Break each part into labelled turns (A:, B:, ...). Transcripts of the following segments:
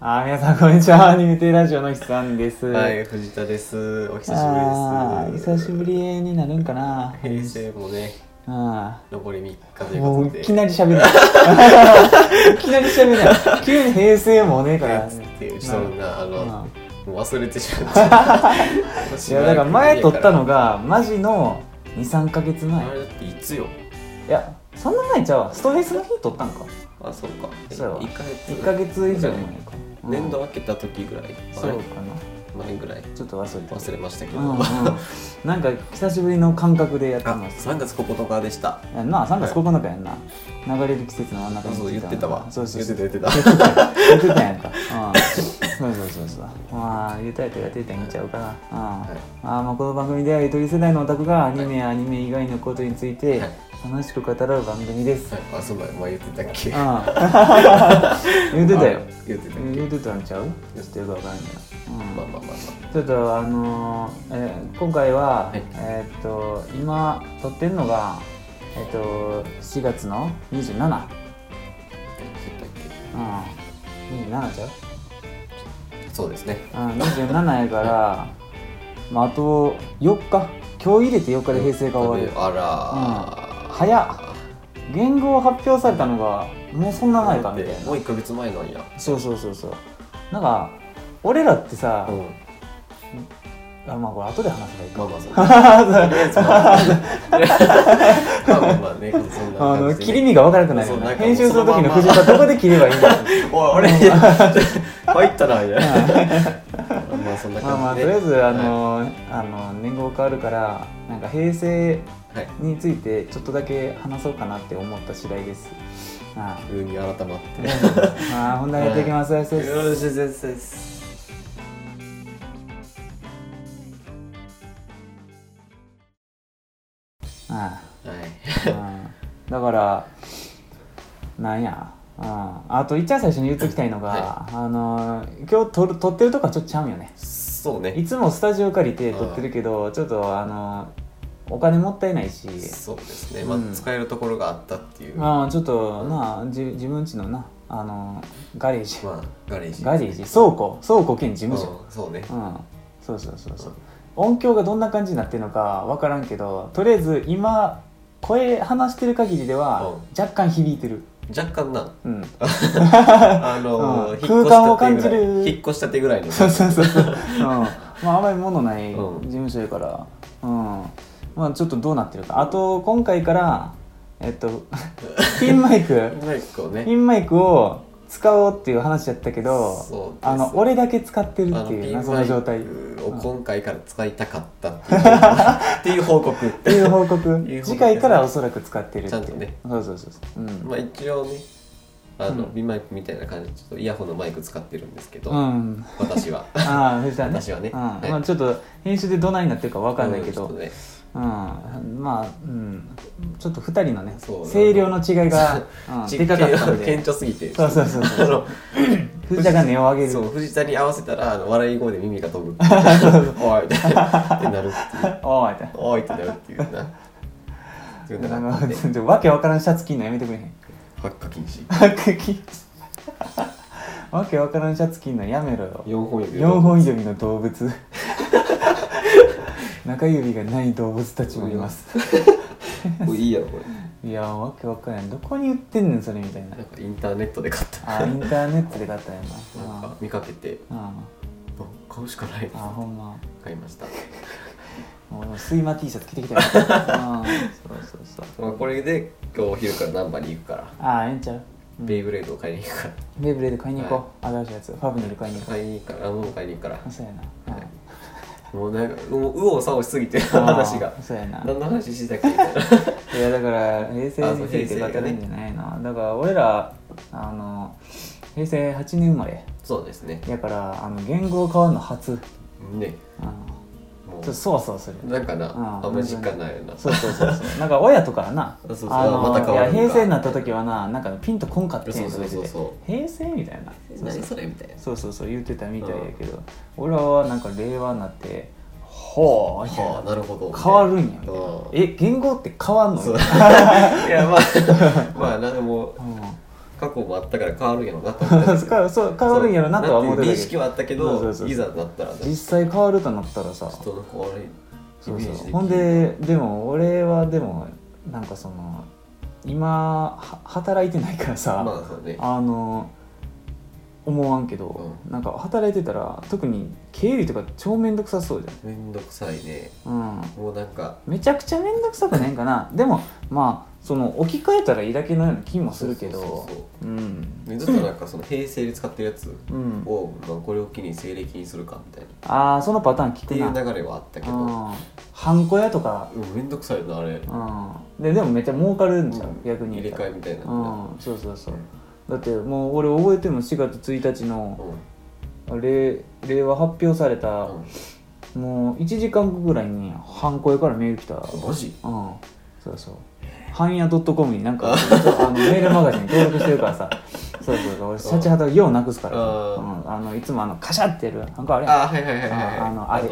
A: あー皆さんこんにちはアニメテラジオのひさんです、
B: はい、藤田です。お久
A: あ
B: しぶ
A: ー
B: りです。
A: 久しぶりになるんかな
B: 平成もね、
A: あ
B: 残り3日と
A: ー
B: いう
A: も
B: こ
A: う
B: と
A: い
B: で。
A: きなり 喋るいきなり喋るない急に平成もねえから
B: 平成っていう、そんな、あの、
A: うん
B: もう忘れてし まった。
A: いやだから前撮ったのがマジの23か月前
B: あれだっていつよ。
A: いやそんな前ちゃうわストレスの日撮ったんか
B: あ、そうか。
A: そうやわ
B: 1ヶ月。
A: 1か月以上前かうん
B: 年度分けた時ぐらい。
A: そう
B: あれ
A: かな
B: 前ぐらい。
A: ちょっと忘れた
B: 忘れましたけど。
A: うんうん、なんか久しぶりの感覚でやって
B: あ、
A: ます
B: 3月9日でした。
A: やんな3月9日やんな、流れる季節の真ん中
B: そう
A: に
B: そう、言ってたわ。
A: そうそうそう
B: 言ってた、
A: 言
B: 言って
A: ってた言ってたやんか、うん、そうそうそうそうまあ言うたやったら言ってたんちゃうかな、うん
B: い
A: あーまあこの番組ではゆとり世代のオタクがアニメやアニメ以外のことについて
B: はい
A: 楽しく語らう番組です、
B: た。 はいあ、そうだよ。前言ってたっけ。
A: うん 言ってたよ
B: あ。言ってたっ
A: 言ってたんちゃうちょっとよくわからんけど、うん
B: け。まあまあまあまあ。
A: ちょっとあのーえー今回は、
B: はい
A: えーっと今撮ってるのがえーっと4月の27うん27ちゃう
B: そうですね。
A: うん27やから まああと4日今日入れて4日で平成が終わる
B: あ
A: うん
B: らー、
A: 早っ言語を発表されたのがもうそんな前かみたい
B: も
A: な
B: う1ヶ月前なんや。
A: そうそうそうそうなんか俺らってさ、
B: うん。
A: あまあこれ後で話せばいいか
B: まあまあそう。とりあえずまあまあまあまあ ね、そんな感じで。
A: あの切り身が分からなくなるよ
B: そう
A: ね
B: なんか
A: 編集する時
B: その
A: の
B: まま
A: 藤田どこで切ればいいんだろう
B: おい、 俺、入ったな、みたいな。まあそんな
A: まあまあと
B: 感じ
A: り
B: で。
A: あえずあ
B: は
A: の、あの年号変わるからなんか平成
B: い、はい。
A: についてちょっとだけ話そうかなって思った次第です。は
B: 急に改まって。
A: い。 まあ本題やっていきます。はい、
B: よろしいです。
A: あ
B: はい。
A: だからなんや。うん、あと一番最初に言っときたいのが、
B: は
A: あの今日撮る撮ってるとこはちょっとちゃうんよね
B: そう
A: い
B: ね。
A: つもスタジオ借りて撮ってるけどちょっとあのお金もったいないし
B: そうですね。ま
A: うん
B: あ使えるところがあったっていう。ま
A: まあちょっとなじ自分家のなあのガレージ
B: あ、ガレージ。
A: ガレージ倉庫倉庫兼事務所
B: うんそうね。
A: うんそうそうそうそう音響がどんな感じになってるのか分からんけどとりあえず今声話してる限りでは若干響いてる
B: 若 干な。
A: うん
B: あの
A: うん
B: ー、引っ越したてぐらい
A: 空間を感じる
B: 引っ越したてぐらいの
A: そうそうそうそう、うん、まああまり物ない
B: うん
A: 事務所やからうんまあちょっとどうなってるかあと今回からえっ とピンマイク
B: マイクを
A: ピ
B: ね
A: ンマイクを使おうっていう話やったけど
B: そうです
A: あの俺だけ使ってる
B: あ
A: って
B: の
A: い
B: ピ
A: う
B: ン
A: 謎
B: マ
A: の
B: イ
A: 状態っ
B: クを今回から使いたかったっていう っていう報告
A: ていう報告
B: いう報告
A: 次回からおそらく使ってるっていう
B: ちゃんとね
A: そうそうそうそううん、
B: まあ一応ねあの、
A: うん
B: ピンマイクみたいな感じでちょっとイヤホンのマイク使ってるんですけど、
A: うん、
B: 私は
A: ああ藤田ね
B: 私はね
A: うん
B: はい
A: まあ、ちょっと編集でどないになってるかわ
B: 分
A: かんないけど、
B: ね、
A: うん、まあ、うん、ちょっと2人のね
B: そう
A: 声量の違いが、うん、
B: 実
A: でかかったん
B: 顕
A: で
B: 著すぎて
A: そうそうそうそう
B: あの
A: 藤田が音を上げる
B: そう藤田に合わせたらあの笑い声で耳が飛ぶ おいみたいなってなるっていう
A: おーいって
B: おいってなるっていうなそういうのがあったんで
A: なんかわけわからんシャツ着んのやめてくれへん
B: 発火禁止
A: わけわからんシャツ着んのやめろよ
B: 4本指
A: 4本指の動 物中指がない動物たちもいます
B: これいいやろこれ
A: いやわけわからんどこに売ってんねんそれみたいな
B: なんかインターネットで買った
A: あインターネットで買ったんや
B: なん
A: な
B: か見かけて
A: うんうん
B: あ買うしかない
A: あほんま
B: 買いました
A: もう睡魔 T シャツ着てきた ようんそうそうそう
B: まあこれで今日お昼からナンバーに行くから
A: ああええんちゃううん
B: ベイブレードを買いに行くから
A: ベイブレード買いに行こう新しいやつファブニル買いに行こ
B: 買いに行くからあもう買いに行くから
A: うそうやな
B: は
A: う
B: い
A: ん
B: もうなんかもう右往左往しすぎて話が
A: あーそうやな
B: 何の話してたっけみたいない
A: やだから平成について語るんじゃないなだから俺らあの平成8年生まれ
B: そうですね
A: やからあの言語変わるの初
B: ね
A: うんちょ
B: も
A: っと
B: う
A: そわそわする
B: なんか
A: あ
B: な
A: ー
B: あんま実感ないよな
A: そうそうそうそう なんか親とかはな
B: そうそう
A: あの
B: また変わるん
A: い
B: だ
A: や平成になった時はななんかピンとこんかってんとか言ってて
B: そうそうそうそ
A: 平成みたいなそうそう
B: 何それみたいな
A: そうそうそう言ってたみたいやけど、俺らはなんか令和になってほうみたい
B: は
A: な
B: あなるほど
A: 変わるんやみたいな
B: うん
A: え言語って変わんの
B: そう
A: みたい
B: いやまあまあなんかもう
A: なうん
B: 過去もあったから変わるんやろなと思ったんですけど
A: 変そう変わるんやろなとは思って
B: そう
A: た
B: な
A: け
B: んいう認識
A: ど
B: はあったけ
A: そうそ
B: ど
A: うそう
B: いざなったらね
A: 実際変わるとなったらさ
B: 人の変わるイ
A: そ
B: メ
A: う
B: ージ
A: そう
B: できる
A: ほんででも俺はでもなんかその今は働いてないからさ、
B: まあそうね
A: あの思わんけど、なんか働いてたら特に経理とか超めんどくさそうじ
B: めんどくさいね
A: ゃん、うん、
B: もうなんか
A: めちゃくちゃめんどくさくないんかなでもまあその置き換えたらいいだけのような気もするけ
B: そ
A: ど
B: うそうそう
A: うん
B: そうねずっとなんかその平成で使ってるやつ
A: うん
B: を、まあ、これを機に西暦にするかみたいなっ
A: ああそのパターン聞
B: て
A: く
B: い
A: な
B: う流れはあったけど、
A: うんハンコ屋とか、
B: うん、めんどくさいなあれ
A: うん、ででもめっちゃ儲かるんじゃん、
B: うん
A: 逆に
B: 入れ
A: 言った
B: 替
A: ら
B: えみたいな
A: うんそうそうそうだってもう俺覚えてるもん4月1日の
B: うん
A: 令令和発表された、
B: うん
A: もう1時間後ぐらいにハンコ屋からメール来たうん
B: マジ
A: そうそう半夜 .com になんかあのメールマガジン登録してるからさそうそうそう俺シャチハタようなくすから、う
B: うん
A: ん、あのいつもあのカシャってやるハンコあれやん
B: あはいはいはいはいはい
A: ああのあれ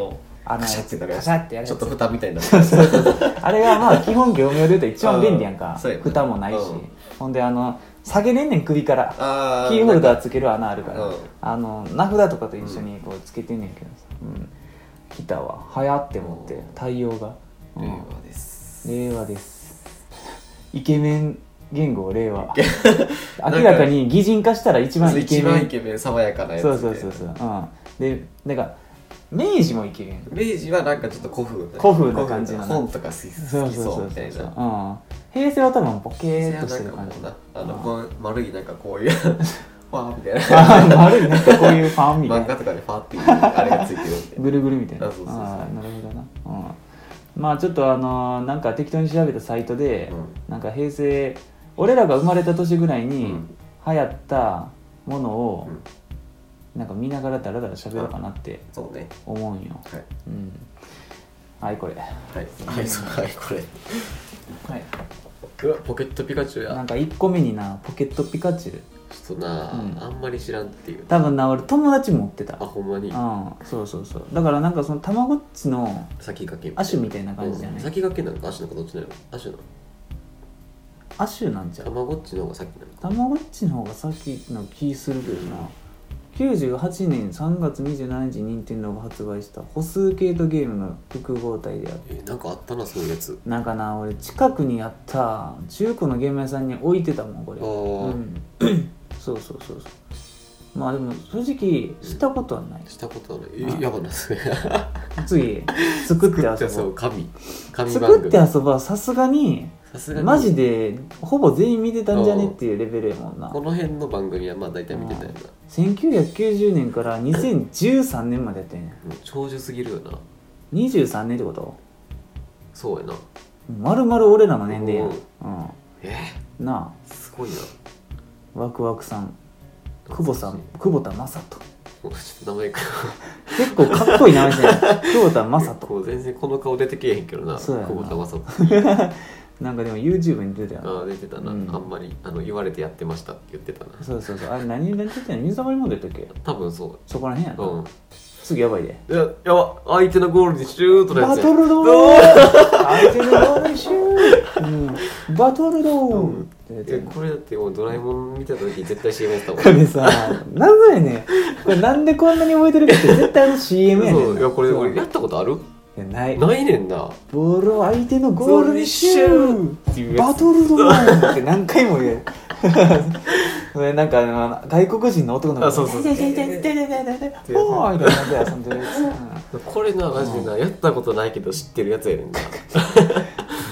A: あの
B: カシャってなるや
A: カ
B: つ
A: シャってやる
B: ちょ
A: やつ
B: っと蓋みたいになる
A: そうそうそうあれがまあ基本業務用で言うと一番便利やん
B: う
A: か
B: んそうやね
A: 蓋もないし、
B: うん
A: ほんであの下げれんねん首から
B: あ
A: キーホル
B: ー
A: ダーつける穴あるから、
B: うん
A: あの名札とかと一緒にこうつけてんねんけどさ、うん、来たわ早って思って
B: うん
A: 対応が、うん
B: 令和です
A: 令和ですイケメン言語令和 明らかに擬人化したら一番イケ
B: 一
A: メ
B: 番イ
A: ン
B: ケメン爽やかなやつで
A: そうそうそうそう、うん、でなんか明治もイケメン
B: 明治はなんかちょっと古風
A: 古風な感じのな
B: 本とか好き好きそうみたいな
A: うん、平成は多分ボケ
B: 平
A: ーっ
B: 成
A: と
B: は
A: して
B: なん
A: る
B: かも
A: 感じ
B: うなあのこう丸いなんかこういうファーみたいな
A: あー悪いなんかこういうファンみたい
B: 漫
A: な
B: 画とかでファーっていうあれがついてるみたいな
A: ぐるぐるみたいな
B: あそうそうそう
A: あーなるほどな、うん、まあちょっとあのーなんか適当に調べたサイトで、
B: うん
A: なんか平成俺らが生まれた年ぐらいに
B: うん
A: 流行ったものを
B: う、ん
A: なんか見ながらダラダラ喋ろうかなって
B: そうね
A: 思うんよ、
B: はい
A: うん、はいこれ
B: はいはいそうはいこれ
A: はい、
B: うわポケットピカチュウ
A: な
B: や
A: んか1個目になポケットピカチュウ
B: ちょっとな
A: うん
B: あんまり知らんっていう
A: 多分な俺友達持ってた
B: あほんまに
A: うん、そうそうそうだからなんかそのたまごっちの
B: 先駆けみた
A: 亜
B: いな
A: 種みたいな感じじゃな
B: うん
A: い
B: 先駆けなのか足なのかどっちなの足なの
A: 亜種なんちゃ
B: た
A: う
B: まごっちの方が先なのか
A: たまごっちの方が先の気するけどな98年3月27日任天堂が発売した歩数系とゲームの複合体である
B: えーなんかあったなそういうやつ
A: なんかな俺近くにあった中古のゲーム屋さんに置いてたもんこれ
B: ああ、
A: うん、そうそうそうそうまあでも正直したことはない
B: したことはないえーやばなそれ
A: 次作って遊
B: そ
A: ぼ
B: う
A: う
B: 神神番
A: 作
B: 組
A: って遊ばはさすがに
B: さすがに
A: マジでほぼ全員見てたんじゃねっていうレベルやもんな
B: この辺の番組はまあ大体見てたよな、
A: 1990年から2013年までやってんね
B: もう長寿すぎるよな
A: 23年ってこと
B: そうやな
A: まるまる俺らの年齢やん、
B: え
A: うん、な
B: ー、すごいな
A: あワクワクさん久保さん久保田正人
B: もうちょっと名前か
A: 結構かっこいい名前じゃない久保田正人
B: こう全然この顔出てけえへんけどな
A: そうやな
B: 久保田正人
A: なんかでも YouTube に出てたよ
B: あー出てたな、
A: うん
B: あんまりあの言われてやってましたって言ってたな
A: そうそうそうあれ何出てたの水溜りも出たっけ
B: 多分そ
A: そこらへんや
B: う
A: な、
B: うん
A: 次やばいで
B: いややば相手のゴールにシュートのや
A: バ
B: つや
A: トルドー相手のドールシュー、うん、バトルドーって出て
B: え
A: る
B: これだってもうドラえもん見てた時絶対 CM やって たもん
A: これさ、なんだよね。これなんでこんなに覚えてるかって絶対あの CM やねん
B: そういやこれ
A: そう
B: 俺やったことある
A: いやない。
B: ないねんな
A: ボールを相手のゴールにシュ
B: てい
A: ーバトルドーンって何回も言 う。それなんかあの外国人の男の子
B: あそうそう
A: 痛い痛い痛い痛い痛い痛い痛いおーみたいな感じで遊んでるやつ。
B: これなマジでなやったことないけど知ってるやつやねんな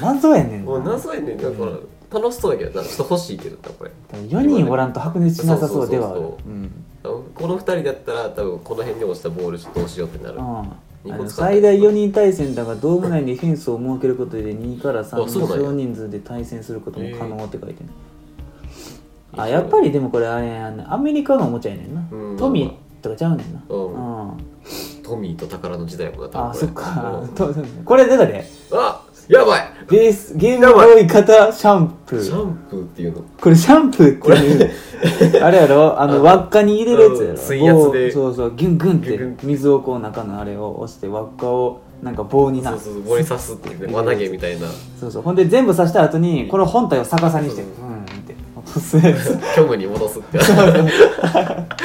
A: 謎やねん
B: もう
A: な。
B: 謎やねんなこれ楽しそうやけどなちょっと欲しいけどなこれ
A: 4人おらんと白熱しなさそうではある
B: そうそう。そう
A: うん
B: あのこの2人だったら多分この辺に落ちたボールちょっとどうしようってなる
A: うん、あ
B: 二個
A: の
B: 使ったり
A: 最大4人対戦だがドーム内にフェンスを設けることで2から3
B: あそう
A: の
B: なんや
A: 少人数で対戦することも可能って書いてる、
B: えー
A: あやっぱりでもこれあれあのアメリカのおもちゃやねんな、
B: うん
A: トミーとかちゃうねんな、
B: う
A: うん
B: んトミーと宝の時代もな多分
A: あそっか
B: うん
A: とこれ出たで
B: あやばい
A: ベースゲームボーイ型シャンプ
B: シ
A: ー
B: ャンプーっていうの
A: これシャンプーっていう あれやろあの輪っかに入れるやつやろ
B: うん水圧で
A: 棒そうそうギュンギ
B: ギュン
A: ュ
B: ギ
A: ンって水をこう中のあれを押して輪っかをなんか棒にな
B: そうそう棒に刺すっていうね輪投げみたいな
A: そうそうほんで全部刺した後にこの本体を逆さにして
B: う
A: うんってそうやつ
B: 虚無に戻すっ て懐か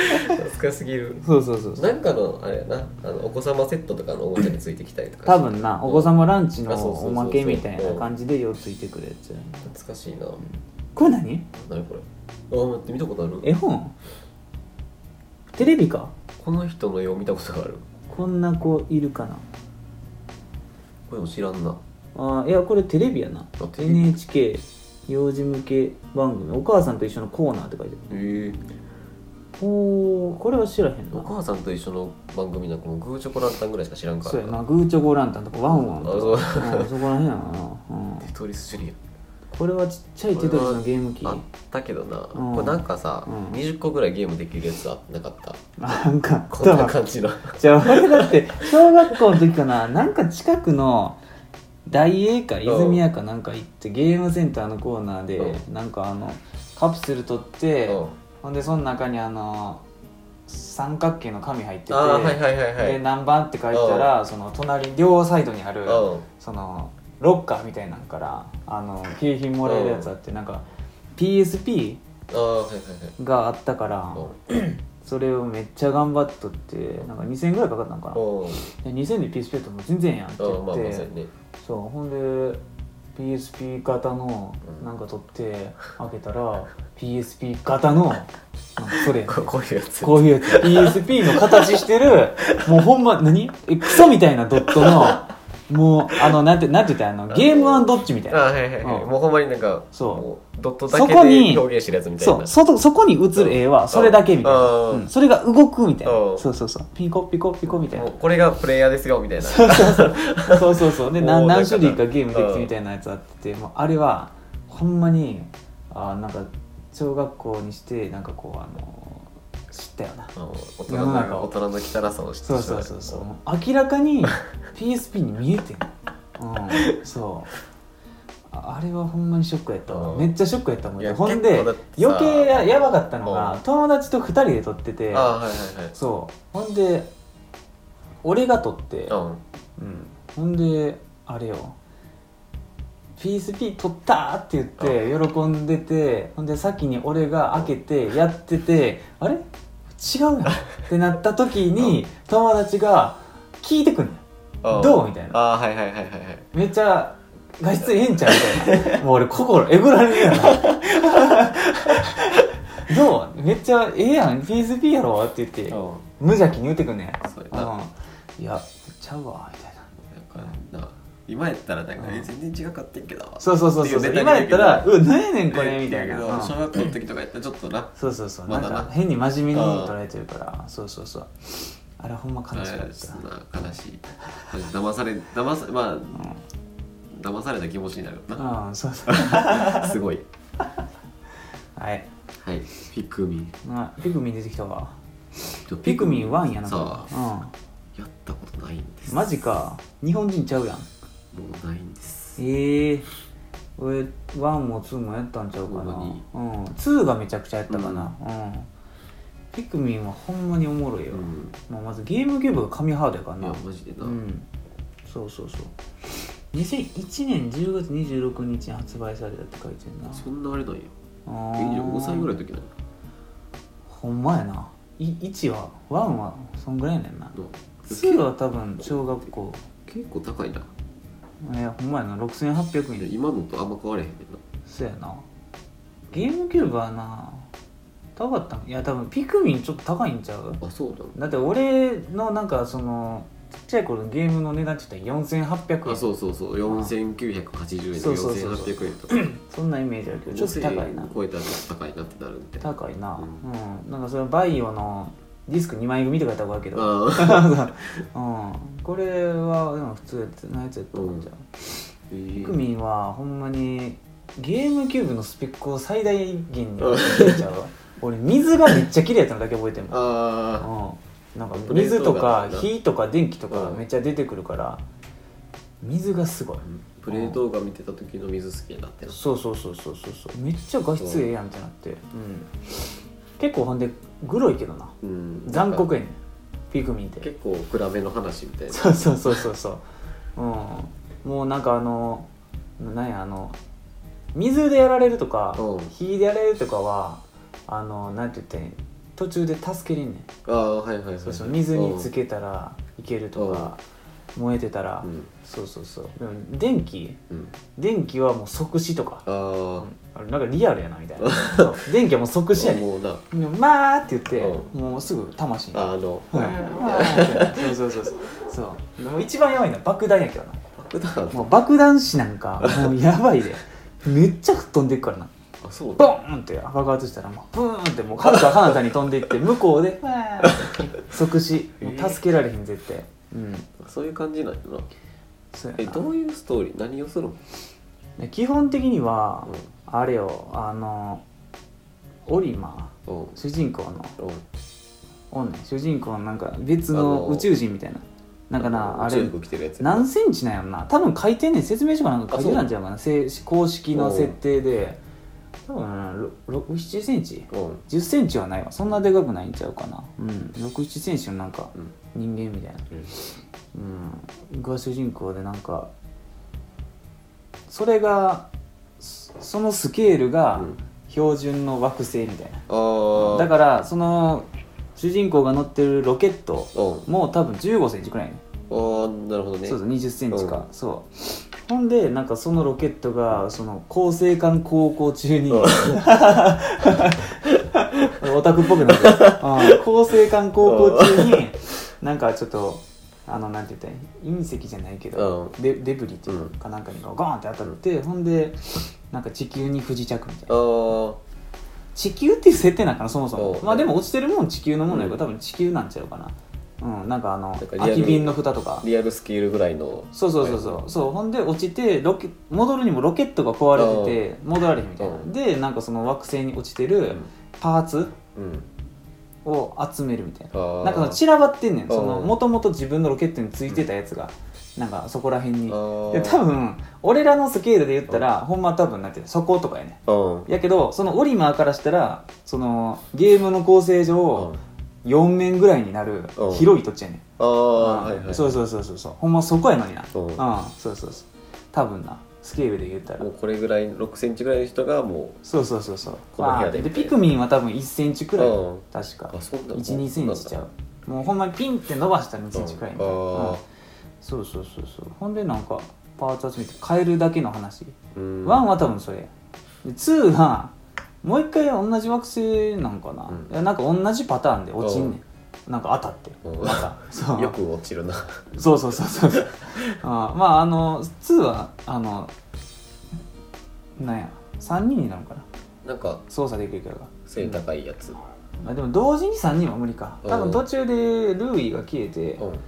B: しすぎる
A: そうそうそうそう
B: なんかのあれやなあのお子様セットとかのおもちゃについてきたりとか
A: 多分なお子様ランチの
B: あそうそうそうそう
A: おまけみたいな感じでようついてくるやつや
B: 懐かしいな
A: これ何
B: 何これあ待って見たことある
A: 絵本テレビか
B: この人の絵を見たことがある
A: こんな子いるかな
B: これも知らんな
A: あーいやこれテレビやな
B: あテレビ
A: NHK 幼児向け番組「お母さんと一緒のコーナー」って書いてあ
B: えー、
A: るおーこれは知らへん
B: お
A: な
B: 母さんと一緒の番組なんかもうグーチョコランタンぐらいしか知らんから
A: そうやなグーチョコランタンとかワンワンとか
B: あそう
A: うんそこらへんやな、うん
B: テ、トリスジュニア
A: これはちっちゃいテトリスのゲーム機
B: あったけどな、
A: うん
B: これなんかさ、
A: うん
B: 20個ぐらいゲームできるやつあなかった
A: なんか
B: こんな感じの
A: じゃあ俺だって小学校の時かななんか近くの大英か泉谷かなんか行ってゲームセンターのコーナーで
B: う
A: なんかあのカプセル取って
B: うん
A: ほんでその中にあの三角形の紙入ってて、
B: ああーはいはいはいはい
A: で何番って書いたらその隣両サイドにある
B: うん
A: そのロッカーみたいなのからあの景品もらえるやつあってなんか PSP
B: ああはいはいはい
A: があったから
B: う
A: それをめっちゃ頑張っとってなんか2000円ぐらいかかったのかなん
B: うん
A: で2000で PSP やったらもう全然やんって言
B: ああまあまあ
A: っ
B: そう
A: て、
B: やね
A: そうほんで PSP 型の
B: うん
A: なんか取って開けたら PSP 型のなんかそれ
B: ここういうやつ
A: こういうやつ PSP の形してるもうほんま何えクソみたいなドットのもうあのなんてなんて言ったらいいのゲームドッジみたい
B: ああ
A: な
B: はいはいはい、
A: うん
B: もうほんまになんか
A: そう
B: もうドットだけ
A: そこに
B: で表現してるやつみたい
A: そ
B: な
A: うそそこに映る絵はそれだけみたいな、
B: うん
A: うんそれが動くみたいな
B: うん
A: そうそうそうピコピコピコみたいな
B: もうこれがプレイヤーですよみたいな
A: そうそうそうそうそうそうでな
B: もう
A: 何
B: だか
A: 種
B: ら
A: 類かゲームできてみたいなやつあってもうあれはほんまにあなんか小学校にしてなんかこうあの知ったよな
B: うん大人
A: 世の中
B: の大人の汚さを知ってし
A: そ
B: ま
A: うそうそうそうもう明らかに PSP に見えてんうんそうああれはほんまにショックやったわ
B: うん
A: めっちゃショックやったもん
B: いや
A: ほんで
B: 結構だってさ
A: 余計ややばかったの
B: う
A: が
B: ん
A: 友達と2人で撮ってて
B: ああはいはいはい
A: そうほんで俺が撮って
B: うん
A: うん、ほんであれよ PSP 取ったーって言って喜んでてほんで先に俺が開けてやっててあれ違う やんってなった時に友達が聞いてくんね
B: うん
A: んどうみたいな
B: ああはいはいはいはいはい
A: めっちゃ画質ええんちゃうみた いなもう俺心えぐられるやなどうめっちゃええやん PSP やろって言って
B: うん
A: 無邪気に言ってくんねん
B: そうやな
A: うんいやちゃうわみたいな
B: なんかな今やったらなんか、
A: うん
B: え全然違かったんけど
A: そうそうそうそう
B: っていうネ
A: 今
B: タ
A: や
B: に
A: ったら「う何やねんこれ」みたい
B: だ
A: な、
B: けど
A: うん
B: 小学校の時とかやったらちょっとな
A: そうそうそうな
B: ま
A: ん
B: だな
A: か変に真面目に捉えてるからそうそうそうあれほんま
B: あ
A: 悲しかっ
B: れそ
A: た
B: んな悲しい騙され騙さまあ騙された気持ちになるよ
A: うん、うん、そうそう
B: なすごい
A: はい、
B: はいピクミン
A: まあ、ピクミン出てきたわピ
B: ピ
A: クミン1やな
B: さ
A: これ
B: やったことないんで
A: う
B: す
A: んマジか日本人ちゃうやん
B: もうないんです
A: ええ俺1も2もやったんちゃうかな、
B: ほんまに
A: うん、2がめちゃくちゃやったかな、うんピクミンはほんまにおもろいよ、
B: うん
A: まあ、まずゲームゲームが紙ハードやから
B: いや
A: な
B: マジでな、
A: うん、そうそうそう2001年10月26日に発売されたって書いてるな
B: そんなあれなんや
A: あー
B: 25歳ぐらいの時なの
A: ほんまやない1は1はそんぐらいやねんな
B: な
A: 2は多分小学校
B: 結構高いな
A: えーほんまやな6800
B: いや
A: 円
B: 今のとあんま変われへんねんな
A: そうやなゲームキューブはな高かったんいや多分ピクミンちょっと高いんちゃう
B: あそうなの
A: だって俺のなんかそのちっちゃい頃のゲームの値段って言ったら4800円
B: あそうそうそう4980円とか
A: そうそうそうそう
B: 4800円とか
A: そんなイメージあるけどちょっと高いな
B: 5000円超えたら高いなってなるみたいな
A: 高いな、
B: う
A: うんなんかそれバイオのディスク2枚組って書いてあるけど、
B: あ
A: うん、これはでも普通やってないやつやったんじゃん、
B: ー
A: ピクミンはほんまにゲームキューブのスペックを最大限に
B: うん
A: 入れちゃうわ俺水がめっちゃ綺麗やったのだけ覚えてるもん、
B: あ
A: うん、なんか水とか
B: プレートがな
A: 火とか電気とか
B: うん
A: めっちゃ出てくるから水がすごい
B: あプレイ動画見てた時の水好きになってな
A: そうそうそうそうそうそうめっちゃ画質ええやんってなって、うん、結構ほんでグロいけどな
B: うん
A: 残酷
B: や
A: やねんピクミンって
B: 結構暗めの話みたいな
A: そうそうそうそうそう、うん、もうなんかあのなんやあの水でやられるとか、
B: うん
A: 火でやられるとかはあのなんて言ってん途中で助けれんねん
B: ああはいはいはい
A: そうそう水につけたらいけるとか、燃えてたら、
B: うん
A: そうそうそうでも電気
B: うん
A: 電気はもう即死とか
B: ああ
A: あれなんかリアルやなみたいなそう電気はもう即死やねん
B: もうな
A: でもまあって言って、
B: う
A: もうすぐ魂に
B: あの
A: はいそうそうそうそうそうでも一番やばいのは爆弾やけどな
B: 爆弾
A: もう爆弾師なん かもうやばいでめっちゃ飛んでいくからな
B: あそう
A: ボ
B: だ
A: ーンって爆発したらもうブーンってもう彼方彼方に飛んでいって向こうでわーって即死もう助けられへん絶対うん
B: そういう感じなんやな
A: そう
B: え
A: や
B: どういうストーリー何をするの
A: な基本的には
B: うん
A: あれよあのオリマ
B: うん
A: 主人公の
B: うん
A: おんねん主人公のなんか別
B: あ
A: の
B: の
A: 宇宙人みたいななんかなあ
B: 宇
A: れ
B: 宙服着てるやつ
A: 何センチなんやろな多分書いてんねん説明書かなんか書いてたんちゃうかなせい公式の設定で多分67センチ
B: うんうん
A: 10センチはないわそんなでかくないんちゃうかなうん67センチのなんか人間みたいなうんが主人公でなんかそれがそそのスケールが
B: うん
A: 標準の惑星みたいな、
B: ああ
A: だからその主人公が乗ってるロケット
B: らうん
A: もう多分15センチくらいね
B: ああなるほどね
A: そうそう
B: ね
A: 2 0ンチか、
B: う
A: そうほんでなんかそのロケットがその恒星間航行中に オタクっぽくなる うん恒星間航行中になんかちょっとあのなんて言ったらいい隕石じゃないけど、デデブリっていうかなんかにゴーンって当たって、ほんでなんか地球に不時着みたい
B: あ
A: な
B: ー
A: 地球っていう設定なんかなそもそも
B: そう
A: まあでも落ちてるもん地球のものやから、多分地球なんちゃうかなうんなんかあの
B: なんかリアル
A: 空き瓶の蓋とか
B: リアルスケールぐらいの
A: そうそうそうそうそうほんで落ちてロケ戻るにもロケットが壊れてて戻られへんみたいな
B: うん
A: でなんかその惑星に落ちてるパーツ
B: うん
A: を集めるみたい
B: あ
A: な
B: ー
A: なんかその散らばってんねん
B: ん
A: そのもともと自分のロケットについてたやつがなんかそこら辺に
B: あ
A: で
B: ー
A: 多分俺らのスケールで言ったらほんま多分なんていうのそことかやね
B: うん
A: やけどそのオリマーからしたらそのゲームの構成上4面ぐらいになる
B: うん
A: 広い土地やねん
B: ああはい
A: うん
B: はい
A: そうそうそうそうそうほんまそこやのにな
B: うん
A: そうそうそう多分なスケールで言ったら
B: もうこれぐらい6センチぐらいの人がも
A: そうそうそうそう
B: この部屋で
A: わーってでピクミンは多分1センチくらい
B: うん
A: 確か
B: うあそんな
A: 12センチちゃ
B: う
A: うもうほんまにピンって伸ばしたら2センチくらいみたいな
B: うんあー
A: うんそうそうそうそうほんでなんかパーツ集めて変えるだけの話
B: うん
A: 1は多分それで2はもう一回同じ惑星なんかな、
B: うん
A: いやなんか同じパターンで落ちんねんなんか当たって
B: うん
A: またそう
B: よく落ちるな
A: そうそうそうそうそうあーまああの2はあのなんや3人になるのかな
B: なんか
A: 操作できるキャラが、
B: 背高いやつ
A: あ、でも同時に3人は無理か多
B: う
A: 分
B: ん
A: 途中でルーイが消えて、
B: うん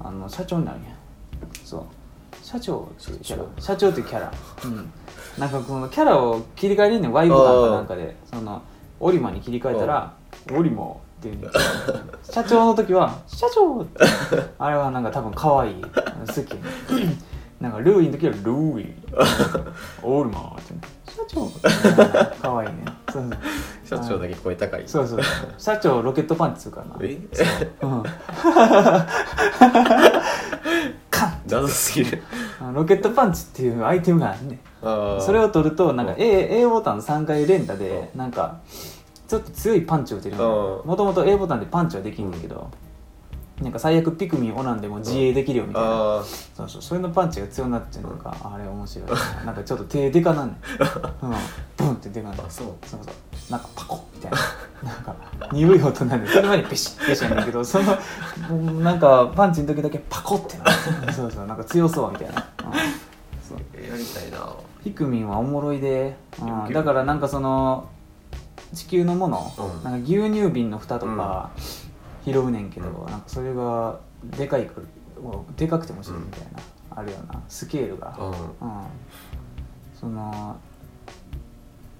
A: あの社長になるんやそう社長っていうキャラ
B: 社
A: 社長っていうキャラうんなんかこのキャラを切り替えれんねんワイブ感かなんかでそのオリマに切り替えたら「オリマ」って言うんだよ社長の時 は「社長」ってあれはなんか多分可愛い好きなんかルーイの時は「ルーイ」「オリマ」って社長可愛いねそうそう
B: 社長だけ声高い
A: そうそう社長ロケットパンチするからな
B: え
A: うん
B: 謎すぎる
A: あのロケットパンチっていうアイテムがあるねん
B: あー
A: それを取るとなんか
B: うん
A: A, A ボタン3回連打でなんかちょっと強いパンチを打てる
B: うん
A: もともと A ボタンでパンチはできんねんけど、なんか最悪ピクミンオランでも自衛できるよみたいな、
B: あ
A: そうそうそれのパンチが強になってなんか、あれ面白いななんかちょっと手でかなんねん、うん、ブンってでかなんね
B: ー
A: ん
B: あそう
A: そうそうなんかパコみたい ななんか鈍い音なんでそれまでペシッペシッやねんけ どそのもうなんかパンチの時だけパコってなるそうそうなんか強そうみたいな、うんそう
B: やりたいな
A: ピクミンはおもろいで、う
B: ピクミ
A: ん、
B: ン
A: だからなんかその地球のもの、
B: うん
A: なんか牛乳瓶の蓋とか拾うねんけど、なんかそれがでかいくでかくて面白いみたいな、あるよなスケールが、
B: う
A: うん、その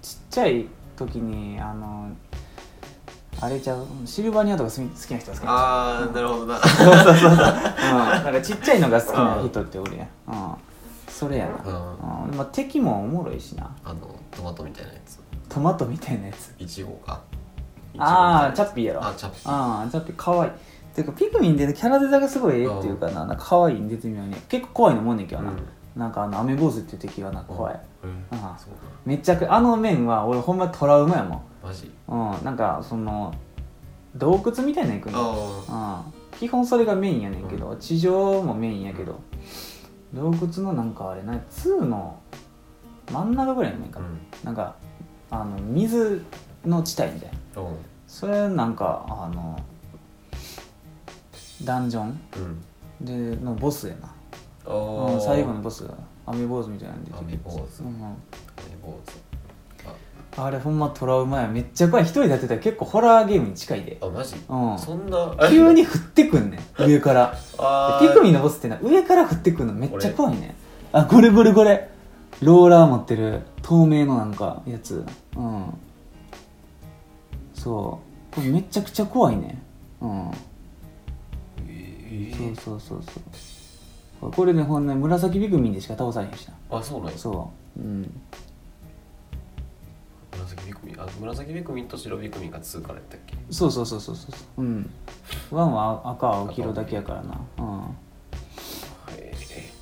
A: ちっちゃい時にあのあれちゃうシルバニアとか好き好きな人が好きな
B: ああなるほどな
A: 人、うん、なんかちっちゃいのが好きな人っておるやん、うん、それや
B: う
A: な、
B: ん
A: うんまあ、敵もおもろいしな
B: あのトマトみたいなやつ
A: トマトみたいなやつ
B: いちごか
A: ああチ
B: ャ
A: ャッピーやろ
B: あチャッピー
A: あーチャッピーかわいいていうかピクミンでキャラデザがすごいええっていうかななんかかわいいん出てみようね結構怖いのもんねんけどな、
B: うん
A: なんかあの雨坊主っていう敵がな怖い、
B: うん
A: ああ
B: そうか
A: めっちゃくあの面は俺ほんまトラウマやも
B: マジ
A: ん、うん、なんかその洞窟みたいなの行くの、
B: あ
A: うん、基本それがメインやねんけど、地上もメインやけど洞窟のなんかあれな2の真ん中ぐらいやねん
B: あ
A: か、
B: うん
A: なんかあの水の地帯みたいな
B: うん
A: それなんかあのダンジョン
B: うん
A: でのボスやな、
B: あー
A: うん、最後のボスがアメ坊主みたいなんで
B: アメ坊主
A: うん
B: アメ坊
A: あれほんまトラウマやめっちゃ怖い一人でやってたら結構ホラーゲームに近いで
B: 主あマジ
A: うん
B: そんな
A: 急に降ってくんねん上から
B: あ
A: ピクミ
B: ン
A: ンのボスってな上から降ってくるのめっちゃ怖いねあこれこれこれローラー持ってる透明のなんかやつうんそうこれめちゃくちゃ怖いねうん
B: え
A: そう
B: え
A: そうそうそうこれねほんね紫ピクミンでしか倒されへんしな
B: あそうなんや
A: そううん
B: 紫ビクミンあ紫ビクミンと白ビクミンが2からやったっけ
A: そうそうそうそうそうそううんワンは赤青黄色だけやからなうん
B: へえ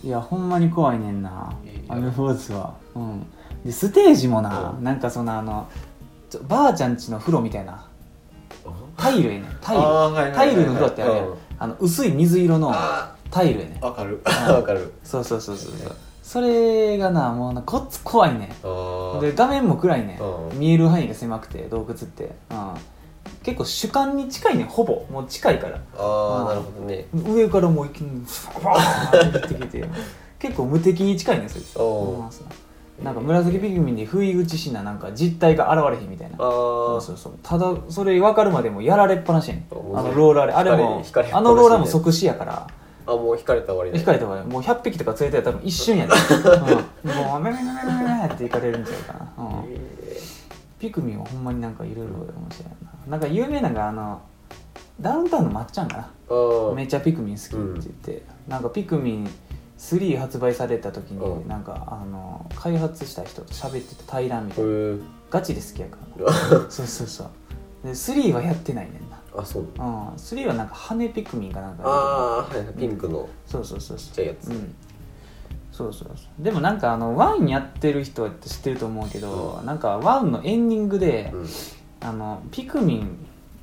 A: いやほんまに怖いねんない
B: やいや
A: アメフォーズはうんでステージもな、
B: うん
A: なんかそのあのちょばあちゃんちの風呂みたいなタイルやねんタイル
B: あーはいはい
A: タ
B: はいはい
A: イルの風呂ってあれ、
B: うん
A: あの薄い水色の
B: あ
A: タイルやねん
B: わかるわかる
A: そうそうそうそうそうそれがなもうなこっつ怖いね
B: あー
A: んで画面も暗いねん、
B: うん
A: 見える範囲が狭くて洞窟って、うん、結構主観に近いねんほぼもう近いから
B: あ
A: う
B: あ
A: ん
B: なるほどね
A: 上からもういきなりふわーって降ってきて結構無敵に近いねそいつ
B: おう
A: 思いますねなんか紫ピクミンに不意打ちしななんか実態が現れへんみたいな
B: あ
A: そう
B: あ
A: そうそうただそれ分かるまでもやられっぱなしやねん
B: あもう
A: あのローラーであれも
B: 光光
A: あのローラーも即死やから
B: あもう引かれたら終わりね
A: 光れたからもう100匹とか連れてたら多分一瞬やねん、うん、もうめめめめめめっていかれるんちゃうかな、うん、
B: え
A: ピクミンはほんまになんかいろいろ面白いななんか有名なのがあのダウンタウンのまっちゃんかな
B: ーあ
A: め
B: ー
A: っちゃピクミン好きって言って、なんかピクミン3発売された時に、
B: うん
A: なんかあの開発した人と喋ってて対談みたいな、
B: う
A: ガチで好きやから
B: ー
A: なそうそうそうで3はやってないねんな
B: あそう
A: うん3はなんか羽ピクミンかなんか
B: ああはいはいピンクの
A: そうそうそうそ
B: ちっ
A: う
B: ちゃいやつ
A: うんそうそうそうでもなんかあのワンやってる人って知ってると思うけど、なんかワンのエンディングで、
B: うん
A: あのピクミンっ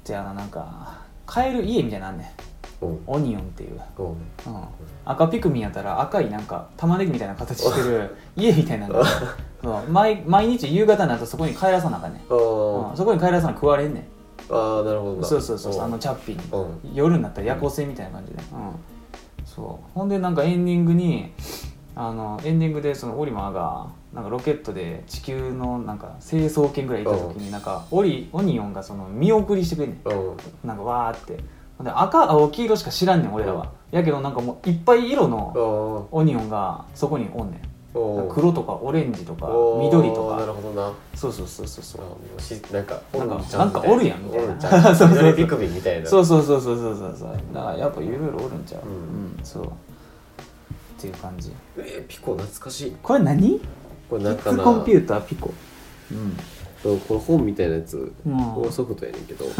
A: てあのなんか買える家みたいなのあんねん
B: うん
A: オニオンっていう
B: うん
A: うん、赤ピクミンやったら赤いなんか玉ねぎみたいな形してる家みたいなのがそう毎毎日夕方になるとそこに帰らさなあかんねん、
B: あー
A: うんそこに帰らさな食われんね
B: あーなるほど
A: ん
B: な
A: そうそうそうそうんあのチャッピー
B: うん
A: に夜になったら夜行性みたいな感じで、うん、そうほんでなんかエンディングにあのエンディングでそのオリマーがなんかロケットで地球のなんか成層圏ぐらい行った時になんかオリオニオンがその見送りしてくれんねん
B: うん
A: なんかわーってほんで赤青黄色しか知らんねん俺らは、やけどなんかもういっぱい色の
B: あー
A: オニオンがそこにおんねん
B: おー
A: 黒とかオレンジとか
B: おー
A: 緑と
B: なる
A: か
B: ほどな
A: そうそうそうそうそう
B: あしなんか
A: なんか
B: おるちゃ
A: なんかおるやんみたいな
B: おるちゃん
A: そうそうそう
B: 緑ピクミンみたいな
A: そうそうそうそうそうそうそうだからやっぱいろいろおるんちゃうう
B: うん
A: ん、そうっていう感じ
B: えーピコ懐かしい
A: これ何
B: これ
A: キ
B: なん
A: ッ
B: か
A: ズ
B: な
A: コンピューターピコうん
B: そうこれ本みたいなやつ
A: うん
B: これソフトやねんけど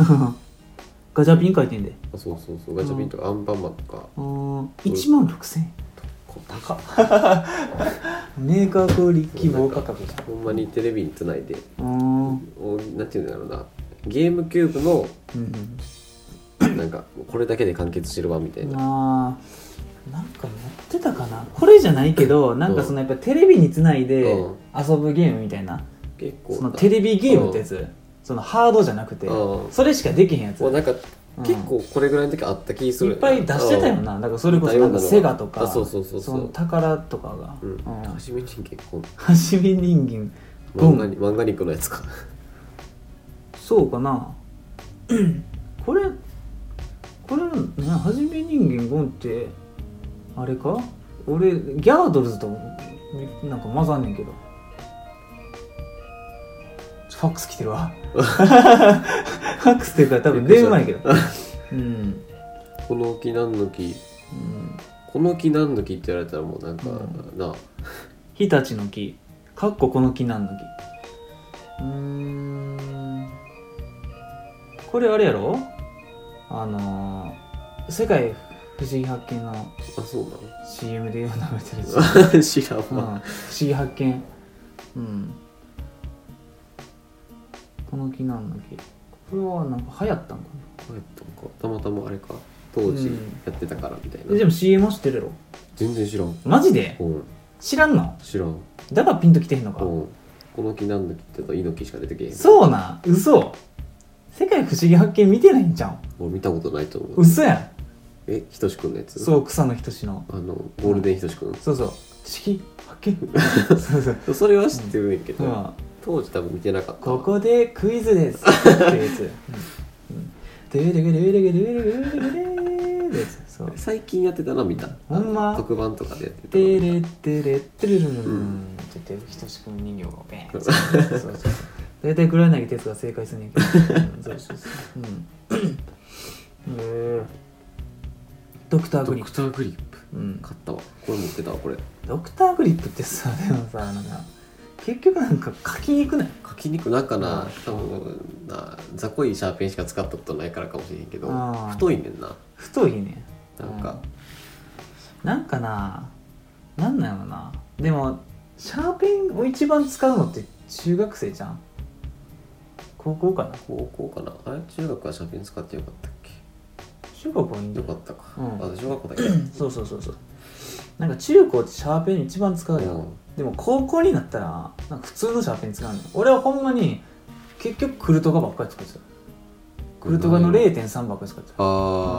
A: ガチャピン書いてんで
B: あそうそうそうガチャピンとかアンパンマンとか
A: うーん1万6000円
B: こう
A: 高っメーカー小売希望価格じゃん
B: ほんまにテレビにつないで
A: うーんうん
B: おなんていうんだろうなゲームキューブの
A: うん
B: なんかもうこれだけで完結してるわみたいな
A: まあなんか持ってたかなこれじゃないけどなんかそのやっぱテレビにつないで
B: うん
A: 遊ぶゲームみたいな
B: 結構
A: そのテレビゲームってやつそのハードじゃなくて
B: うん
A: それしかできへんやつ
B: もうなんか
A: うん
B: 結構これぐらいの時あった気す
A: い
B: る
A: っぱい出してたよなだからそれこそなんかセガとか
B: あそうそうそうそう
A: の宝とかが
B: うん
A: うん
B: 初めに結構
A: はしめ人間ゴ
B: 漫画に
A: ン
B: 漫画肉のやつか
A: そうかなうんこれこれねはじめ人間ゴンってあれか俺ギャードルズとなんか混ざんねんけどファックス来てるわファックスっていうか多分電話やけどうん、うん、
B: この木何の木この木何の木って言われたらもうなんか、
A: う
B: な
A: 日立の木かっここの木なんの木うーんこれあれやろあのー世界不思議発見」の
B: あそうな
A: CM でよう流れてるし、
B: の知らん
A: うん、不
B: わ
A: 思議発見うんこの木なんだっけこれはなんか流行ったんか
B: こうやったんかたまたまあれか当時
A: うん
B: やってたからみたいな、
A: なえでも CM は知ってるやろ
B: 全然知らん
A: マジで
B: うん
A: 知らんの
B: 知らんうん
A: だからピンときてへんのか
B: この木なんだけど猪木しか出てけえへん
A: そうなん嘘世界不思議発見見てないんじゃん
B: 俺見たことないと思う
A: 嘘やん
B: えひとしくんのやつ
A: そう草野仁の
B: あのゴールデンひとしくん
A: そうそう「式発見」そうそう、
B: それは知ってるんやけど、
A: うん、
B: 当時多分見てなかった
A: ここでクイズですっていうやつドゥルグルグルグルグルグルグルーってやつそう
B: 最近やってたの見た
A: ほんま
B: 特番とかでやってたの
A: テ
B: 見
A: レテレテレルルル
B: う
A: ン
B: ん
A: って言ってひとしくん人形がベーンってそうそうそう大体黒柳徹が正解するねんけどうんそうそうそううんへえドクタ
B: た
A: ーグリッ
B: ド
A: プ
B: クターグリップ
A: うん
B: 買ったわこれ持ってたわこれ
A: ドクターグリップってさでもさなんか結局なんか書きにくない
B: 書きにくなんか
A: う
B: なん多分な雑魚いシャーペンしか使ったことないからかもしれへんけど
A: あー
B: 太いねんな
A: 太いね
B: なんか、
A: なんかななんなんやろなでもシャーペンを一番使うのって中学生じゃん高校かな
B: 高校かなあれ中学はシャーペン使ってよかったっけ
A: 中学はいいんだ
B: よかったか、
A: うん
B: あ小学校だけ
A: そうそうそうそうなんか中高ってシャーペン一番使うやん、
B: うん
A: でも高校になったらなんか普通のシャーペン使うのよ俺はほんまに結局クルトガばっかり使ってたクルトガの0.3ばっかり使ってた
B: あ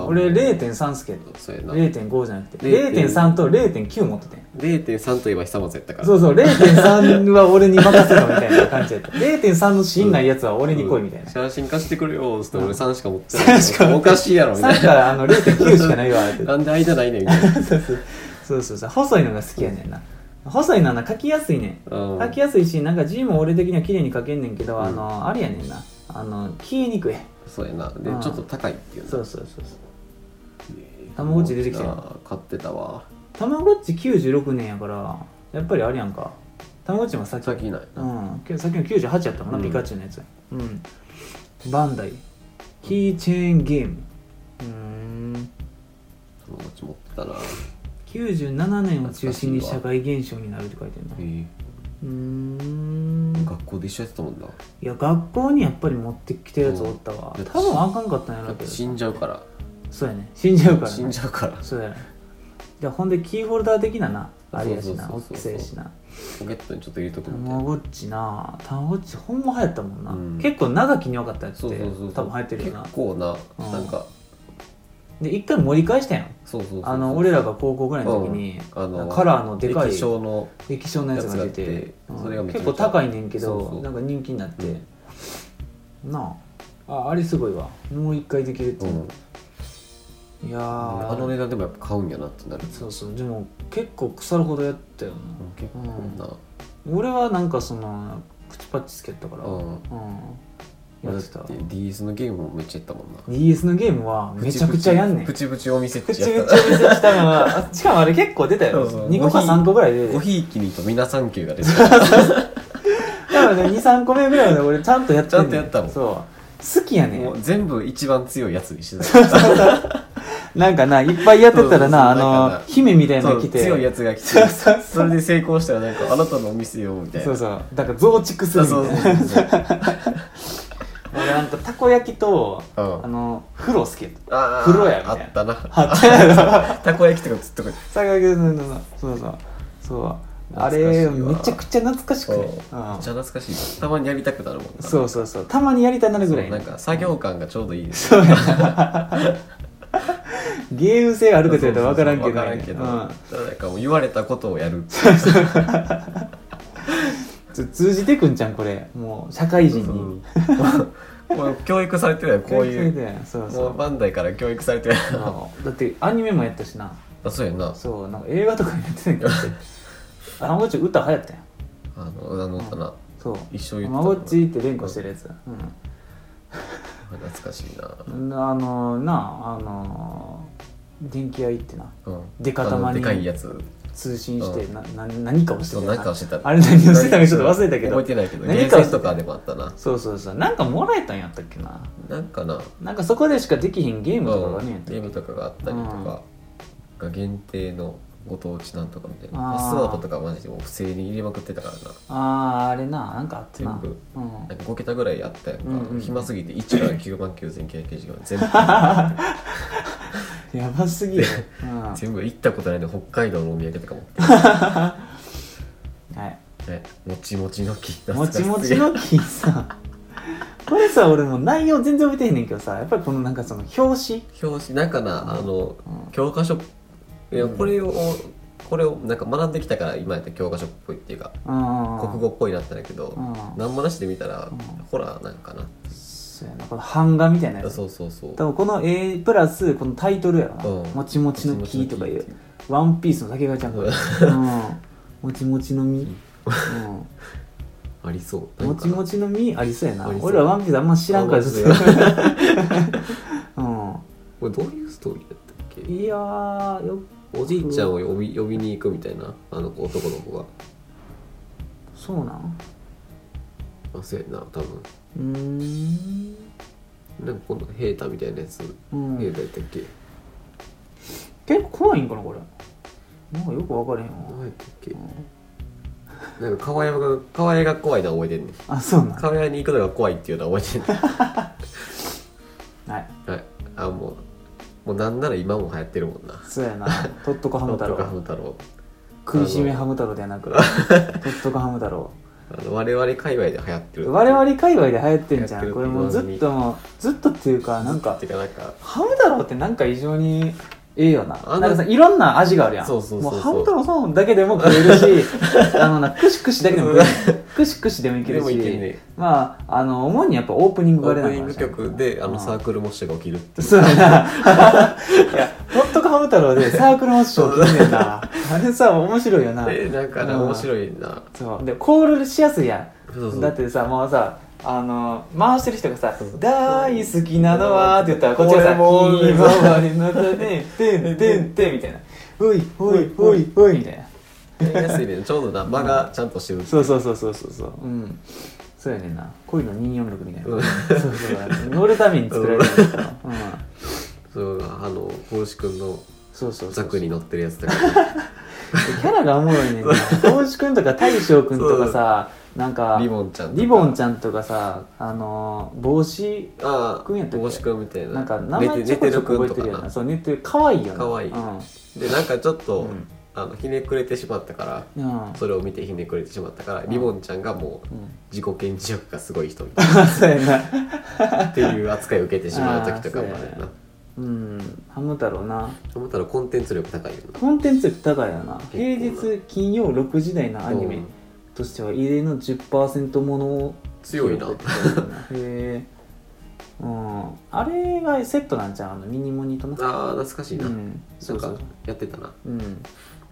B: あ
A: 俺0.3好きやで
B: そうやな
A: 0.5じゃなくて
B: 0.5
A: 0.3と0.9持っててん
B: 0.3といえば久松やったから
A: そうそう、0.3は俺に任せろみたいな感じだった。0.3の 芯ないやつは俺に来いみたいな。
B: 写真貸してくれよっつって
A: うん
B: 俺3しか持ってない
A: 3しか持って
B: おかしいやろみた
A: 3
B: い
A: からあの0.9しかないわって
B: な。なんで間ないねんみたいな
A: そうそうそうそうそう。細いのが好きやねんな。細いのはな、書きやすいねん。
B: うん
A: 書きやすいし、なんか字も俺的には綺麗に書けんねんけど、
B: うん
A: あの、あれやねんな。あの、消えにくい。
B: そうやなで
A: うん
B: ちょっと高いっていうな
A: そうそうそうそう。
B: ね
A: たまごっち出てきたよ
B: なあ買ってたわ
A: たまごっち96年やから、やっぱりあれやんか。たまごっちもさっき
B: 先ないな
A: うん、けどさっきの98やったもんな、
B: うん
A: ピカチュウのやつ、うん、バンダイキーチェーンゲームうーん
B: たまごっち持ってたな
A: 97年を中心に社会現象になるって書いてるな
B: え
A: う
B: ー
A: ーん
B: 学校で一緒やってたもんない
A: や学校にやっぱり持ってきてるやつおったわ
B: うん
A: 多分あかんかったんや
B: だ
A: ろ
B: っ
A: うけ
B: て
A: ど
B: 死んじゃうから
A: そうやね死んじゃうから
B: 死んじゃうから
A: そうやねでほんでキーホルダー的ななあれやしな
B: そ
A: お
B: う
A: っ
B: そうそ
A: せ
B: うそう
A: えしな
B: ポケットにちょっと入れとく
A: た
B: みたい
A: ま
B: な
A: ごっちなたまごっちほんま流行ったもんな、
B: うん
A: 結構長きに分かったやつ
B: そ
A: っ
B: う
A: て
B: そうそう
A: 多分流行ってるよな
B: 結構な
A: うん
B: なんか
A: で一回盛り返したやん
B: そうそうそうそう
A: あの俺らが高校ぐらいの時に、
B: うんあの
A: カラーのでかい
B: 液晶の
A: 液晶のやつが出て
B: やつがあって
A: うん
B: それがめちゃ
A: 結
B: めちゃ
A: 構高いねんけど
B: そうそう
A: なんか人気になって、なあああれすごいわもう一回できるって
B: う
A: い
B: ん
A: う、いやー
B: あの値段でもやっぱ買うんやなってなる
A: そうそうでも結構腐るほどやったよな、
B: うん結構な
A: 俺はなんかその口パッチつけたから、うん
B: うん
A: や
B: だ
A: っ
B: ってて
A: た
B: DS のゲームもめっちゃやったもんな
A: DS のゲームはめちゃくちゃやんねんプ
B: プ
A: チ
B: チプチお店っ
A: プ
B: ち
A: チ
B: や
A: 見
B: っ
A: せ
B: た
A: したのはあしかもあれ結構出たよ
B: そうそう
A: 2個か3個ぐらい出て
B: ごひいきにとみなさんきゅうが出てた
A: だからね23個目ぐらいまで俺ちゃんとやってんね
B: ちゃんとやったもん
A: そう好き やね
B: もうん全部一番強いやつにしてた
A: なんかないっぱいやってたらなあ
B: そうそうそうなん
A: の
B: かな
A: 姫みたいな
B: そ
A: の来
B: う
A: て
B: 強いやつが来
A: そう
B: て
A: そう
B: それで成功したらなんかあなたのお店よみたいな
A: そうそうだから増築するみたいな
B: そうそう そう
A: 俺なんかたこ焼きと
B: うん
A: あの風呂好きやった
B: あー
A: 風呂屋みた
B: あ
A: いな
B: ったな
A: あったやろ
B: たこ焼きとかずっとこうやって
A: そうそうそうそうあれめちゃくちゃ懐かしく
B: そう
A: て
B: めっちゃ懐かしいたまにやりたくなるもんな
A: そうそうそうたまにやりたなるぐらい
B: そうなんか作業感がちょうどいいです
A: そうやなゲーム性あるかというと分からんけど
B: 分からんけど
A: うん
B: ただなんかもう言われたことをやる
A: つ通じてくんじゃんこれもう社会人
B: そう
A: に
B: もう教育されてるよこうい
A: それ
B: う
A: でそうそ
B: もう
A: う
B: バンダイから教育されてる
A: あのだってアニメもやったしな
B: あそうやんな
A: そうなんか映画とかやってた んやけどだってあまごっち歌流行ったやん
B: あのあの歌な
A: そう
B: 一緒言
A: あ
B: って
A: ま
B: た
A: ごっちって連呼してるやつ
B: 懐かしいな
A: うんあのなああの電気屋行ってな
B: うん
A: でかたまに
B: あのでかいやつ
A: 通信して
B: う
A: なな何かをして
B: そう
A: た
B: 何かをしてた
A: あれ何をしてたかちょっと忘れたけど
B: 覚えてないけどゲ
A: 何
B: ー
A: かを
B: セ
A: して
B: ン
A: た
B: とかでもあったな
A: そうそうそうなんかもらえたんやったっけな
B: なんかな
A: なんかそこでしかできひんゲームとかが
B: う
A: ね
B: んゲームとかがあったりとかが限定のご当地なんとかみたいな
A: あー
B: マスワードとかマジでもう不正に入れまくってたからな
A: あーあれななんかあったな
B: 全部
A: うん
B: なんか5桁ぐらいあったやんか、
A: うんうんうん
B: 暇すぎて1から9万9999時間全 部
A: やばす ぎる、うん、は
B: 全部行ったことないの北海道のお土産とかも
A: い
B: ねもちもちの木
A: もちもちの木さこれさ俺もう内容全然覚えてへんねんけどさやっぱりこのなんかその表紙
B: 表紙なんかなあの、
A: うん
B: 教科書いや
A: うん
B: これを、これをなんか学んできたから今やったら教科書っぽいっていうか
A: うん
B: 国語っぽいなったんだけど、
A: うん
B: 何もなしで見たら、
A: うん
B: ホラーなんかな、
A: そうやなこの版画みたいなやつ
B: そうそうそう
A: 多分この A プラスこのタイトルやろな、
B: うん
A: もちもちの木とかいう
B: もちもちの
A: ワンピースの竹川ちゃんから、うん、もちもちの実、うん
B: ありそうな
A: も
B: んか
A: ち
B: な
A: もちの実ありそうやな
B: ありそう
A: 俺らワンピースあんま知らんからちょっとう
B: これどういうストーリーだったっけ
A: んいやーよ
B: おじいちゃんを呼び呼びに行くみたいなあの子男の子が
A: そうなん
B: あそうやな多分
A: うーん
B: なんか今度平太みたいなやつ、
A: うん
B: 平太やったっけ
A: 結構怖いんかなこれなんかよく分からへんわ
B: 何やったっけ、なんか川山が川山が怖いのは覚えてんねん
A: あそうなん
B: 川山に行くのが怖いっていうのは覚えてんね
A: はい
B: んはいあもうもうなんなら今も流行ってるもんな
A: そうやな とっとこハム太
B: なんとかハ
A: 郎
B: ム太郎
A: 食いしめハム太郎ではな くとっとこハム太郎
B: あの我々界隈で流行ってる
A: 我々界隈で流行ってんじゃ
B: 流行って
A: ん
B: る
A: これもうずっともうずっとっていうかなんか
B: てかなんか
A: ハム太郎ってなんか異常にええよな
B: あ
A: なんかさいろんな味があるやん
B: そうそうそうそう
A: もうハム太郎さんだけでも食える しあのなくしくしだけでも食えるくしくしでもいけ
B: で
A: る
B: も
A: し
B: いけんね
A: まああの主にやっぱオープニング
B: オ
A: があれ
B: ー
A: だ
B: プ
A: か
B: ニン
A: ら
B: グ曲であのサー
A: ク
B: クルモッシュが起きるっていう
A: そうやな いや「ほっとかハム太郎」でサークルモッシュを聞いてんなあれさ面白いよな
B: でなんかな
A: うん
B: 面白いな
A: そうでコールしやすいやん
B: そうそう
A: だってさもうさあの回してる人がさ
B: そうそ
A: 「
B: う
A: 大好きなのは」って言ったらこっちがさ「
B: 俺も
A: ひまわりの種てんてんてん」みたいな「ほいほいほいほい」みたいな
B: やりやすいねちょうどな間がちゃんとしてる
A: そうそうそうそうそうそううんそうやねんな恋の246みたいな、
B: うん
A: そうそう乗るために作られるやつだ からうん
B: そうあの帽子くんの
A: そうそうそ
B: ザ
A: う
B: クに乗ってるやつ だか
A: キャラがおもろいねんな浩司君とか大将君とかさなんから
B: リボンちゃんとか
A: リボンちゃんとかさあの帽子
B: ああ
A: くんやったっけ
B: 帽子くんみたいな
A: なんか名前ち
B: 寝
A: ょこ
B: て
A: ちょ
B: る
A: こ
B: くん
A: 覚え
B: と
A: て
B: か
A: るよな
B: な
A: そう寝てる可愛いよな
B: 可愛い
A: うん
B: でなんかちょっと、
A: うん
B: あのひねくれてしまったから
A: うん
B: それを見てひねくれてしまったから、リボンちゃんがもう
A: うん
B: 自己顕示欲がすごい人みたい
A: そうやな
B: なっていう扱いを受けてしまう時とかもあ
A: あー
B: る
A: そうや
B: な
A: うんハム太郎な
B: 思ったらコンテンツ力高いよな
A: コンテンツ力高いよな
B: 構な
A: 平日金曜6時台のアニメ
B: うん
A: としては異例の10%ものを
B: 強いな
A: へえうんあれがセットなんちゃうあのミニモニとな
B: あー懐かしいな、
A: うん
B: な
A: そ
B: ん
A: うそ
B: か
A: う
B: やってたな
A: うんも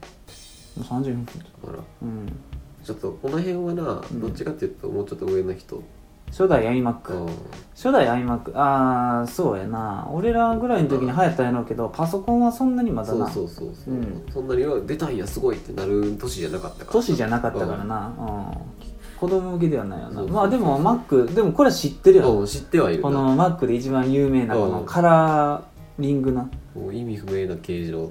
A: う34分だ
B: ほら
A: うん
B: ちょっとこの辺はな、
A: うん
B: どっちかっていうともうちょっと上の人
A: 初代 iMac
B: うん
A: 初代 iMac ああそうやな俺らぐらいの時に流行ったんやろうけどパソコンはそんなにまだ
B: そう
A: な
B: そうそうそう、
A: うん
B: そんなには出たんやすごいってなる年じゃなかったから
A: 年じゃなかったからな、うん、子供向けではないよな
B: そうそうそう
A: まあでも Mac でもこれは知ってるよ、
B: うん知ってはいる
A: こ
B: な
A: の Mac で一番有名なこの
B: うん
A: カラーリングな、
B: もう意味不明な形状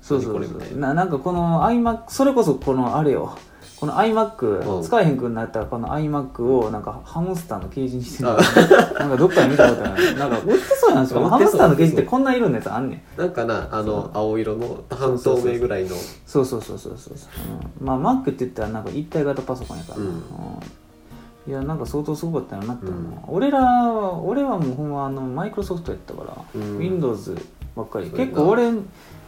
A: そうそうそ
B: 何これみたいう
A: ななんかこの iMac それこそこのあれよこの iMac、
B: うん
A: 使えへんくなったらこの iMac をなんかハムスターのケージにしてる
B: あ
A: なんかどっかで見たことあるなんか売ってそうやなんですか
B: 売ってそう
A: ハムスターのケージってこんな色のやつあんねん
B: なんかな
A: そ
B: あ
A: う
B: の青色の半透明ぐらいの
A: そうそうそうそうそう、うん、まあ Mac って言ったらなんか一体型パソコンやから、
B: うん
A: いやなんか相当すごかったよなって思う、
B: うん
A: 俺らは俺はもうほんまあのマイクロソフトやったから、
B: うん
A: Windows ばっかり
B: そうやな
A: 結構俺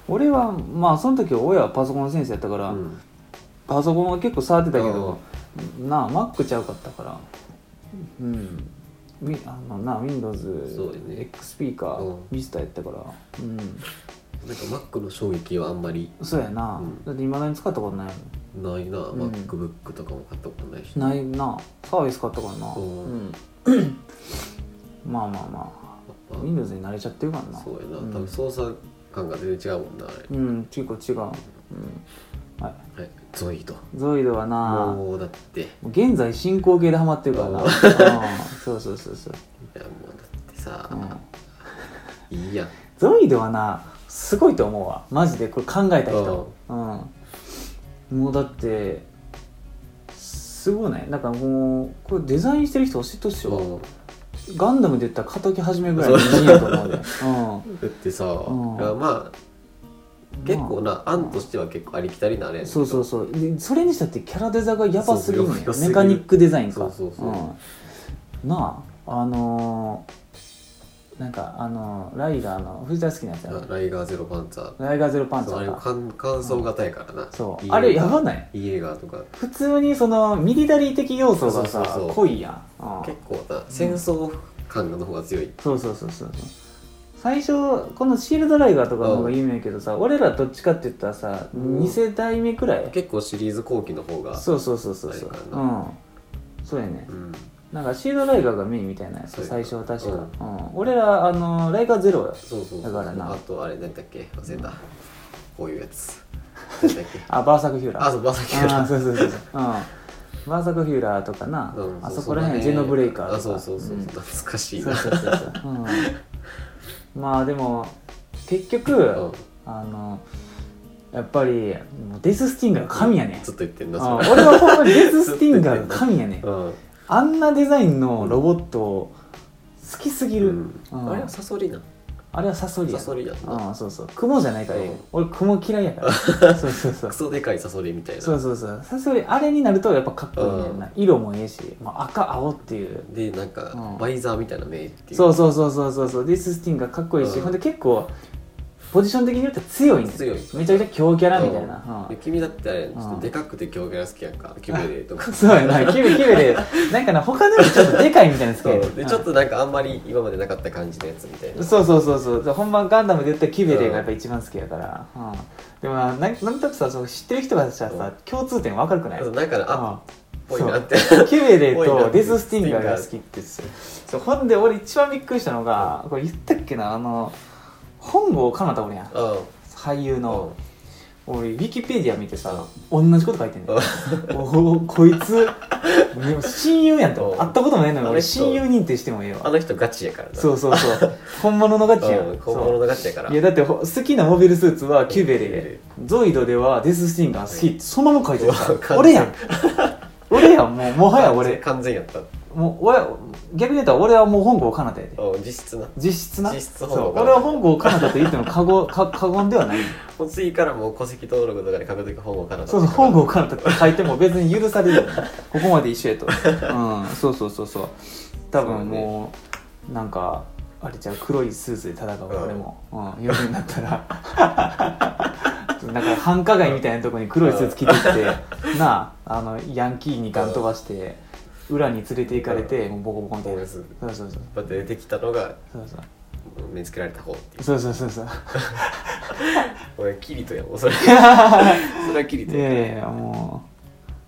A: 俺はまあその時親はパソコンの先生やったから、
B: うん
A: パソコンは結構触ってたけどなあ Mac ちゃうかったからうんみあのな
B: そうやね
A: WindowsXP か
B: うん
A: Vista やったからうん
B: なんか Mac の衝撃はあんまり
A: そうやな、
B: うん
A: だっていまだに使ったことないもん
B: ないな、
A: うん
B: MacBook とかも買ったことないし
A: ないなサービス買ったからな
B: う
A: うんんまあまあまあ
B: やっ
A: Windows に慣れちゃってるから
B: ぱ
A: な
B: そうやな、
A: うん
B: 多分操作感が全然違うもんなあれ、
A: うん結構違う、うんは
B: はいゾイド
A: い、ゾイドはなも
B: もうだっていう
A: 現在進行形でハマってるからな、うん、そうそうそうそう、
B: やもうだってさ、
A: うん、
B: いいやん
A: ゾイドはなすごいと思うわマジでこれ考えた人うんもうだってすごいねなんかもうこれデザインしてる人教えてほしいわ
B: うん
A: ガンダムで言ったら片木始めぐらいの人やと思うで
B: だってさ、
A: うん
B: いやまあ 結構な、案としては結構ありきたりなね
A: うんそうそうそうでそれにしたってキャラデザがやばすぎるん
B: そう
A: や
B: やばすぎ
A: メ
B: る
A: カニックデザインか
B: そうそうそう
A: うんなああのーなんかあのーライガーの藤田好きなやつやろ
B: なライガーゼロパンツァー
A: ライガーゼロパンツ
B: そ
A: ァ
B: うあれ
A: ー
B: も
A: か
B: 感感想型やからな
A: そう
B: いい映画
A: あれやばない
B: いい映画とか
A: 普通にそのミリタリー的要素が
B: そうそう
A: さ
B: そう
A: 濃いやんうん
B: 結構な戦争感の方が強い、
A: そうそうそうそうそう最初このシールドライガーとかの方が有名やけどさ俺らどっちかって言ったらさ
B: うん
A: 2世代目くらい
B: 結構シリーズ後期の方が
A: そうそうそうそうそう
B: あれか
A: う
B: なん
A: そうやね
B: うん
A: なんかシールドライガーがメインみたいなや
B: そう
A: つ
B: や
A: 最初は確か、
B: う
A: うん俺らあのライガーゼロや
B: そうそうそ
A: だ
B: う
A: からな
B: あとあれ何だっけ忘れたこういうやつ何だっ け
A: あバーサクヒューラー
B: あそうバサキュー
A: あー
B: ラ
A: そうそうそうそううんバーサクヒューラーとかな、
B: うん
A: あ
B: う
A: そこら辺、ジェノブレイカーとか
B: あそうそうそう、
A: ん
B: 懐かしい
A: そ
B: な
A: うそうそうそう、うん、まあでも結局、
B: うん
A: あのやっぱりもうデス・スティンガーが神やねん
B: ずっと言ってんな
A: あ
B: それ
A: 俺はほんまにデス・スティンガーが神やねん
B: うん
A: あんなデザインのロボット好きすぎる、
B: うん
A: うん
B: あれはサソリな
A: あれはサソリや
B: サソリやんな
A: うんそうそう雲じゃないから、
B: うん
A: 俺雲嫌いやから そうそうそう
B: クソでかいサソリみたいな
A: そうそうそうサソリあれになるとやっぱかっこいいねんな、色もええし、まあ、赤青っていう
B: でなんか、
A: うん
B: バイザーみたいな目っていう
A: そううそうそうそうそうそうディス・スティンがかっこいいし、
B: うん
A: ほんで結構ポジション的に言うと強いんですよ
B: 強い
A: めちゃくちゃ強キャラみたいな、
B: で
A: う
B: 君だってあれち
A: ん
B: ょっとでかくて狂気が好きやんかキュベレーとか
A: んそうやなキベキベでなんかな他のよりちょっとでかいみたいな好き
B: そ
A: やね
B: うでちょっとなんかあんまり今までなかった感じのやつみたいな
A: そうそうそうそう本番ガンダムで言ったらキベレがやっぱ一番好きやから、うんでもななんなんとなくさその知ってる人がさ、
B: うん
A: 共通点わかるくない、
B: そうなんかあっ
A: うん
B: ぽいなって
A: そうキュベレ
B: ぽいな
A: と
B: って
A: デス・スティンガーが好きってすそうほんで俺一番びっくりしたのがこれ言ったっけなあの本郷かなたおるやん
B: うん
A: 俳優の、
B: うん
A: 俺ウィキペディア見てさ同じこと書いてん だよおおこいつでも親友やんと
B: うん
A: 会ったこともないのに
B: あ
A: 俺
B: の人
A: 親友認定してもええ
B: あ
A: わ
B: の人ガチやからな
A: そうそうそう本物のガチや
B: うん
A: ん
B: 本物
A: そ
B: のガチやか
A: う
B: ら
A: いやだってほ好きなモビルスーツはキューベレ
B: キューベ
A: でゾイドではデス・スティンガー好きってそのまま書いてる
B: うわ
A: から
B: 完全
A: 俺やん俺やんもうもはや俺
B: 完全やった
A: もう俺逆に言ったら俺はもう本郷かなたやで
B: うん実質な
A: 実質な
B: 実質
A: そう
B: 本郷かなた
A: 俺は本郷かなたと言っても過言か過言ではない
B: もう次からもう戸籍登録とかで書くとき本郷かな
A: そうそう、本郷かなって書いても別に許さ れるよねここまで一緒やと。 うん、そうそうそうそう。多分もう、なんか、あれじゃう黒いスーツで戦う
B: うん
A: 俺も。うん、夜になったら。 なんか繁華街みたいなとこに黒いスーツ着てきて、なあ、あの、ヤンキーにガン飛ばして、裏に連れて行かれて、もうボコボコみたいな。そうそうそう。
B: だって出てきたのが
A: そうそう
B: 見つけられた方っていう
A: そうそう そうそう。
B: 俺キリトや もんそれそれはキリト
A: い
B: や
A: やいやいや、も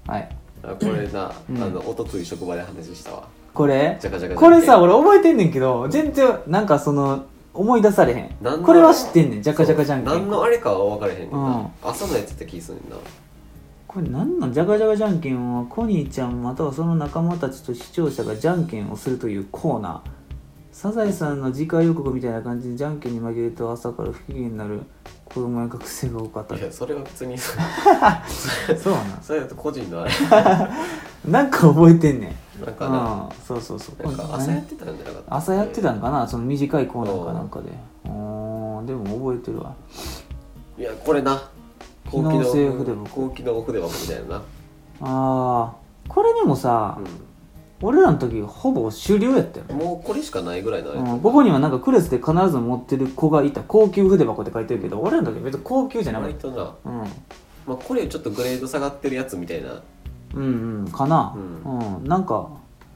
A: う。はい。
B: あこれな、
A: うん
B: あの一昨日職場で話したわ
A: これ
B: ジャカジャカジャカ
A: これさ俺覚えてんねんけど全然なんかその思い出されへ
B: 何
A: ん
B: の
A: これは知ってんねんジャカジャカじゃんけ
B: 何
A: ん
B: のあれかは分からへんねんな、
A: うん
B: 朝のやつって気すんねんな
A: これ何なんジャカジャカじゃんけんはコニーちゃんまたはその仲間たちと視聴者がじゃんけんをするというコーナーサザエさんの次回予告みたいな感じでじゃんけんに負けると朝から不機嫌になる子供や学生が多かった
B: いやそれは別にそ
A: そうなん
B: れだと個人のあ れ
A: なんか覚えてんねん
B: なんかな,、
A: うんそうそうそう
B: なんか朝やってたんじゃなかった
A: 朝やってたんかなその短いコーナーかなんかでうんでも覚えてるわ
B: いやこれな
A: 昨日セーフでも
B: 高機能オフでもみたいなな、
A: ああこれでもさ、俺らの時ほぼ終了やったよ
B: う、ん、もうこれしかないぐらいのあれ、
A: うん、ここにはなんかクレスで必ず持ってる子がいた高級筆箱って書いてるけど、俺らの時別に高級じゃなかっ
B: 割とな、
A: た、うん、
B: まあ、これよりちょっとグレード下がってるやつみたいな
A: うんうんかな
B: う
A: うん、なんか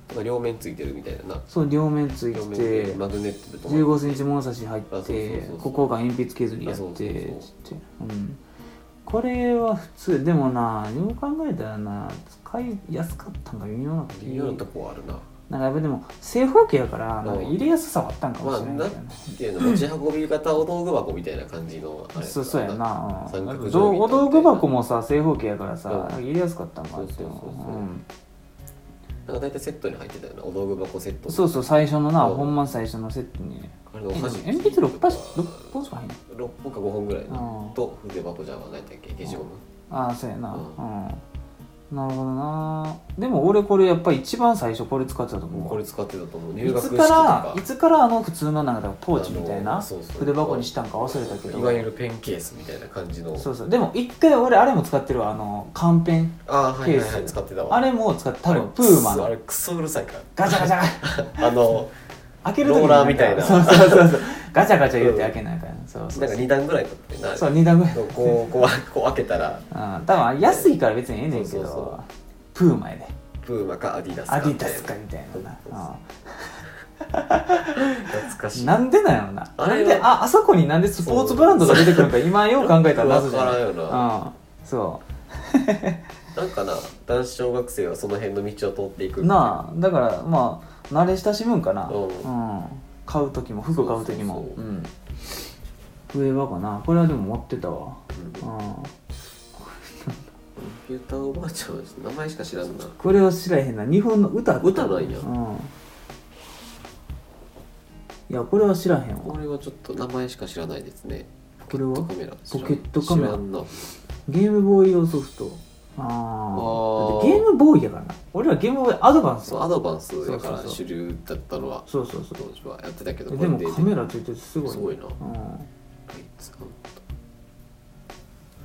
B: なんか両面ついてるみたいなな
A: そう両面つい
B: 両面
A: て
B: マグネットで止
A: 1
B: ま
A: 5センチ物差し入
B: あ
A: っ
B: そうそう
A: て
B: そうそう
A: ここが鉛筆削りやっ
B: あ
A: て
B: そうそうそう
A: つって、うん、これは普通でもなよう考えたらな使いやすかったんか微妙な
B: 微妙なとこはあるな、
A: なんかやっぱでも正方形やからなんか入れやすさはあったんかも
B: まあ
A: しれな
B: ないん
A: けどね、
B: ていうの持ち運び型お道具箱みたいな感じのあれ
A: そうそうやな、う
B: 三
A: ん、
B: 角定規みたいな
A: どうお道具箱もさ正方形やからさ、
B: うん
A: なんか入れやすかったんかなって
B: そうそうそうそう
A: うん
B: なんか大体セットに入ってたよなお道具箱セット
A: そうそう最初のな、
B: うん
A: ほんま最初のセットに
B: あれお
A: え
B: 箸
A: 鉛筆6本6本しか入んない
B: 6 6本か5本ぐらいの
A: うん
B: と筆箱じゃあ何だっけ消しゴム
A: ああそうやな
B: う
A: うんん、なるほどなでも俺これやっぱり一番最初これ使ってたと思う
B: これ使ってたと思う入
A: い
B: 学
A: つ
B: 式と
A: か
B: から
A: いつからあの普通のなんかポーチみたい
B: あの
A: な
B: そうそう
A: 筆箱にしたんか忘れたけど
B: いわゆるペンケースみたいな感じの
A: そうそうでも一回俺あれも使ってるわあのカンペン
B: ああはいはいは
A: ケ
B: い
A: ース
B: 使ってたわ
A: あれも使って多
B: あれ
A: 分プーマ
B: あ
A: の
B: れクソうるさいか
A: ガチャガチャガチ
B: らあ
A: ャ
B: の
A: 開ける時に
B: ローラーみたいな
A: そうそうそうそうガチャガチャ言って開けないからそうそ
B: な
A: うん
B: か
A: そう
B: 2段ぐらいだってな
A: そう2段ぐらい
B: こうこうこうこう開けたら
A: うん多分安いから別にええねんけ
B: そうそうそう
A: どプーマやで
B: プーマかアディダスか
A: アディダスかみたいな
B: そうそう
A: な
B: そう懐か
A: う
B: し
A: ん
B: い
A: なんでなんやろな
B: あ
A: な
B: れ
A: ん
B: は
A: でああそこになんでスポーツブランドが出てくるのか今よう考えたら謎じゃない
B: よくわからん
A: うんそ
B: なんかな男子小学生はその辺の道を通っていく
A: うなあだからまあ慣れ親しむんかな
B: うん
A: うん買う時も服買う時も
B: そうそうそう
A: うん上はかなこれはでも持ってたわう
B: うんコン
A: ん
B: ピューターおばあちゃんは名前しか知らんな
A: これは知らへんな日本の歌
B: 歌なんや
A: うんいやこれは知らへんわ
B: これはちょっと名前しか知らないですね
A: これは
B: ポケットカメラ知らん
A: ポケットカメラ
B: 知らんな
A: ゲームボーイ用ソフト
B: あ
A: ああ
B: ー
A: だってゲームボーイやからな俺らゲームボーイアドバンス
B: そうアドバンスだから
A: そうそうそう
B: 主流だったのは
A: そうそうそう
B: 当時はやってたけど
A: えでも
B: これ
A: カメラついててすごい
B: すごいな
A: う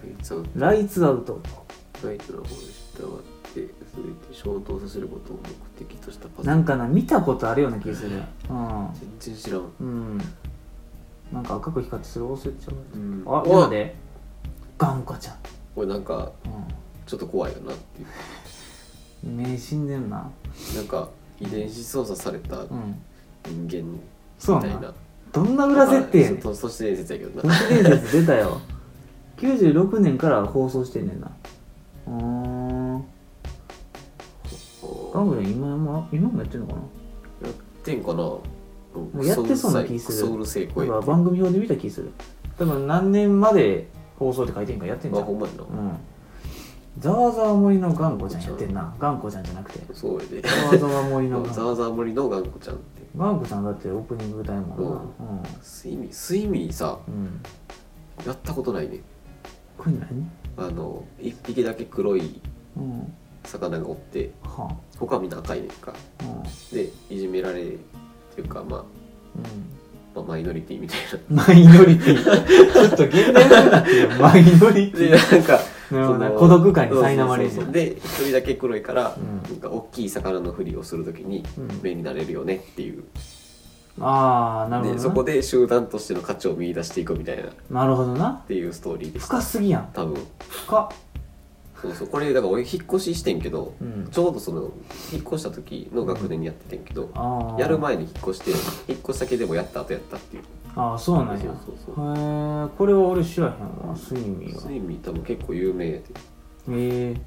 B: ライツアウトライツアウト
A: ん、ライツアウト
B: ライトの方に従って全て消灯させることを目的としたパズ
A: な
B: ル
A: んかな見たことあるような気がするうん
B: 全然知らん
A: うんなんか赤く光ってそれ忘れちゃう
B: うん
A: あ今でガンコちゃん、
B: これなんかちょっと怖いよなっていう
A: うん、目死んでんな
B: なんか遺伝子操作された
A: うん
B: 人
A: そうな
B: 間みたい
A: ん
B: な
A: だどんな裏設定やねん
B: そそして伝説やけど
A: 都
B: な
A: 市伝説出たよ96年から放送してんねんなうーんガンコちゃん今も今もやってんのかな
B: やってんかなも
A: うやってそうな気する
B: ソウルせえ声
A: なん
B: ま
A: か番組表で見た気する多分何年まで放送って書いてんからやってんじ
B: あ
A: ゃん
B: ほんまやな
A: うんざわざわ森の頑固ちゃんやってんな頑固ちゃんじゃなくて
B: そうやで
A: ざわざわ森
B: ざ
A: の
B: わ
A: 頑
B: ざ
A: 固
B: わ森の頑固ちゃんって
A: 頑固ちゃんだってオープニング歌いもんな
B: 睡眠睡眠さ
A: うん、うん、
B: やったことないね
A: これ何
B: あの一匹だけ黒い
A: うん
B: 魚がおって
A: は
B: 他みんな赤いねんか
A: あうん
B: でいじめられるっていうか、まあ、
A: う
B: まあマイノリティみたいなん
A: マイノリティちょっと現代風になってるよマイノリテ
B: で
A: ィ
B: なんか
A: なるほどね
B: その
A: 孤独感に苛まれる
B: そうそうそうで一人だけ黒いから、
A: うん
B: なんか大きい魚のふりをするときに
A: うん
B: 目になれるよねっていう、
A: ああなるほど
B: で
A: な
B: そこで集団としての価値を見出していくみたいなっ
A: なるほどな
B: ていうストーリーでした
A: 深すぎやん
B: 多分
A: 深っ
B: そうそうこれだから俺引っ越ししてんけど、
A: うん
B: ちょうどその引っ越した時の学年にやっててんけど、
A: ああ
B: やる前に引っ越して引っ越し先でもやった後やったっていう
A: ああそうなんやへ
B: そうそうそ
A: えこれは俺知らへんわスイミーは
B: スイミー多分結構有名で
A: ええ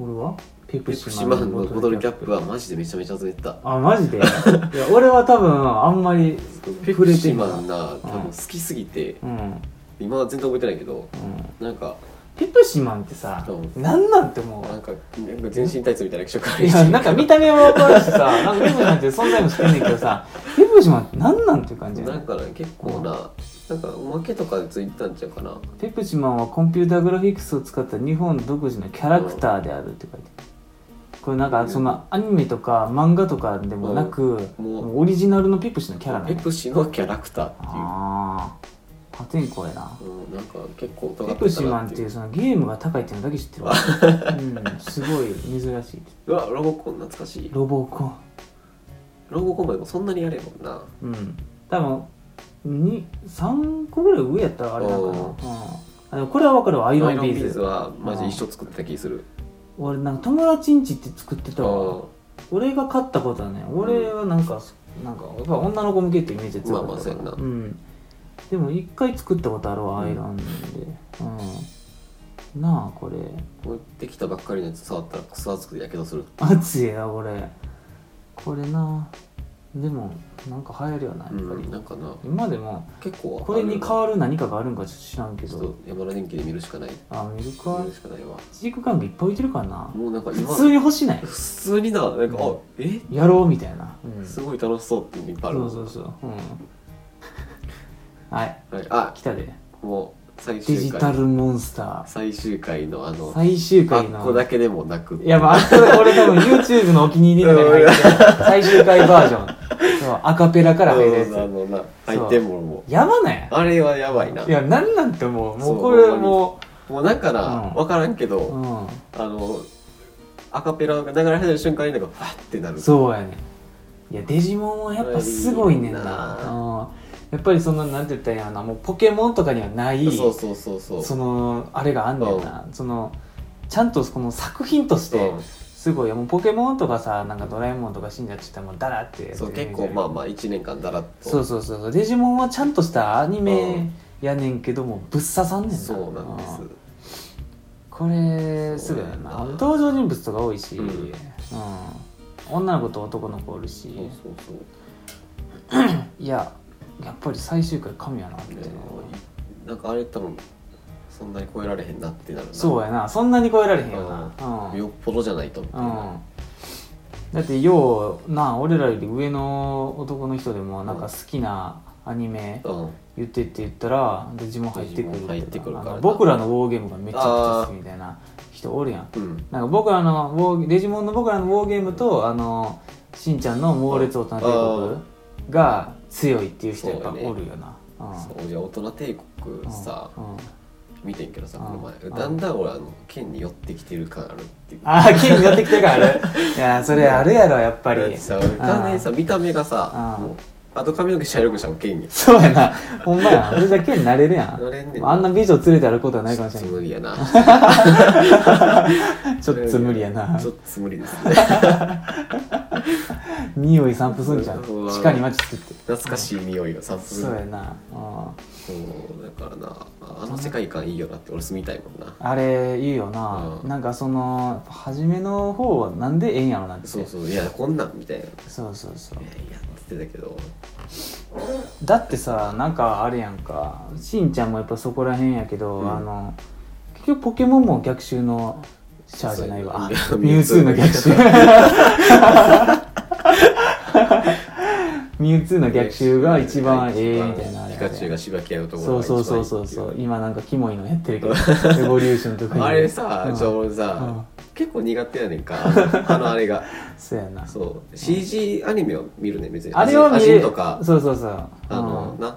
A: 俺はペ
B: ペ
A: プ
B: プ
A: シ
B: シ
A: マ
B: マ
A: ン
B: ン
A: の
B: の
A: ボ
B: ボ
A: ト
B: ト
A: ル
B: ル
A: キ
B: キ
A: ャ
B: ャ
A: ッ
B: ッ
A: プ
B: プはマジでめちゃめちゃ集めてた
A: あマ ジでいや俺は多分あんまり
B: ペ
A: 触
B: プ
A: れ
B: シ
A: てな
B: マ
A: い
B: ンな多分好きすぎて、
A: うん、うん、
B: 今は全然覚えてないけどなんか
A: ペプシマンってさ、
B: う
A: なんなんて思う
B: な
A: わ
B: んかなんか全身タイツみたいな気色悪
A: い
B: い
A: やなんか見た目は分かるしさなんかペプシマンって存在も知ってんねんけどさペプシマンってなんなんていう感じやね
B: なんかね結構ななんかおまけとかでついてたんちゃうかな
A: ペプシマンはコンピュータグラフィックスを使った日本独自のキャラクターであるって書いてあるこれなんかそのアニメとか漫画とかでもなく、
B: うんもう
A: もうオリジナルのペプシのキャラな
B: ペ
A: の
B: プシのキャラクターってい
A: ああ破天荒やな
B: う、うん、なんか結構尖
A: ペ
B: っ
A: プ
B: て
A: シ
B: た
A: マ
B: な
A: ン
B: っ
A: ってて
B: い
A: いう
B: う
A: そのゲームが高いっていうのだけ知って るわ、うん、すごい珍しいって
B: うわロボコン懐かしい
A: ロボコン
B: ロボコンもでもそんなにやれんもんな
A: うん多分に3個ぐらい上やったらあれなんかな、う
B: お
A: んあのこれは分かるわア
B: ア
A: イ
B: イロ
A: ロ
B: ン
A: ン
B: ビ
A: ビ
B: ー
A: ー
B: ズ
A: ズ
B: はマジ一生作ってた気する
A: 俺なんか友達んちって作ってたわ
B: あ
A: 俺が勝ったことはね俺はなんか、なんかやっぱ女の子向けってイメージ強かったから、
B: まあまあそうや
A: うんでも一回作ったことあるわ、
B: うん
A: アイロンでうんなあこれ
B: 持ってきたばっかりのやつ触ったら草熱くてやけどする
A: 熱いやこれこれなでもなんか流行るよなやっぱり、
B: うんなんかな
A: 今でも
B: 結構
A: これに変
B: わ
A: わる何かがあるんかちょっと知らんけ
B: ちょっと
A: ど
B: 山田電機で見るしかない
A: あミルクア
B: 見
A: イ
B: るしかないわ
A: チーク感がいっぱい置いてるからな
B: もうなんか今
A: 普通に欲しない
B: 普通にななんか、
A: う
B: あえ
A: やろうみたいな、うん
B: すごい楽しそうっていうのいっぱいある
A: そうそうそううんはい
B: はい、あ
A: 来たで
B: もう最
A: デ
B: 終
A: ジタ
B: 回
A: ルモンスタ
B: 最終回のあ
A: ー
B: の
A: 最終
B: あ
A: 回
B: っ
A: の
B: こだけでもなく
A: いやまああっこ俺多分 YouTube のお気に入りとかに入ってる最終回バージョンそうアカペラから入るや
B: うんあ
A: つ
B: のな入ってんもんも
A: やばない
B: あれはやばいない
A: やなんなんてもうも
B: そうう
A: これも
B: もうだから
A: うん
B: 分からんけど、
A: う、
B: あのアカペラが流れ始める瞬間になんかファッてな
A: う
B: る
A: ん、そうやねいやデジモンはやっぱすごいねんな、
B: いいな
A: うん、やっぱりそんななんて言ったらいいんやろなもうポケモンとかにはない
B: そうそうそうそう
A: そのあれがあんねんな、そのちゃんとこの作品として、
B: うん
A: すごいよもうポケモンとかさなんかドラえもんとか死んじゃってたらもうダラって
B: そう結構まあまあ1年間だらっと
A: そうそうそうそうデジモンはちゃんとしたアニ
B: う
A: メ
B: ん
A: やねんけどもぶっ刺さんねんな
B: そうなんで
A: う
B: す
A: これすごいよな
B: そうなんだ
A: 登場人物とか多いし、う
B: うんん
A: 女の子と男の子おるし
B: そうそうそう
A: いややっぱり最終回神やなって
B: でなんかあれ多分そんなに超えられへんなってなるな
A: そうやなそんなに超えられへんよなうん
B: よっぽどじゃないとみたいな
A: だってような俺らより上の男の人でもなんか好きなアニメ
B: うん
A: 言ってって言ったらデジモン入ってくる
B: デジモン入ってくるからな
A: あの僕らのウォーゲームがめちゃくちゃ好きみたいな人おるやん
B: うん
A: なんか僕らのウォーデジモンの僕らのウォーゲームとあのしんちゃんの猛烈大人帝国が強いっていう人やっぱおるよなうん
B: そうじゃあ大人帝国さ
A: うん
B: 見てんけどさ
A: うん
B: この前
A: うん
B: だんだん俺あの剣に寄ってきてる感あるっていう
A: ああ剣になってきてるからあ るいやそれあるやろやっぱ
B: だっ
A: り
B: てさ完全にさ見た目がさ
A: うん
B: もうあと髪の毛茶色くしたもん剣に
A: そうやな。ほんまや。俺だけになれるやん。
B: なれんねん
A: あんな美女連れて歩くことはないかもしれ
B: つ
A: ない
B: むりやな
A: ちょっと無理やな
B: ち。ょっとつむりです ね
A: 匂い散布すんじゃん。
B: うわ
A: 地下に街作って。
B: 懐かしい匂いがさす
A: そうやな。うん
B: そうだからなあの世界観いいよなって俺住みたいもんな
A: あれ、いいよな。
B: うん
A: なんかその、初めの方はなんでええんやろなって。
B: そうそういやこんなんみたいな
A: そうそうそう
B: いやいやって言ってたけど
A: だってさ、なんかあれやんか。しんちゃんもやっぱそこらへんやけど、
B: うん
A: あの、結局ポケモンも逆襲のシャアじゃないわ。
B: そうやな
A: ミュウツーの逆襲。ミュウツーの逆襲が一番ええみたいなあれ
B: ピ
A: や
B: カ
A: で
B: チュウがしばき合うところ
A: そ
B: が
A: う
B: 一番
A: そ
B: いうい
A: そうそうそう今なんかキモいのやってる けどエボリューションとかいう
B: あれさ、
A: うん
B: ちょ俺さ、結構苦手やねんかあのあのあれが
A: そうやな
B: そう CG アニメを見るね別に
A: あれを見
B: アジ
A: る
B: ンとか
A: そうそうそう
B: あの、な
A: うん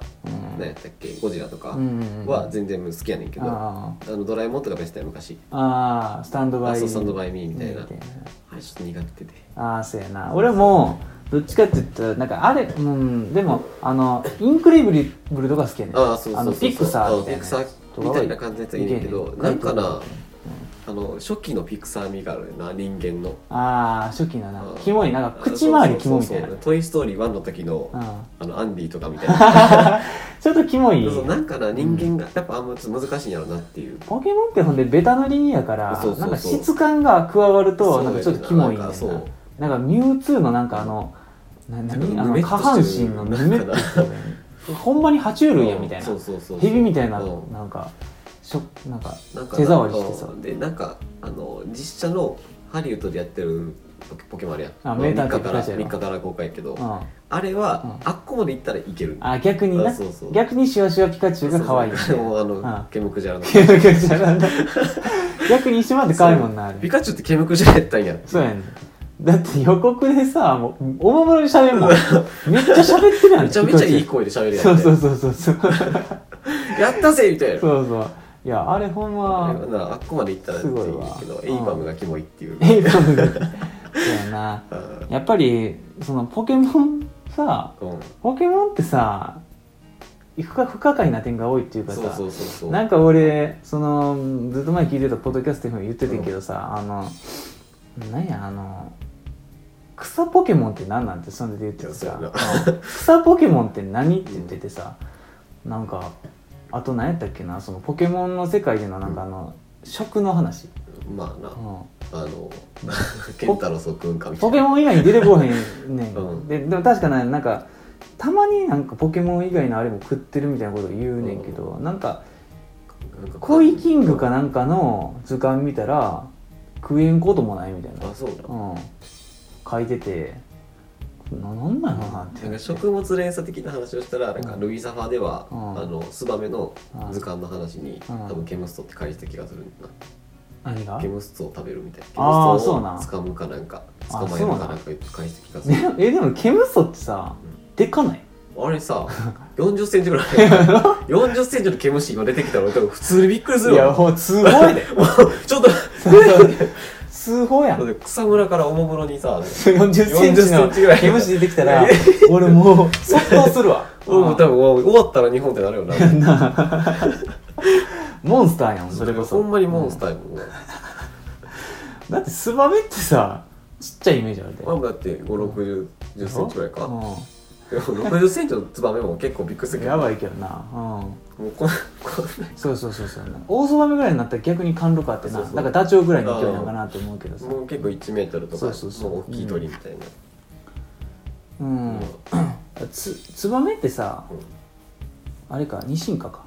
B: 何やったっけゴジラとか
A: うんうんうん
B: は全然好きやねんけど、あ
A: あ
B: のドラえもんとかベストや昔
A: あああスタンドバ
B: ラ
A: イ
B: ストサンド
A: イ
B: バイミーみたいな、あれちょっと苦手で
A: ああそうやな俺もどっちかって言ったらなんかあれうんでもあのインクレイブリブルとか好きやねん
B: ああそうそうそうそう
A: あのピクサーみたいな
B: あピクサーみたいな感じのやつがいいねんけど
A: いけんねん
B: なんかなあの初期のピクサー味があるねんな人間の
A: ああ初期のな
B: うん
A: キモいなんか口周りキモいみたい
B: そう
A: な
B: そうそうトイ・ストーリー1」の時の
A: うん
B: あのアンディとかみたいな
A: ちょっとキモい
B: そうなんかな人間がやっぱあんまちょっと難しいんやろうなっていう
A: ポケモンってほんでベタ塗りやから
B: そうそうそう
A: なんか質感が加わると
B: そう
A: なん
B: やね
A: か
B: ん
A: ち
B: な
A: ょっとキモいねん
B: な
A: な
B: んかそう
A: なんかミュウツーのなんかあのなな
B: な
A: ん
B: か
A: にあの
B: ぬめっ
A: 下
B: として
A: 半
B: る
A: 身のぬめっとしたほんまに爬虫類やみたいな
B: そうそうそう
A: ヘビみたいな
B: うん
A: なんかしょなんか
B: なんか
A: 手触りしてさ
B: うんでなんかあの実写のハリウッドでやってるポケポケモンあるやん
A: あ名探偵
B: 3日から
A: ピカチュウ
B: 3日から公開やけ
A: う
B: ど、
A: ん
B: あれは、
A: うん
B: あっこまで行ったらいける
A: あ逆にな
B: あそうそう
A: 逆にシワシワピカチュウが可愛いみたいな
B: もうあ
A: うん
B: のケムクジャラの
A: ピカチュウなんだ逆に一緒まで可愛いもんなあれ
B: ピカチュウってケムクジャラやったんや
A: そうやねんだって予告でさもうおもむろに喋るもんめっちゃ喋ってるやん
B: めちゃめちゃいい
A: ピ
B: 声で喋る
A: カ
B: やん
A: チュウそうそうそうそうそう
B: やったぜみたいな
A: そうそういやあれほん
B: あ
A: ま
B: れはなあっこまで行ったらっていいけど
A: すごい
B: エイ
A: わ
B: バムがキモいっていう
A: ええそうやな
B: うん
A: やっぱりそのポケモンさ
B: うん
A: ポケモンってさ不可不可解な点が多いっていうかさ
B: そうそうそうそう
A: なんか俺そのずっと前聞いてたポッドキャストでも言っててんけどさ、あのなんやあの草ポケモンって何なんてそんで言っててさ
B: いや
A: うん草ポケモンって何って言っててさ、なんかあと何やったっけなそのポケモンの世界でのなんかあの、食の話、
B: まあな
A: うん
B: あのケンタロス君かみた
A: ポ
B: い
A: ケ
B: な
A: モン以外に出てこへんねん、
B: うん
A: ででも確かねなんかたまになんかポケモン以外のあれも食ってるみたいなこと言うねんけど、なんか
B: なんか
A: コイキングかなんかの図鑑見たら食えんこともないみたいな、
B: あそうだ
A: うん、書いててななんなんやろなっ
B: なん
A: て
B: か食物連鎖的な話をしたらなんかルイサファでは、
A: うん
B: あのスバメの図鑑の話に、
A: うん
B: 多分ケムストって返した気がするんだ
A: 何が
B: ケムストを食べるみたいなケム
A: あー
B: スト
A: そうなん
B: を掴むかなんか
A: あ
B: 捕まえるかなんか返した気 がする
A: でもえでもケムソってさでかない
B: あれ さ40センチ ぐらい40センチの毛虫今出てきたら多分普通にびっくりする
A: い や
B: わ
A: もうすごいで
B: もうちょっと
A: すごいやん
B: だって草むらからおもむ ろにさ
A: 40センチの毛虫出てきたら俺もう即答するわ
B: 俺も多分終わったら日本ってなるよな
A: モンスターやんそれこそ
B: ほんまにモンスターやもんな
A: だってスバメってさちっちゃいイメージあるで
B: まあだって5 6 0センチぐらいか、
A: う
B: でも60センチのツバメも結構びっくりす
A: ん
B: るけど
A: や
B: も
A: ばいけどなうん
B: うこんこんな
A: そうそうそうそう大そばめぐらいになったら逆に貫禄あってな
B: そうそう
A: だからダチョウぐらいの勢いなんかなと思うけどさ
B: もう結構1メートルとか
A: そ
B: の
A: うそうそう
B: 大きい鳥みたいな、
A: うんつツバメってさあれか二進化か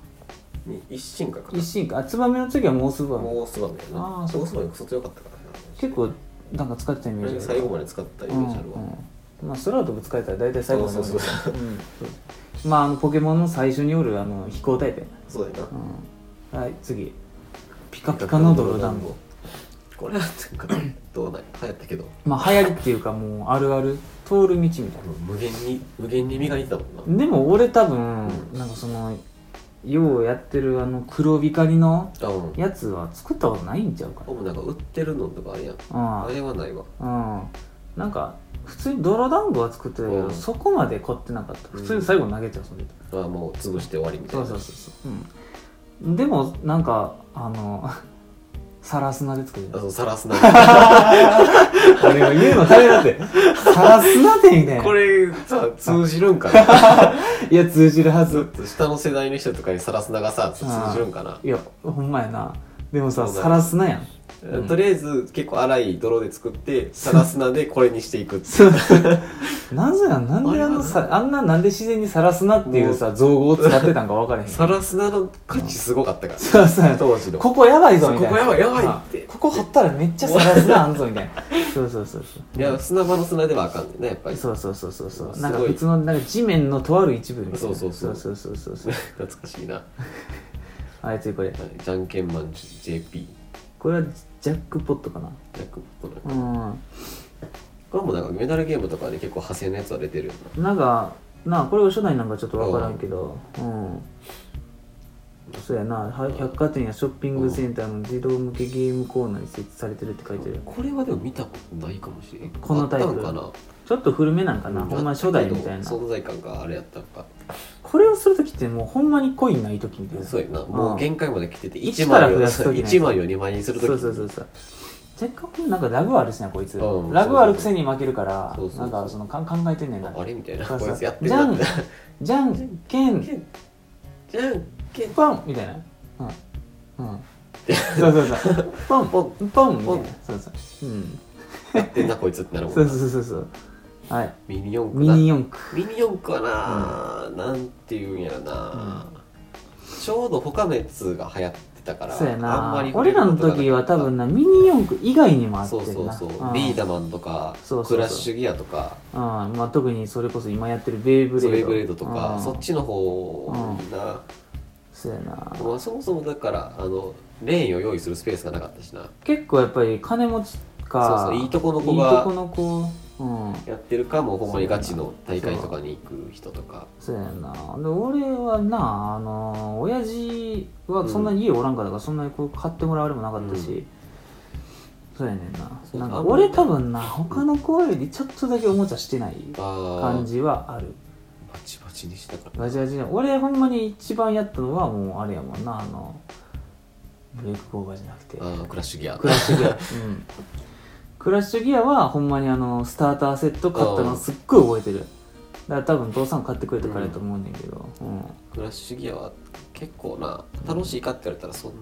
B: うんに一進化か
A: 一進化あツバメの次はもうすぐは
B: もうすばめやな
A: あーそう
B: もうすばめそっちよかったからな
A: 結構なんか使ってたイメージある
B: 最後まで使ったイメージあるわ、
A: うんうんまあ、空飛ぶ使えたら大体最後まで
B: そうそうそう
A: うんそうまああのポケモンの最初におるあの飛行タイプや
B: そうだよ
A: な、
B: な
A: うん、はい次ピカピカの泥団子
B: これはなんかどうなんや流行ったけど
A: まあ流行りっていうかもうあるある通る道みたいな
B: 無限に無限に磨いてたもんな
A: でも俺多分なんかそのようやってるあの黒光りの
B: あうん
A: やつは作ったことないんちゃうか
B: ほぼなんか売ってるのとかあれやん
A: な
B: あれはないわ
A: うんうんなんか普通に泥団子は作ってたけど、
B: うん
A: そこまで凝ってなかった普通に最後投げちゃうそれ、
B: あもう潰して終わりみたい
A: そう
B: な
A: そうそうそう、うん、でもなんかあの サラスナで作る
B: あそうさら すな
A: 俺が言うの大変だってサラスナでみたいな
B: これさ通じるんかな
A: いや通じるは
B: ずっ
A: ず
B: と下の世代の人とかにさらすながさ通じるんかない
A: やほんまやなでもさ
B: そうだよ
A: サラスナやんうん
B: とりあえず結構荒い泥で作ってさらすなでこれにしていくって
A: そう なぜなんなんであのさあんななんで自然にさらすなっていうさ造語を使ってたんか分からへん
B: さらすなの価値すごかったか
A: そうそう
B: ら当時の
A: ここやばいぞみたいな
B: ここやばいやばいって
A: あここ掘ったらめっちゃさらすなあんぞみたい なそうそうそうそう
B: いや砂場の砂ではあかんねんなやっぱり
A: そうそうそうそうそ
B: すご
A: う
B: い
A: なんか普通のなんか地面のとある一部みたいな
B: そうそうそう
A: そうそうそうそう
B: 懐かしいな
A: はい次これ
B: じゃんけんマン JP
A: これはジャックポットかな
B: ジャックポットなんか
A: う
B: これもなんかメダルゲームとかで結構派生のやつは出てるよ
A: んなんかなあこれは初代なんかちょっと分からんけどうんそうやなは百貨店やショッピングセンターの児童向けゲームコーナーに設置されてるって書いてる
B: なこれはでも見たことないかもしれん
A: このタイプ
B: あったんか
A: ちょっと古めなんかな
B: な
A: ほんま初代みたいな
B: 存在感があれやったのか
A: これをする時ってもうほんまにコインない時みたいな
B: そうやな
A: う
B: も
A: ん
B: う限界まで来てて
A: 一
B: 1枚
A: か
B: を
A: ら増やす時ね
B: 1枚を2枚にするとき
A: そうそうそうそう若干なんかラグあるしなこいつ
B: うん
A: ラグあるくせに負けるから
B: そうそうそ
A: な
B: うん
A: かそのかん考えてんねんな
B: あれみたいな
A: そう
B: こ
A: そう
B: いつやってるなって
A: じゃんけん
B: じゃんけん
A: ポンみたいなうんう んそうそうそうポンポンポンみた
B: ポ
A: い
B: ン
A: なそうそううん
B: やってんなこいつってなるも
A: そ
B: ん
A: う
B: な
A: そうそうそうはい
B: ミニ四駆
A: ミ
B: な
A: ニ四駆
B: ミニ四駆はな、なんていうんやろな、ちょうど他のやつが流行ってたから
A: そうや
B: あんま
A: な
B: り触れ
A: 俺
B: るこ
A: ら
B: と
A: の
B: がなかった
A: 時は多分なミニ四駆以外にもあって
B: そ
A: ん
B: う
A: な
B: そうそう、
A: ん
B: ビーダマンとか
A: そうそうそう
B: クラッシュギアとか
A: うんまあ特にそれこそ今やってるベイブレー
B: ゾ
A: ド
B: レブレードとか、
A: うん
B: そっちの方な、
A: そうやな
B: まあ、そもそもだからあのレーンを用意するスペースがなかったしな
A: 結構やっぱり金持ちか
B: そうそういいとこの子
A: いい
B: が
A: とこの子うん
B: やってるかもうほんまにガチの大会とかに行く人とか
A: そうやなで俺はなあの親父はそんなに家おらんから、そんなにこう買ってもらうあれもなかったし、
B: う
A: そうやねんな
B: そう
A: なんか
B: あんまり
A: 俺多分な他の子よりちょっとだけおもちゃしてない
B: ああ
A: 感じはある
B: バチバチにしたから
A: ガチガチで俺ほんまに一番やったのはもうあれやもんなあのブレイク効果じゃなくて
B: あークラッシュギア
A: クラッシュギ ア、うん、クラッシュギアはほんまにあのスターターセット買ったのすっごい覚えてるだから多分父さん買ってくれたからやと思うねんだけど、うん
B: クラッシュギアは結構な楽しいかって言われたらそん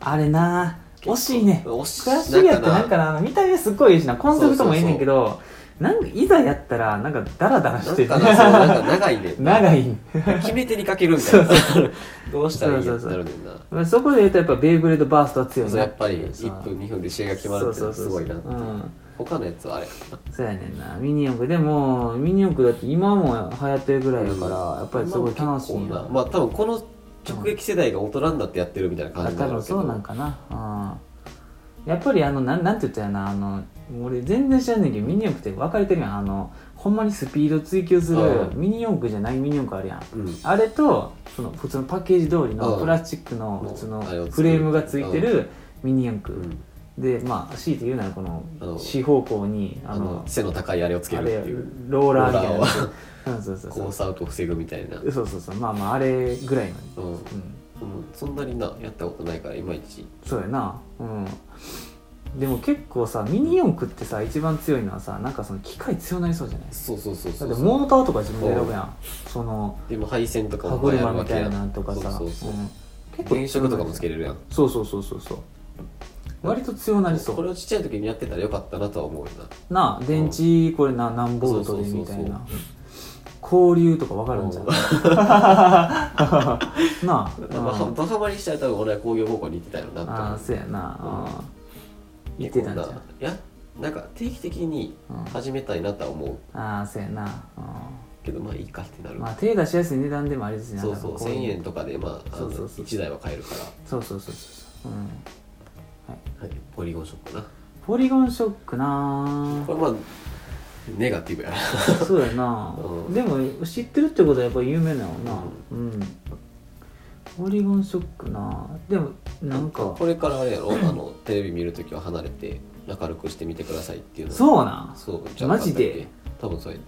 A: あれな惜しいね
B: 惜しい
A: クラッシュギアってなんかな見た目すっごいいいしなコンセプトもいいねんけどなんかいざやったらなんかダラダラしてる
B: なんかなそうなんか長いね
A: 長い
B: 決め手にかけるみたいな どうしたらいいやってなるねんな
A: まあそこで言うとやっぱベイブレードバーストは強い
B: そう
A: な
B: やっぱり
A: そう
B: 1分2分で試合が決まるってのはすごいなって
A: うん
B: 他のやつはあれや
A: そうやねんなミニ四駆でもミニ四駆だって今も流行ってるぐらいだから、やっぱりすごい楽しいんや
B: まあ、まあ多分この直撃世代が大人になってやってるみたいな感
A: あ
B: じな
A: 多
B: んだ
A: 分
B: けど
A: そうなんかな、うん、やっぱりあのなんなんて言ったらいいのかなあの俺全然知らんねんけどミニ四駆って分かれてるやんあのほんまにスピード追求する
B: うん
A: ミニ四駆じゃないミニ四駆あるやん
B: うん
A: あれとその普通のパッケージ通りの
B: うん
A: プラスチックの普通の
B: あれを
A: フ
B: 作る
A: レームがついてるミニ四
B: う
A: 駆
B: ん
A: でまあ強いて言うならこ
B: あ
A: の
B: の
A: 四方向に
B: あ
A: あ
B: の
A: の
B: 背の高いあれをつけ
A: あ
B: る
A: れ
B: っていう
A: ローラーみたいな
B: ロ
A: や
B: ーラ
A: つそうそうそう
B: 交差アウトを防ぐみたいな、
A: そうそうそうまあまああれぐらいのね
B: うん、も
A: うん
B: うそんなになやったことないからいまいち
A: そうやなうんでも結構さミニ四駆ってさ一番強いのはさなんかその機械強なりそうじゃない
B: そうそうそう
A: だ
B: そ
A: っ
B: う
A: て
B: そう
A: モーターとか自分で選ぶやんその
B: でも配線とか
A: 歯
B: もや
A: 車
B: るわ
A: み
B: け
A: た
B: や
A: いなのとかさ
B: そうそうそう
A: うん結
B: 電飾とかもつけ
A: る
B: れるやん
A: そうそうそうそうそう割と強なりそ
B: こ
A: う
B: れをちっちゃい時にやってたらよかったなとは思うよな
A: なあ電池これな何ボルトでみたい
B: そうそう
A: な交流とか分かるんじ ゃんなあう
B: まあ
A: ん
B: バカバリしたら多分俺は工業高校に行ってたよなって
A: ああそうやなうん言ってたんじゃん
B: いやなんか定期的に
A: うん
B: 始めたいなとは思う
A: ああそうやなうん
B: けどまあいいかってなる、
A: まあ手出しやすい値段でもありですね
B: そうそう
A: なんかこい
B: 1000円とかでまああ
A: そうそう
B: の
A: そう
B: 1台は買えるから、
A: そうそうそうそうそう、うん、
B: はい、ポリゴンショップな
A: ポリゴンショックな
B: これまあネガティ ブやな
A: あそうやな、
B: うん
A: でも知ってるってことはやっぱ有名なのなうん、ポリゴンショックなあでもなんか
B: これからあれやろあのテレビ見るときは離れて明るくしてみてくださいっていうの
A: そうなん
B: そう
A: マジで
B: 多分そうや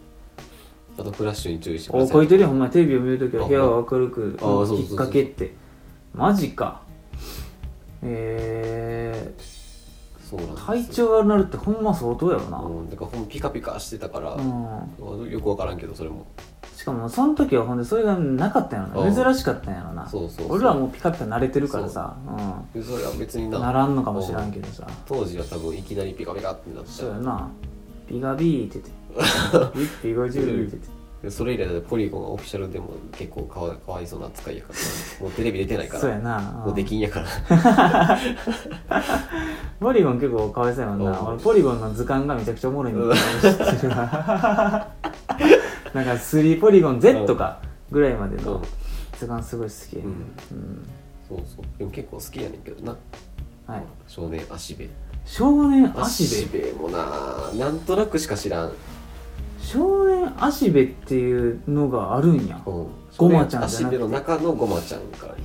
B: あとフラッシュに注意してく
A: お
B: ださ
A: 書い
B: い
A: てるよほんまにテレビを見るときは
B: あ
A: 部屋を明るく
B: あそうそうそう
A: きっかけってマジかえ
B: そうなんで
A: ー、
B: す
A: 体調悪なるってほんま相当やろな
B: うん、だからほんまピカピカしてたから、
A: うん
B: よくわからんけどそれも
A: しかもその時はほんでそれがなかったんやろな
B: うん
A: 珍しかったんやろな
B: そうそうそう
A: 俺らはもうピカピカ慣れてるからさ
B: でそれは別に
A: う
B: なん
A: ならんのかもしらんけどさ
B: 当時は多分いきなりピカピカってなっち
A: そうや
B: ゃ
A: なビガビーって言 ってビッピガジューって言って
B: うでそれ以来だってポリゴンはオフィシャルでも結構かわかわいそうな扱いやからもうテレビ出てないか
A: そうや
B: ら
A: なう
B: もうんできんやから
A: ポリゴン結構かわいそうやもんな
B: うん
A: 俺ポリゴンの図鑑がめちゃくちゃおもろいみた いなの知ってるわなんか3ポリゴン Z かぐらいまで
B: う
A: の
B: ん
A: 図鑑すごい好き
B: う
A: う
B: ん
A: ん
B: そうそうでも結構好きやねんけどな
A: はい
B: 少年足部
A: 少年足部
B: 部もななんとなくしか知らん、うん、
A: 少年足部っていうのがあるんやゴマちゃんじゃ
B: 足
A: なくて
B: 部の中のゴマちゃんから
A: へ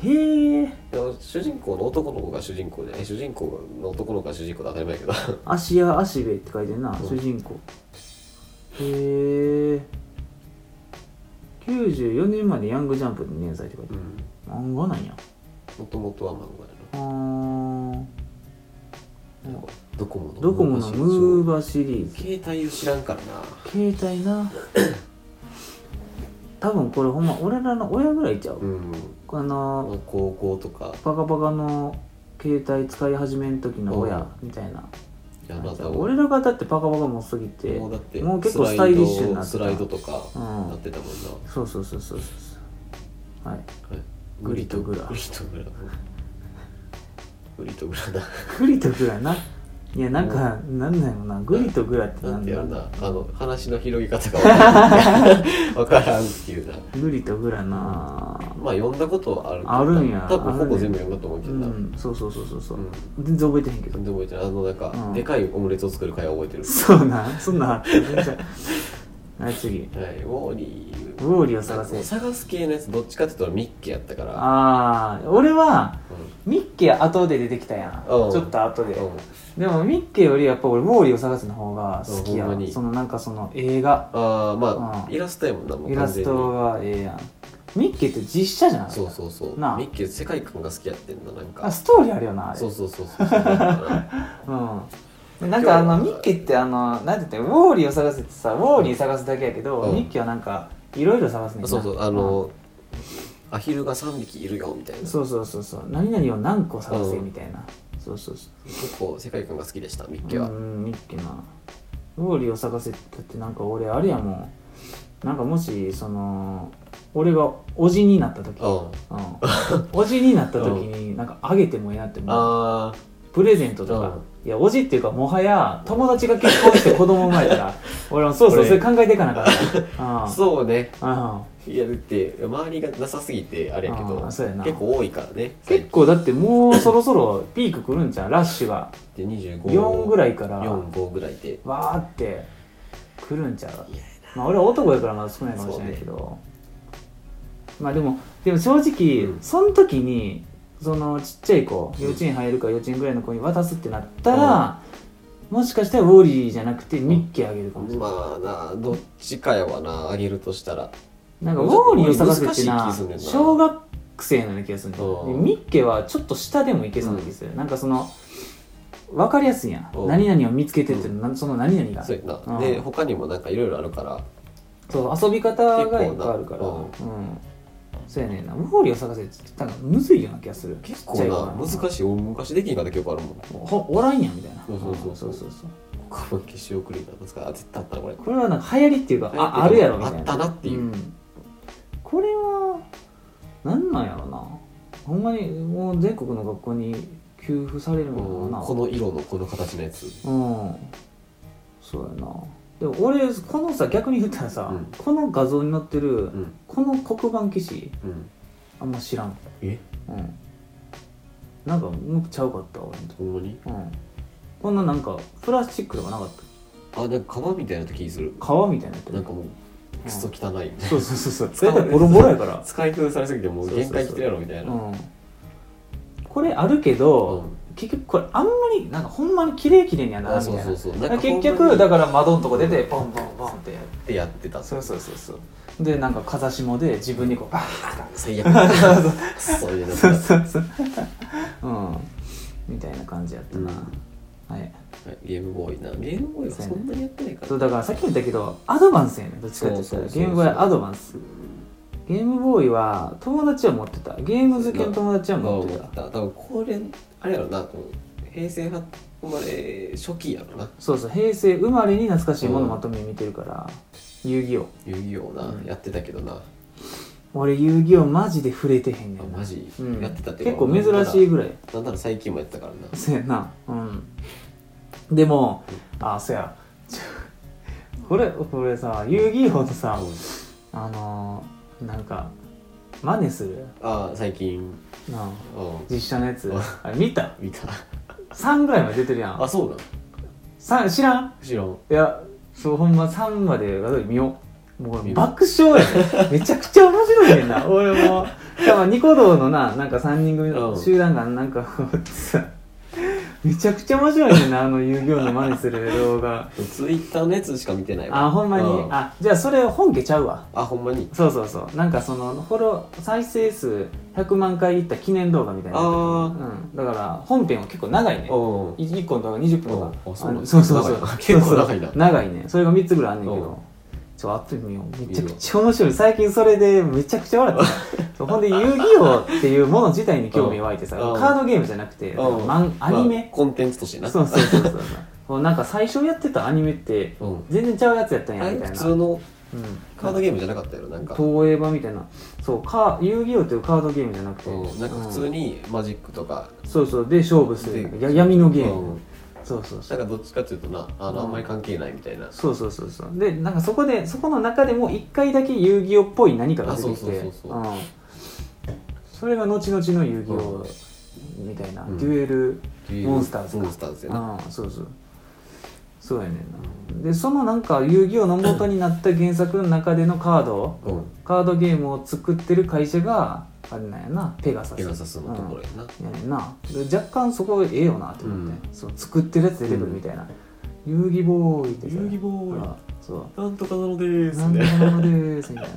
A: え
B: でも主人公の男の子が主人公じゃない主人公の男の子が主人公で当たり前やけど
A: 芦屋芦兵衛って書いてるな
B: うん
A: 主人公へえ94年までヤングジャンプで連載って書いて
B: うん
A: ある漫画なんや
B: もともとは漫画や
A: あー
B: ななんかドコモの
A: ドコモのムーバーシリーズ
B: 携帯を知らんからな
A: 携帯な 多分これほんま俺らの親ぐらいちゃう、
B: うん
A: あの
B: 高校とか
A: パカパカの携帯使い始めん時の親みたいな、
B: いやまた
A: 俺らがだってパカパカもすぎて
B: もうだって
A: もう結構スタイリッシュになってた
B: スライドとか
A: うん
B: なってたもんな、
A: そうそうそうそうそうはい
B: はい
A: グリとグラ
B: グリとグラ グリとグラだ
A: グリとグラないやなんかなんだよなグリとグラって
B: な
A: なん
B: んて
A: だ
B: や
A: ろ
B: る
A: う
B: なあの話の広げ方が分からん分からんっていうな
A: グリとグラな
B: まあ読んだことはあるけど
A: あるんや
B: 多分ほぼ全部読んだと思うけ
A: う
B: どな、
A: んそうそうそうそうそう
B: うん
A: 全然覚えてへんけど
B: 全然覚えてないあのなんか、
A: うん
B: でかいオムレツを作る会は覚えてる
A: そうなんそんなんあって全然はい次
B: はい、ウォーリー
A: ウォーリーを探せ
B: 探す系のやつどっちかっていうとミッケやったから
A: ああ俺は
B: う
A: ミッケ後で出てきたやんち
B: う
A: ょ
B: ん
A: っと後で
B: んうん
A: でもミッケよりやっぱ俺ウォーリーを探せの方が好きや
B: うんほんまに
A: そのなんかその映画
B: ああまあ、
A: うん
B: イラストやもんなもう
A: イラ
B: 完全
A: ス
B: に
A: トがええやんミッケって実写じゃない
B: そうそうそう
A: なあ
B: ミッケ世界観が好きやってんだなん
A: あ
B: か
A: ストーリーあるよなあれ
B: そうそうそうそうそうなんか
A: うん、なんかあのミッケってあのなんて言ったらウォーリーを探せってさウォーリー探すだけやけど、
B: うん
A: ミッケはなんかいろいろ探すねんな
B: なそうそうあのアヒルが3匹いるよみたいな
A: そうそうそうそう何々を何個探せみたいな、そうそうそ
B: 結構世界観が好きでしたミッ
A: う
B: ケ
A: う
B: は、
A: んミッケなウォーリーを探せってだってなんか俺あれやもんなんかもしその俺がおじになった時、
B: うん
A: うん、おじになった時になんかあげてもええなって思う
B: あー
A: プレゼントとか、いやおじっていうかもはや友達が結婚して子供生まれた ら俺もそうそうそれ考えていかなかったうん
B: そうね
A: うん
B: いやだって周りがなさすぎてあれやけど
A: あーそうやな
B: 結構多いからね
A: 結構だってもうそろそろピーク来るんじゃんラッシュが
B: で25
A: 4ぐらいから
B: 45ぐらいで
A: わーって来るんちゃうまあ俺は男やからまだ少ないかもしれないけど、まあでもでも正直、
B: うん
A: その時にそのちっちゃい子幼稚園入るか幼稚園ぐらいの子に渡すってなったら、もしかしたらウォーリーじゃなくてミッキーあげるかもしれない、
B: まあなどっちかやわなあげるとしたら
A: なんかウォーリーを探すって
B: 難しい気
A: な
B: すんねんな
A: 小学生のような気がするんだよ
B: うん
A: でミッケはちょっと下でもいけそうな気がする、なんかその分かりやすいやん
B: うん
A: 何々を見つけてって、なんその何々が
B: そうやな、
A: うん
B: で他にもなんかいろいろあるから
A: そう遊び方がいっ
B: 結構
A: ぱ
B: ない
A: あるから
B: うん
A: うんそうやねんなウォーリーを探せってなんかむずいような気がする
B: 結
A: ち
B: 構
A: っちゃい
B: な
A: 頃
B: 難しい俺昔できんかった記憶あるもん
A: ほおらんやんみたいな
B: そうそうそう
A: そうそう
B: この消し遅れが難しいあ絶対あったなこれ
A: これはなんか流行りっていうかああ
B: 流
A: る
B: 行
A: やろみた
B: っ
A: いな
B: てるあったなっていう、
A: んこれはなんなんやろなほんまにもう全国の学校に給付されるも
B: うん
A: んな
B: この色のこの形のやつ
A: うんそうやなでも俺このさ逆に言ったらさ、
B: うん
A: この画像に載ってる、
B: うん
A: この黒板消し
B: うん
A: あんま知らん
B: え
A: うんなんかもうちゃうかった俺んと
B: ほんまに
A: こうんこんななんかプラスチックとかなかった
B: あなんか革みたいな時にする
A: 革みたいなやつ
B: なんかもうクソ汚い、
A: そうそうそうそうそ
B: 使
A: れ
B: わない
A: だボロボロや から
B: 使い古されすぎてもう限界来てるやろみたいな
A: うんこれあるけど、結局これあんまりなんかほんまに綺麗綺麗にはな
B: あ
A: らんみ
B: そう
A: たい
B: そ
A: な
B: うそうなんか
A: 結局だ
B: か
A: から窓のとこ出てボンボンボンって
B: ってやってた
A: そうそうそうそうでなんか風下で自分にこうバーッ
B: 最悪そういうの
A: そう
B: が
A: そうそううんみたいな感じやったな、はい
B: ゲームボーイなゲームボーイはそんなにやってないから
A: そうだからさっきも言ったけどアドバンスやねんどっちかって言ったら
B: そうそうそうそう
A: ゲームボーイアドバンスゲームボーイは友達は持ってたゲーム好きの友達は持ってた
B: だ多分これあれやろなこう平成は生まれ初期やろな
A: そうそう平成生まれに懐かしいものまとめ見てるから、遊戯王
B: 遊戯王な、
A: うん
B: やってたけどな
A: 俺遊戯王マジで触れてへんね
B: あ
A: んな
B: マジ、
A: うん、
B: やってたって
A: 結構珍しい
B: い
A: ぐらい
B: なんなら最近もやってたからな
A: そうやなうんでもあそうや ちょこれこれさ遊戯王のさ
B: うん
A: あのー、なんか真似する
B: あ最近うん
A: な実写のやつ
B: うん
A: あれ見た
B: 見た
A: 3ぐらいまで出てるや
B: あ
A: ん
B: そうなん
A: 三知らん
B: 知らん
A: いやそうほんま3まで画像で見ようも
B: 見
A: う
B: る
A: 爆笑やねめちゃくちゃ面白いねん な俺も多分ニコ動のななんか3人組の
B: うん
A: 集団がなんか こうさめちゃくちゃ面白いねんなあの遊戯王の真似する動 画
B: ツイッターのやつしか見てないわ
A: あほんまに、
B: うあ
A: あじゃあそれ本家ちゃうわ
B: ほんまに
A: そうそうそうなんかそのフォロー再生数100万回いった記念動画みたいな
B: あ
A: うん、だから本編は結構長いね
B: うん
A: 1個の動画20分とか
B: おうあそうなん
A: あ
B: だ
A: そうそうそう
B: 長いな結構長
A: そ
B: いな
A: うそう長いねそれが3つぐらいあんねんけ
B: おう
A: どちょっとアップ見ようめちゃくちゃ面白い最近それでめちゃくちゃ笑 ったそうほんで遊戯王っていうもの自体に興味湧いてさ
B: おう
A: カードゲームじゃなくて
B: うん
A: マンアニ
B: まあ
A: メ
B: コンテンツとしてな
A: そうそうそうそうそうなんか最初やってたアニメって
B: うん
A: 全然ちゃうやつやったん
B: あ
A: や
B: れ
A: みたい
B: 普
A: な
B: 通の
A: うん
B: カードゲームじゃなかったよなんか
A: 東映版みたいなそうか遊戯王っていうカードゲームじゃなくて、
B: うんなんか普通
A: うん
B: にマジックとか
A: そうそうで勝負する
B: で
A: や闇のゲー
B: う
A: ム
B: ん
A: そうそうそ
B: なん
A: う
B: かどっちかっていうとなあ
A: う
B: の
A: ん
B: あんまり関係ないみたいな
A: そうそうそうそうでなんかそこでそこの中でも1回だけ遊戯王っぽい何かが出てきて
B: あそうそうそうそうん
A: それが後々の遊戯王みたいな、
B: うん
A: デュエルモンスターズか
B: モンスターズやな
A: ああそうそうそうやねんなでそのなんか遊戯王の元になった原作の中でのカード
B: うん
A: カードゲームを作ってる会社があれなんやなペガサス
B: ペガサスのところやな
A: やねんなで若干そこええよなって思って、
B: う
A: そう作ってるやつ出てくるみたいな、遊戯ボーイってさ
B: ボ
A: あそ
B: なんとかなのでー
A: うなんでもですみたいな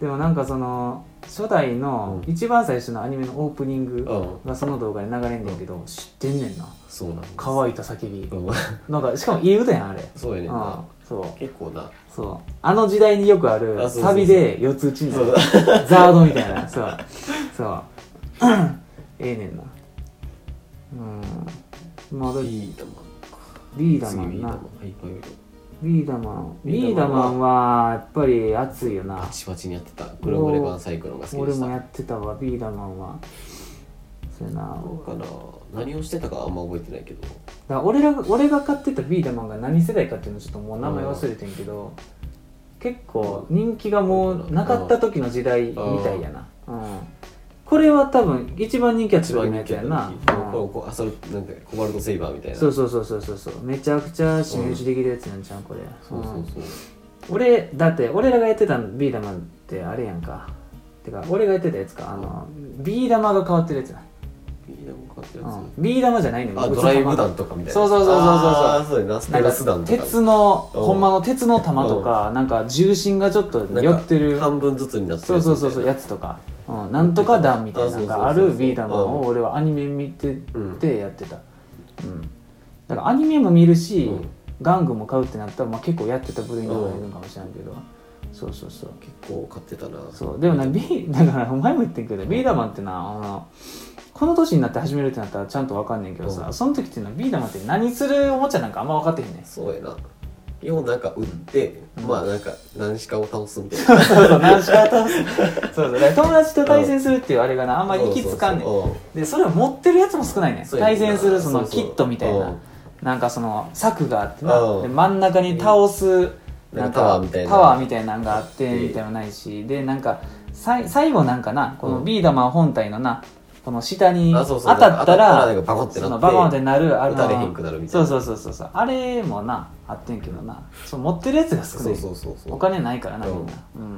A: でもなんかその初代の
B: うん
A: 一番最初のアニメのオープニング
B: うん
A: がその動画で流れんねんけど、知ってんねんな
B: そうなん
A: 乾いた叫び
B: うん
A: なんかしかもいい歌やんあれ
B: そうやねん
A: あ
B: な
A: そう
B: 結構な
A: そうあの時代によくある
B: あそうそうそう
A: サビで四つ打ちになる
B: そう
A: ザードみたいなそうそう ええねんなうんまあだ
B: いい玉
A: リーダー
B: 次
A: マ
B: い
A: ン
B: い玉は
A: ない
B: はいはい
A: リーダーマン
B: リ
A: リ
B: ー
A: ー
B: ダ
A: ダー
B: ー
A: マ
B: マン
A: ンはやっぱり熱いよな
B: バチバチにやってたグラムレバンサイクロンが好きで
A: 俺
B: し
A: も
B: た
A: やってたわビーダーマンはそうやなだ
B: な
A: か
B: んかな何をしてたかあんま覚えてないけど
A: ら俺らが俺が買ってたビーダマンが何世代かっていうのちょっともう名前忘れてんけど、結構人気がもうなかった時の時代みたいやな、うん、これは多分一番人気は千葉のやつやな、うん
B: こうあそれなんてコバルトセイバーみたいな
A: そうそうそうそうそうそうめちゃくちゃ真打ちできるやつなんちゃうこれ、
B: そうそうそう
A: うん俺だって俺らがやってたビー玉ってあれやんかてか俺がやってたやつかあのビー玉が変わってるやつな、
B: ビーダム買ったや
A: うん、ビー玉じゃないのよ
B: つあドライブ弾とかみたいな
A: そうそうそうそうそう
B: あーそうやなステ
A: なん
B: ラ
A: か
B: ス弾とか
A: 鉄の
B: うん
A: ほんまの鉄の玉とかなんか重心がちょっと
B: なん
A: 寄ってる
B: 半分ずつになってる
A: そう
B: やつ
A: そうそうそうやつとか、うん、なんとか弾みたいなのがある
B: あそうそうそうそう
A: ビー玉を俺はアニメ見て
B: うん
A: てやってた、うん、だからアニメも見るし、
B: うん
A: 玩具も買うってなったら、まあ、結構やってた部員とかいるんかもしれんけど、そうそうそう
B: 結構買ってたな
A: そうでも な B だからお前も言ってんけどビーダマンってなあのこの年になって始めるってなったらちゃんと分かんねんけどさ、
B: うん
A: その時っていうのはビーダマンって何するおもちゃなんかあんま分かってへん ねん
B: そうやな基本なんか売って、
A: うん
B: まあなんか何しかを倒すみたいな
A: そうそう何しか倒すそうそうだから友達と対戦するっていうあれがなあんまり行きつかんねん
B: そうそうそう
A: でそれを持ってるやつも少ないね
B: そうやね
A: 対
B: んな
A: 戦するその
B: そうそ
A: キ
B: う
A: ットみたいな
B: うん
A: なんかその柵があってな
B: うん
A: で真ん中に倒す
B: うんなんかタワーみたいな
A: タワーみたいなんがあって
B: うん
A: みたいなのないしでなんかさい最後なんかなこの
B: うん
A: ビーダマン本体のなこの下に
B: あ
A: 当
B: そうそう
A: たったら
B: なんか当たったらなんかバコってなって
A: そのバコンってなるあの
B: 打たれへんくなるみたい
A: そう
B: な
A: そうそうそうそうあれもなあってんけどなそう持ってるやつが少な
B: そう
A: い
B: そうそうそう
A: お金ないからな
B: う
A: み
B: ん
A: んなうん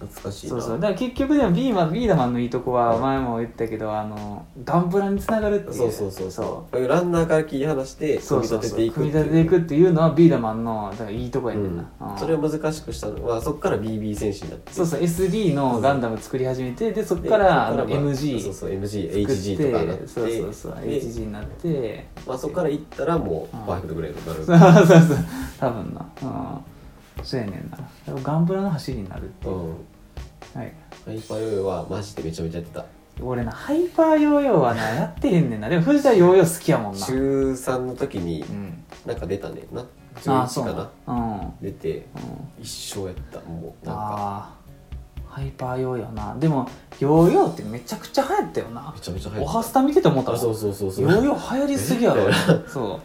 B: 懐かしいな
A: そうそうだから結局でもビーマンビーダマンのいいとこは前も言ったけどあのガンプラにつながるっていう
B: そうそうそう
A: そ
B: そうランナーから切り離して
A: うそ
B: 組
A: う
B: み
A: そう
B: 立て
A: そう
B: ていく
A: 組み立てていくっていうのはビーダマンのだからいいとこや
B: う
A: ねん
B: ん
A: な、うん
B: それを難しくしたのはそこから BB 戦士になって
A: そうそう SD のガンダム作り始めてでそっ
B: で
A: からあの
B: まあそう
A: MG
B: そう MG
A: 作って
B: HG とかになって
A: そうそうそう
B: で
A: HG になって
B: まあ、そこから行ったらもう
A: うん
B: パーフェクトグレードに
A: そ
B: な
A: う
B: る
A: そうそう多分な、うん、そうやねんな多分ガンプラの走りになるっていうう、
B: ん
A: はい
B: ハイパーヨーヨーはマジでめちゃめちゃやってた
A: 俺なハイパーヨーヨーはなやってへんねんなでも藤田ヨーヨー好きやもんな
B: 中3の時に
A: うん
B: なんか出たねんな
A: ああ
B: 11
A: そう
B: か
A: な
B: な
A: うん
B: 出て
A: うん
B: 一生やったもうなんか
A: ああハイパーヨーヨーなでもヨーヨーってめちゃくちゃ流行ったよな
B: めちゃめちゃ入
A: お
B: って
A: はスタ見てて思った
B: あ
A: わ
B: そう
A: ヨ
B: そうそうそう
A: ーヨー流行りすぎやろ
B: え
A: そう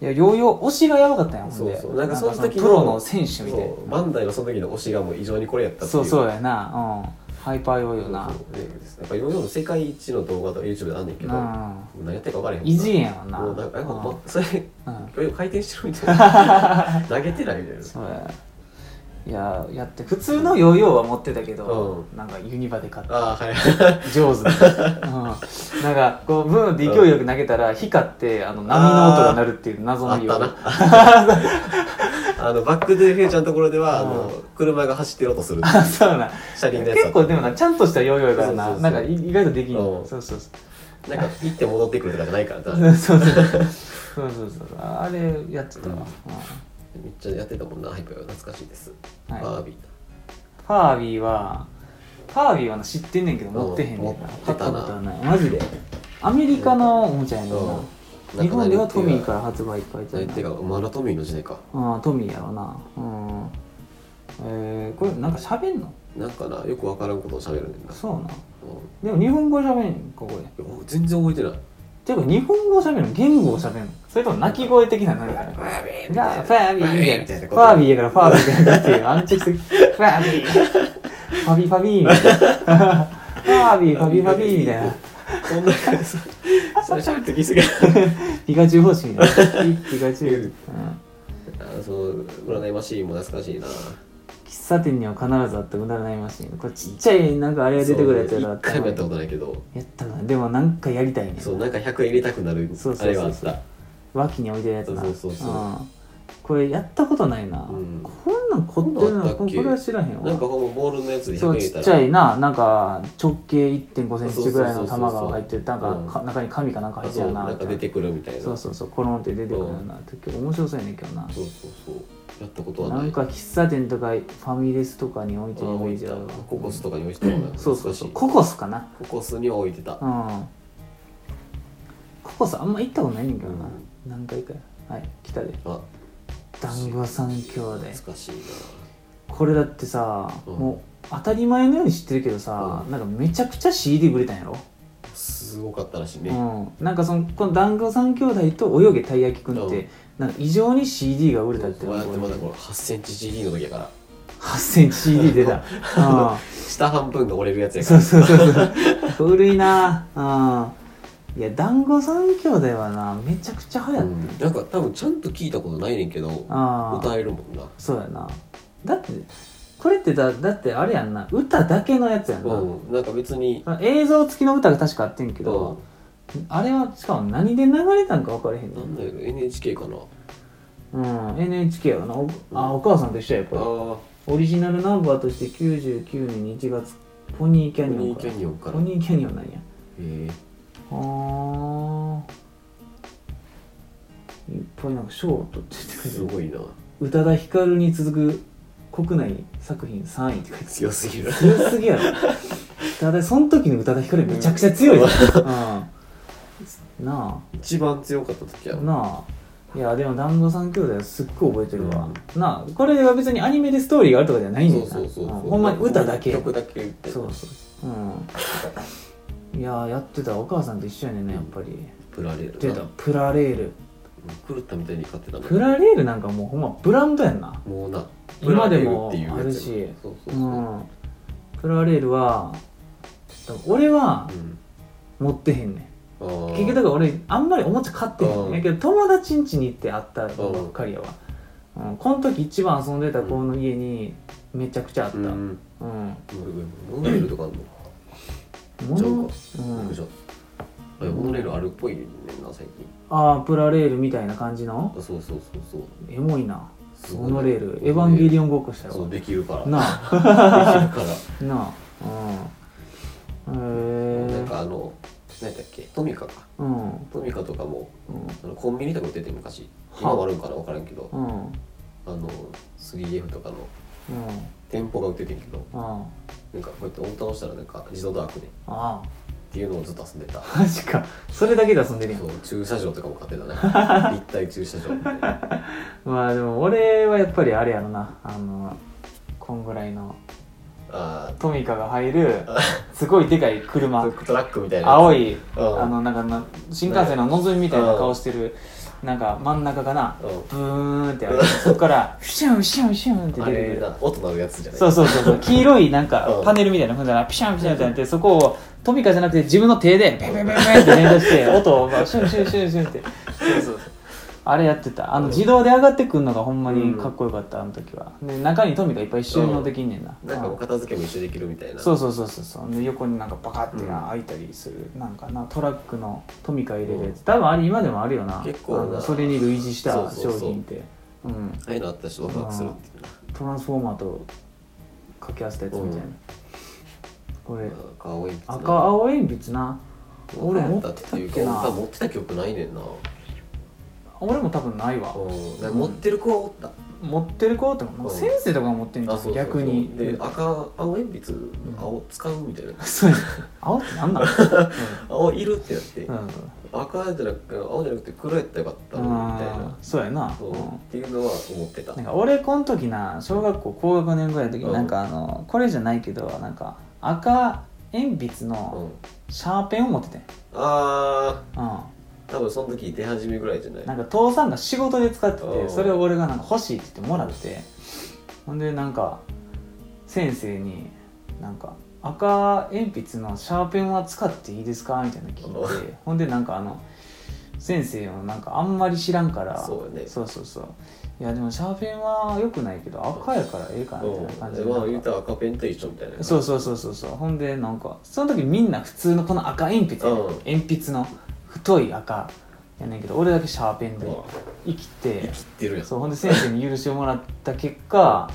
A: いやヨーヨー推しがやばかったんやほんで
B: そうそうなんかその時の
A: プロの選手みたい
B: そうバンダイのその時の推しがもう異常にこれやったって
A: な
B: いう
A: そうそうやなうんハイパーヨーヨーな
B: そうそうでやっぱヨーヨーの世界一の動画とか YouTube であんねんけども
A: な
B: う何やってるか分からへ
A: あ
B: んもんな
A: 異次元やもんな
B: もうなんかえほん
A: うん
B: まそれ
A: うん
B: ヨーヨー回転してるみた いな投げてないみたいな
A: そうやいややって普通のヨーヨーは持ってたけど、
B: う
A: なんかユニバで買った
B: ああはい
A: 上手だ、うん、なんかこうブーンって勢いよく投げたら光ってあの波の音が鳴るっていう謎
B: あ
A: の
B: っ
A: よ
B: た
A: う
B: なあのバック・ドゥ・フューチャーのところ ではあの車が走ってる音する
A: あ そうな
B: 車輪のやつ
A: 結
B: あった
A: 構でもなちゃんとしたヨーヨーやからな
B: そうそうそ
A: な
B: う
A: んかい意外とできん
B: うん
A: そうそうそう
B: なんか行って戻ってくるとかじゃないか らな
A: そうそう そうそうそうそうあれやってたわ、
B: う
A: う
B: ん
A: ん
B: めっちゃやってたもんなハイパーは懐かしいですバ
A: はい
B: ービー
A: ファービーはファービーはな知ってんねんけど持ってへんねんな
B: うん持ってたな
A: 買ことはないマジでアメリカのおもちゃやねんな
B: うん
A: 日本ではトミーから発売って書いてある
B: 何て
A: な
B: いうかマラトミーの時代か
A: ああトミーやろなうんえー、これなんか喋んの
B: なんかなよく分からんことを喋るねんな
A: そうな
B: う
A: でも日本語喋るんかこれ
B: んいや全然覚えてない
A: ていうか日本語喋るの言語を喋るのそれとも鳴き声的な何か
B: バービーみ
A: が
B: たいな
A: ファービー
B: み
A: み
B: た
A: た
B: い
A: い
B: な
A: なフ
B: こと
A: ァービーやからファービーみたいなっていう安直すぎファービーファビファビーみたいなファービーファビファビーみたいな
B: そんなそそれ喋ってきすぎる
A: ピカチュウ方式みたいなピピカチュウ、うん、
B: あそう占いマシーンも懐かしいな
A: 喫茶店には必ずあったくだらないマシンこれちっちゃいなんかあれが 出てくるやつ
B: そう
A: やから
B: 一回もやったことないけど
A: やったかなでもなんかやりたいね
B: そうなんか100円入れたくなる
A: そうそうそうそ
B: あ
A: う
B: れはあった
A: 脇に置いてるやつな
B: そうそうそうそうん
A: これやったことないな、
B: うん
A: こんなん凝ってる
B: こんなんあ
A: な
B: った
A: こ
B: っけ
A: れは知らへんわ
B: なんかほんまボールのやつで100
A: そう
B: 円入れ
A: ち
B: た
A: っ
B: ら
A: ちゃいななんか直径1 5センチぐらいの
B: そうそうそうそう
A: 玉が入ってるなんかか中に紙かなんか入
B: あ
A: って
B: そ
A: る
B: う
A: な
B: なんか出てくるみたいな
A: そうそうそうコロンって出てくるような時面白そうやねんけどな
B: そうそうそうやったことは
A: な
B: ない
A: んか喫茶店とかファミレスとかに置いてるイメ
B: 置
A: ー
B: い
A: ジ
B: て
A: あ
B: た
A: るわ
B: ココスとかに置いてたもんな
A: そうそうそう
B: 懐か
A: ココスかな
B: しいココスには置いてた
A: うんココスあんま行ったことないねんけどな、何回かはい来たで
B: あ
A: 団子三兄弟
B: 懐かしいな
A: これだってさ、
B: うん
A: もう当たり前のように知ってるけどさ、
B: う
A: なんかめちゃくちゃ CD 売れたんやろ
B: すすごかったらしいね、
A: うん、なんかそのこの団子三兄弟と泳げたい焼きくんって、
B: うん
A: なんか異常に CD が売れた
B: だ
A: っ
B: ってて
A: の
B: ま
A: が
B: だってまだこの8センチ CD の時やから
A: 8センチ CD 出たあ
B: 下半分が折れるやつ
A: あ
B: やか
A: そう
B: ら
A: そうそうそう古いなああいや団子三兄弟はなめちゃくちゃ流行っ
B: う
A: てる、
B: んなんか多分ちゃんと聞いたことないねんけど
A: ああ
B: 歌えるもんな
A: そうやなだってこれってだだってあれやんな歌だけのやつやんな、
B: うんなんか別に
A: 映像付きの歌が確かあってんけ
B: うん
A: ど、あれはしかも何で流れたんか分からへんね
B: なんだよ NHK かな
A: うん NHK やなおあお母さんと一緒ややっぱ
B: あ
A: り
B: ー
A: オリジナルナンバーとして99年1月ポニーキ
B: ポ
A: ャニオン
B: ニー
A: か
B: キャニオンから
A: ポ
B: へ
A: ニーキャニオンなんや
B: え
A: あーいっぱいなんか賞を取ってて
B: すごいな
A: 宇多田ヒカルに続く国内作品3位って書いて
B: 強すぎる
A: ある強すぎや ろ宇多田その時の宇多田ヒカルめちゃくちゃ強いよ、うん、な
B: 一番強かった時や
A: あ
B: ろ
A: なあいやでも団子三兄弟はすっごい覚えてるわ、なあこれは別にアニメでストーリーがあるとかじゃないんだ
B: そ
A: よ
B: う
A: な
B: そうそうそう
A: うんほんまに歌だけ
B: 曲だけ歌って
A: そうそううんいやーやってたお母さんと一緒やねんなやっぱり
B: プラレール
A: 出
B: な
A: たプラレール
B: 狂ったみたいに買ってたもん
A: プラレールなんかもうほんまブランドやんな
B: もうな
A: 今でも
B: プラレールっていうやつ
A: あるし
B: そうそう
A: う
B: そう、うん
A: んプラレールはだから俺は持ってへんね
B: あー
A: ん結局だから俺あんまりおもちゃ買ってへんね
B: うん
A: んやけど友達ん家に行ってあったばっかりやわうんこの時一番遊んでた子の家にめちゃくちゃあった
B: う
A: うん
B: んモノレールとかあるの
A: も
B: ちゃ
A: の
B: うか、うん、モノレールあるっぽいねんな最近
A: ああプラレールみたいな感じの
B: あそうそうそうそう
A: エモいな
B: すご
A: モ
B: いね
A: ノレールエヴァンゲリオンごっこした
B: そう
A: よ
B: できるから
A: な
B: で
A: あ
B: きるから
A: なあ うんへ
B: なん
A: え
B: かあの何だっけトミカか
A: うん
B: トミカとかも
A: うん
B: あのコンビニとか売ってて昔
A: は
B: 今もあるんかな分からんけど
A: うん
B: あの 3F とかの
A: うん
B: 店舗が売っててんけど
A: あ
B: なんかこうやって音倒したらなんか自動ダークでっ
A: あ
B: ていうのをずっと遊んでた
A: マジかそれだけで遊んでるや
B: そ
A: ん
B: う駐車場とかも買って たね立体駐車場みたいな
A: まあでも俺はやっぱりあれやろなあのこんぐらいの
B: あ
A: トミカが入 るすごいでかい
B: あ
A: 車
B: トラックみたいなやつ
A: 青い
B: うん
A: あのなんかな新幹線ののぞみみたいな顔してるなんか真ん中かな
B: う
A: ブーンってあるそっからフシュンフシュンフシュンって
B: んあ
A: 出てく
B: れ
A: る
B: な音鳴るやつじゃない
A: そうそう そうそう黄色いなん
B: う
A: か
B: ん
A: パネルみたいな踏んだらピシャンピシャンってなってそこをトミカじゃなくて自分の手でペンペンペンペンって連打 して音をまあシュンシュンシュンシュンってそうそうそうあれやってたあの自動で上がってくるのがほんまにかっこよかったあの時はで中にトミカいっぱい収納できんねんな
B: なんかもう片付けも一緒にできるみたいな
A: そううそうそうそうそうで横になんかバカってな
B: うん
A: 開いたりする、なんかなトラックのトミカ入れるやつ多分あれ今でもあるよな
B: 結構な
A: あのそれに類似した
B: そうそうそ
A: 商
B: う
A: 品ってうん
B: ああいうのあったらちょっとワクワクするっていうな
A: トランスフォーマーと掛け合わせたやつみたいな、
B: うん
A: これ
B: 赤青い
A: 赤青鉛筆な俺持ってたっけな
B: 多分持ってた記憶ないねんな
A: 俺も多分ないわ
B: なんか持ってる子はおった
A: 持ってる子ってもなんか
B: うん
A: 先生とかが持ってんじゃん逆に
B: で赤青鉛筆青使うみたいな
A: そうや青ってなんなの、
B: 青いるってなって
A: うんうん
B: 赤じゃなく青じゃなくて黒やったらよかったのにみたい
A: あ
B: な
A: ーそうやな
B: そ
A: う
B: うっ
A: ん
B: ていうのは思ってた
A: なんか俺この時な小学校高学年ぐらいの時
B: う
A: に
B: ん
A: なんかあのこれじゃないけどなんか赤鉛筆
B: う
A: の
B: ん
A: シャーペンを持っててん、
B: あ
A: う
B: ー多分その時出始めぐらいじゃない
A: ん、なんか父さんが仕事で使って
B: う
A: て
B: ん
A: それを俺がなんか欲しいって言ってもらってほんでなんか先生になんか赤鉛筆のシャーペンは使っていいですかみたいなの聞いてほんでなんかあの先生もなんかあんまり知らんから
B: そうやね
A: そうそうそういやでもシャーペンは良くないけど赤やからええかなみたいな感じ
B: う
A: で
B: んまあ
A: なん
B: 言
A: か
B: うたら赤ペンと一緒みたいな
A: そうそうそうそうそうほんでなんかその時みんな普通のこの赤鉛筆やね、
B: うん
A: 鉛筆の太い赤やねんけど俺だけシャーペンで
B: うん
A: 生きて
B: 生きてるやん
A: そうほんで先生に許しをもらった結果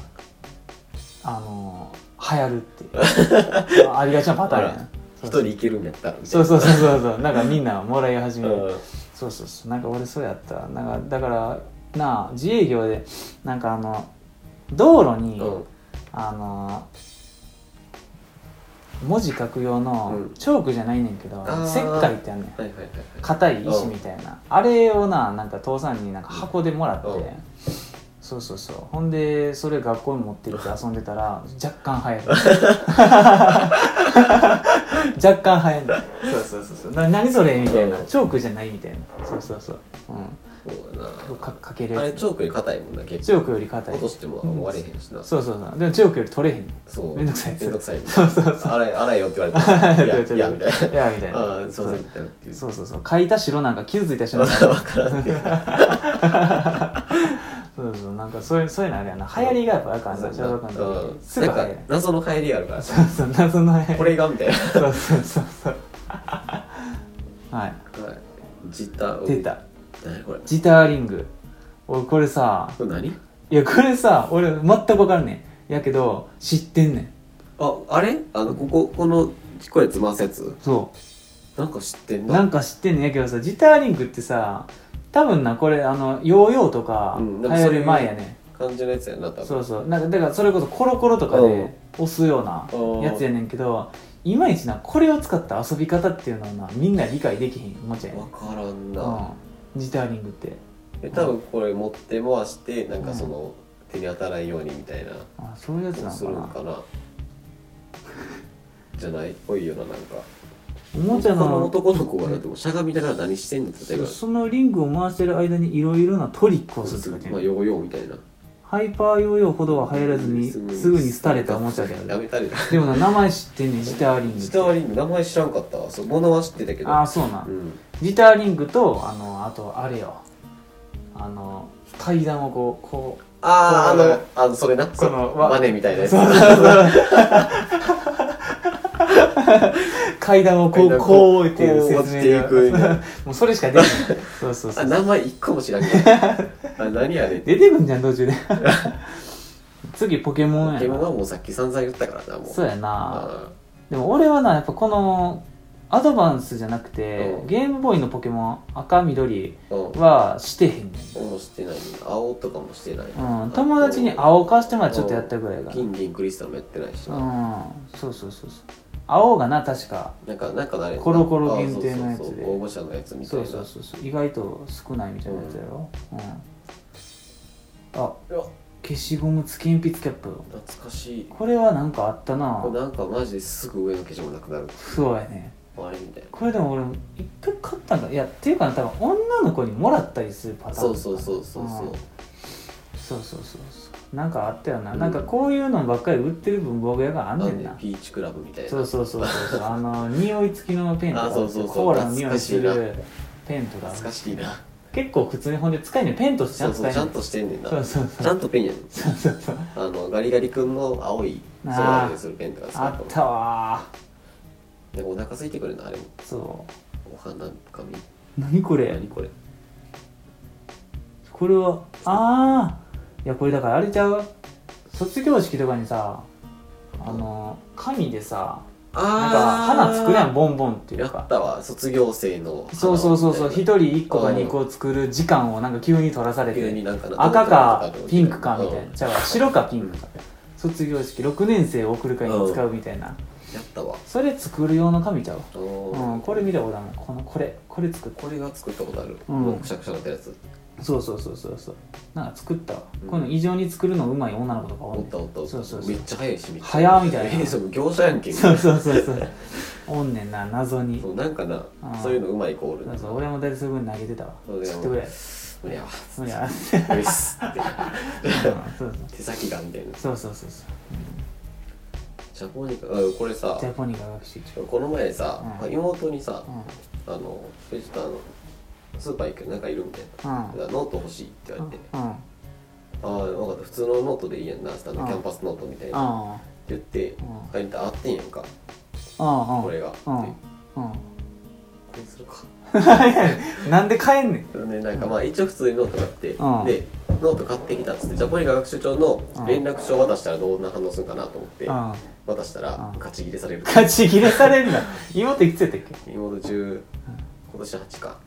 A: あのー、流行るって いうありがちなパターンや
B: あら
A: な
B: 一人いけるんやったらみたいな
A: そうそうそうそうそうなんかみんなもらい始める、
B: うん
A: そうそうそうなんか俺そうやったなんかだからなあ自営業でなんかあの道路に、
B: うん
A: あの文字書く用
B: う
A: の
B: ん
A: チョークじゃないねんけど、
B: あー
A: 石灰ってあんねん
B: はいはいはいはい
A: 硬い石みたいな、あれをななんか父さんになんか箱でもらって、
B: うん
A: そうそうそうほんでそれ学校に持って行って遊んでたら若干早い 若干早いそうそうそうそうな何それみたいなチョークじゃないみたいなそうそうそう、う
B: そうや
A: ん、かかける
B: なあ
A: や
B: れ
A: つ
B: チョークより硬いもんな結
A: チョークより硬
B: 構
A: い
B: 落としても終われへんしな
A: そうそうそうでもチョークより取れへん
B: そう
A: めんどくさいやつ
B: めんどくさい
A: そうそうそう
B: 洗え洗えよって言われ ていやいやみたい
A: いやみたい
B: なあ
A: な
B: あすいませんみたいなっていう
A: そうそうそう書いた白なんか傷ついた白なんか
B: 分からんけど
A: そうそうなんかそういうそういうのあれやな流行りがやっぱあかんな小学校の
B: う
A: 時
B: ん
A: すぐ流行
B: なん
A: る
B: か謎の入りがあるから
A: そうそう謎の流行り
B: これがみ たいな
A: そうそうそうそうはい
B: はいジター
A: 出た
B: 何これ
A: ジターリング俺これさ
B: これ何
A: いやこれさ俺全く分からんねんやけど知ってんねん
B: ああれあのこここのこれつ回すやつ
A: そ
B: なんか知ってん
A: う
B: な
A: なんか知ってんねんやけどさジターリングってさ多分なこれあのヨーヨーとか
B: う
A: 流
B: んなんかそ
A: 行
B: れ
A: る前やね、
B: 感じのやつやな多分
A: そうそうなんかだからそれこそコロコロとか
B: うん
A: で押すような
B: うん
A: やつやねんけどいまいちなこれを使った遊び方っていうのをなみんな理解できへんおもちゃやねん
B: 分からんな、
A: うん、ジターリングって
B: え多分これ持って回してなんかその、手に当たらんようにみたいな
A: あそういうやつなの
B: す
A: か
B: る
A: なん
B: かなじゃないっぽいよななんか
A: おもちゃ
B: 他の
A: の
B: 男の子がだってもうしゃがみながら何してんのって例えば
A: そそのリングを回してる間にいろいろなトリックをするって書いてあ
B: まあ
A: る
B: ヨーヨーみたいな
A: ハイパーヨーヨーほどは流行らずにすぐに廃れたおもちゃであ
B: や
A: る
B: めたりな
A: でもな名前知ってんねんジターリング
B: ジターリング名前知らんかったわそう物は知ってたけど
A: ああそうなん、
B: うん
A: ジターリングとあのあとあれよあの階段をこうこ
B: あ
A: これ
B: ーあのあのそれな
A: その
B: う
A: わ
B: マネみたいな
A: う
B: やつ
A: そうそうそう階段をこ
B: 階段
A: う
B: を
A: こうっていう
B: こ
A: 説明が
B: う落ちていくみたい
A: もうそれしか出ないそうそうそ
B: あ
A: う
B: 名前一個も知らん けどあ何やねんって
A: 出てくんじゃん途中で 次ポケモン
B: ポ
A: や
B: ケモン
A: な
B: はもうさっき散々言ったからなもう
A: そうやな
B: あ
A: でも俺はなやっぱこのアドバンスじゃなくて、
B: うん
A: ゲームボーイのポケモン赤緑
B: ーうん
A: はしてへんね
B: 俺もしてないね青とかもしてない
A: ん、うん、友達に青貸してもらってちょっとやったぐらいが
B: 金銀クリスタルもやってないし
A: う
B: なん
A: そうそうそうそう青がな確か
B: なんかなんか誰
A: コロコロ限定のやつで
B: 応募者のやつみたい
A: そう
B: な
A: そうそうそう意外と少ないみたいなやつやろ、うんあ
B: うわ
A: 消しゴム付き鉛筆キャップ
B: 懐かしい
A: これはなんかあったな
B: これなんかマジですぐ上の消しもなくなる
A: そうやね
B: あれみたいな
A: これでも俺一回買ったんだいやっていうかな多分女の子にもらったりするパターン
B: そうそうそうそうそう
A: うんそうそうそうそうなんかあったよな、なんかこういうのばっかり売ってる文房具屋があんねん
B: で
A: な
B: ピーチクラブみたいな
A: そうそうそうそうそうあの匂い付きのペンとか
B: あそうそうそう
A: コーラの匂いす
B: 懐
A: るペンとか
B: 懐かしいな
A: 結構普通にほんで使いねペンとして
B: そうそうち
A: 使
B: ゃ
A: え
B: んとしてんねんな
A: そうそうそう
B: ちゃんとペンやねん
A: そうそうそう
B: あのガリガリ君の青い
A: あー
B: そうなんでするペンとかさ
A: あったわ
B: なんかお腹空いてくるなあれも
A: ーそ
B: お花紙
A: う何これ
B: 何これ
A: これはああいやこれだからあれちゃう卒業式とかにさあの紙でさなんか花作れんボンボンってい
B: や
A: う
B: っ
A: か
B: たわ卒業生の花
A: そうそうそうそう
B: み
A: 一
B: たいな
A: 人一個か二個作る時間をなんか急に取らされ
B: 急に
A: て
B: なんかな
A: 赤かピンクかみた
B: う
A: い
B: ん
A: なじゃあ白かピンクか卒業式6年生を送る会に使うみたいな
B: やったわ
A: それ作る用の紙ちゃう
B: う
A: うんこれ見たことあるこのこれこれ作った
B: これが作ったことある、
A: うん
B: もうくしゃくしゃなったやつ
A: そうそうそうそうそうなんか作ったわ、
B: うん
A: この異常に作るのうまい女の子とかおん
B: お
A: ね
B: っ
A: ん
B: たおったおった
A: そうそうそう
B: めっちゃ早いしめっちゃ
A: 早みたいな
B: えそう業者やんけみたい
A: そう
B: な
A: そうそうそうおんねんな謎に
B: そうなんかな
A: うん
B: そういうのうまい子おる
A: そ
B: な
A: うそう俺も大体そういうふに投げてたわ
B: そうだ
A: 知
B: よ
A: ってくれ
B: 無理やわ
A: 無理や
B: 無理っすって
A: そう
B: 手先がみたいな
A: そうそうそうそうそう
B: ジャポニカあこれさ
A: ジャポニカ学習中
B: この前さ、
A: うん
B: 妹にさ
A: う、ん
B: あのそれちょっとあのスーパー行くけどなんかいるみたいな
A: うん
B: だからノート欲しいって言われて、
A: うん
B: ああ分かった普通のノートでいいやんな下のキャンパスノートみたいな、って
A: あ
B: 言って
A: ん
B: 帰ったらあってんやんか、
A: あああ
B: これが、
A: うん
B: で
A: う
B: これにするか
A: んなんで帰んねん
B: でなんかまあ一応普通にノート買って、
A: うん
B: でノート買ってきたっつってジャポニカ学習帳の連絡帳渡したらどんな反応するかなと思って、
A: うん
B: 渡したら
A: うん
B: ガチ切れされる、
A: 勝ち切れされるな妹いくつやったっけ
B: 妹10今年8か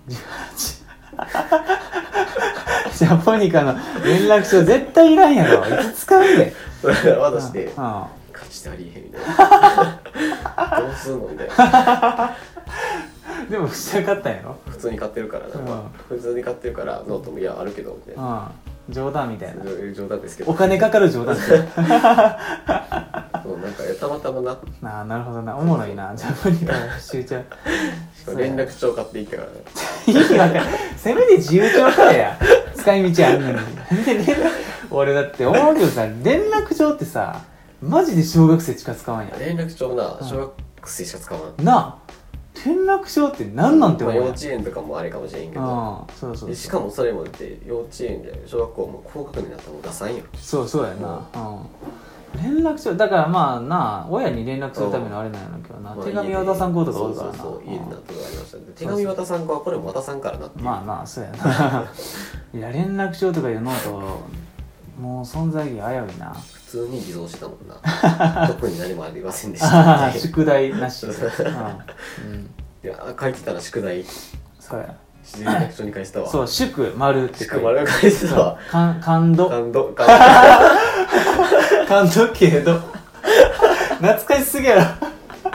A: ジャポニカの連絡帳絶対いらんやろいつ使うねん
B: それで渡して、
A: うんうん
B: ガチでありえへんみたい などうすんのみたいな
A: でもしたかったんやろ
B: 普通に買ってるから
A: う
B: な、
A: ん
B: 普通に買ってるからノートもいやあるけどみたいな
A: うん冗談みたいな
B: そういう冗談ですけど
A: お金かかる冗談みたい な
B: そうなんかたまたまな
A: なあなるほどなおもろいなじゃあ無理だ集中
B: しかも連絡帳買っていったからね
A: 意味わかん ないせめて自由帳からや使い道あんのにで連絡俺だって思うけどさ連絡帳ってさマジで小学生しか使わんやん
B: 連絡帳な
A: うん
B: 小学生しか使わん
A: なあ連絡帳って何なんて
B: ま
A: 思
B: あ
A: うやん、
B: 幼稚園とかもあれかもしれんけど
A: うんそうそう
B: でしかもそれもだって幼稚園で小学校も高学年になったらもう出さんよ
A: そうそうやな、うん、連絡帳だからまあなあ親に連絡するためのあれなんやろうけどな、
B: まあ
A: 手紙渡さんことが多いからな
B: そうそうそう
A: うん
B: 家でなんとかありましたねで手紙渡さん子はこれも渡さんからなっていう
A: まあなそうや ないや連絡帳とかいうノートもう存在意義危ういな
B: 普通に偽造してたもん な特に何もありませんでし
A: あ
B: た
A: あ宿題なし、
B: そううん
A: うん、
B: いや書いてたら宿題
A: そうや
B: 自然に書に返したわ
A: そう宿丸って書いて
B: 宿丸が返してたわ
A: かん感動
B: 感動感
A: 感動け ど懐かしすぎやろ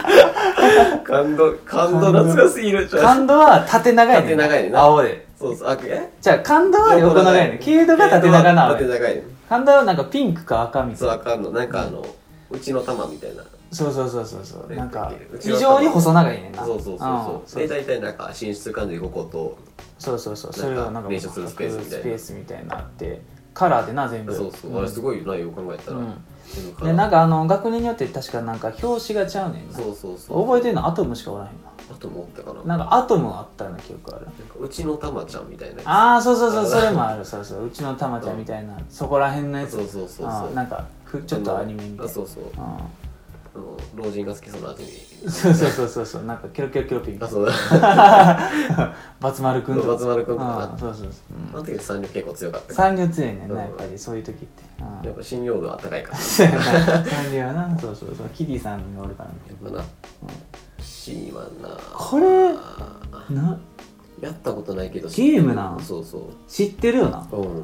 B: 動感動感動懐かすぎるちょっと
A: 感動は縦長やねん
B: 縦長やねんな
A: 青で
B: そうそうあえ
A: じゃあ感動は横長やねん
B: 軽
A: 軽
B: 度
A: 度が縦長な
B: 縦
A: 青や
B: 長いね
A: 感動はなんかピンクか赤みた
B: そ
A: いうな
B: あかんのなんかあのうちの玉みたいな
A: そうそうそうそうそうなんか
B: うち
A: 異
B: は
A: 常に細長いねんな
B: そうそうそうそ
A: ん
B: うで大体なんか進出感じここと
A: そうそうそうそれはなんか
B: 練習するスペースみたいな
A: スペースみたいになってカラーでな全部
B: そうそ
A: ん
B: うあれすごいよなよく考えたら
A: うん
B: 全部カラ
A: で
B: ー
A: なんかあの学年によって確かなんか表紙がちゃうねんな
B: そうそうそう
A: 覚えてるのアトムしかおらへん
B: あと思ったかな
A: ななんかアトムあったような記憶ある
B: なんかうちの玉ちゃんみたいなやつ
A: ああそうそうそう
B: あ
A: それもあるそうそううちのたまちゃんみたいなそこら辺のやつ
B: そうそうそうそう
A: あーなんかふちょっとアニメみたい
B: あ
A: な
B: そうそう
A: あ
B: あの老人が好きそうな味に
A: ーそうそうそうそうそうなんかキロキロキロピン
B: あそうだ
A: バツ丸くんとか
B: バツ丸くんとか
A: あーそうそうそう
B: あの時の三力結構強かった
A: 三流強いねんな
B: う
A: や
B: ん
A: っぱりそういう時ってあー
B: やっぱ信用度は高いから
A: そうやな三流はなそうそうそうキティさんがおるからね
B: やっぱな C はな
A: これな
B: やったことないけど
A: ゲームなん
B: そうそ
A: 知ってるよな
B: ううん
A: う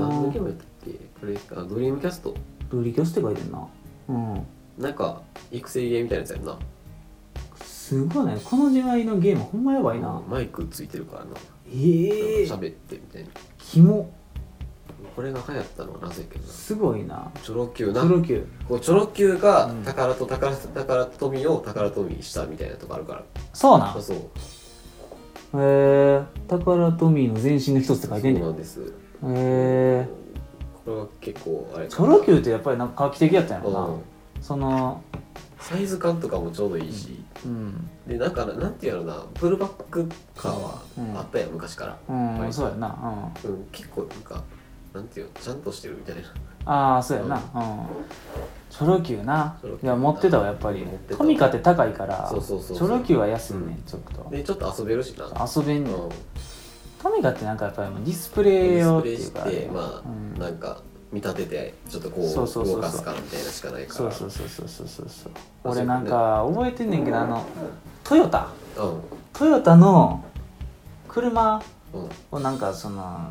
B: 何のゲ
A: ー
B: ー
A: ん
B: ムやったっけプレイあドリームキャスト
A: ドリキョスって書いてんなうん
B: なんか育成ゲーみたいなやつやんな
A: すごいねこの時代のゲームほんまやばいな
B: マイクついてるからな
A: ええ
B: 喋ってみたいな
A: キモ
B: これが流行ったのはなぜやけどな
A: すごいな
B: チョロ Q
A: プ
B: な
A: ロ級
B: こうチョロ Q が
A: うん
B: 宝と宝と宝と富を宝と富にしたみたいなとこあるから
A: そうなん
B: あそう
A: へえ宝トミーの前身の一つって書いてんねん
B: そ
A: へ
B: うなんです
A: え
B: これは結構あれ
A: チ
B: か
A: ョ
B: な
A: ロ Q ってやっぱりなんか画期的やったんやろな、
B: うん
A: その
B: サイズ感とかもちょうどいいし、
A: うん
B: でなんかなんていうのなプルバック感は
A: うん
B: あったやん、昔から、
A: う
B: は
A: ん
B: い
A: そうやな
B: うん、結構なんかなんていうのちゃんとしてるみたいな
A: うんああそうやなうんチョロ Q な
B: チョロ Q
A: いや持ってたわやっぱり
B: 持ってた
A: トミカって高いから
B: そうそうそう
A: チ
B: そう
A: ョロ Q は安いね、ちょっと
B: でちょっと遊べるしな
A: 遊べん
B: う
A: の
B: ん
A: トミカってなんかやっぱりもうディスプ
B: デ
A: レイ用
B: ィス
A: っ
B: プ
A: て
B: レ
A: い
B: イ
A: うかね
B: してまあ、
A: うん
B: なんか見立ててちょっとこう
A: そうそうそうそう
B: 動かすかみたいなしかないから
A: そうそうそうそうそうそうそう
B: そう
A: 俺なんか覚えてんねんけどあのトヨタ
B: う
A: トヨタの車
B: んうん
A: をなんかその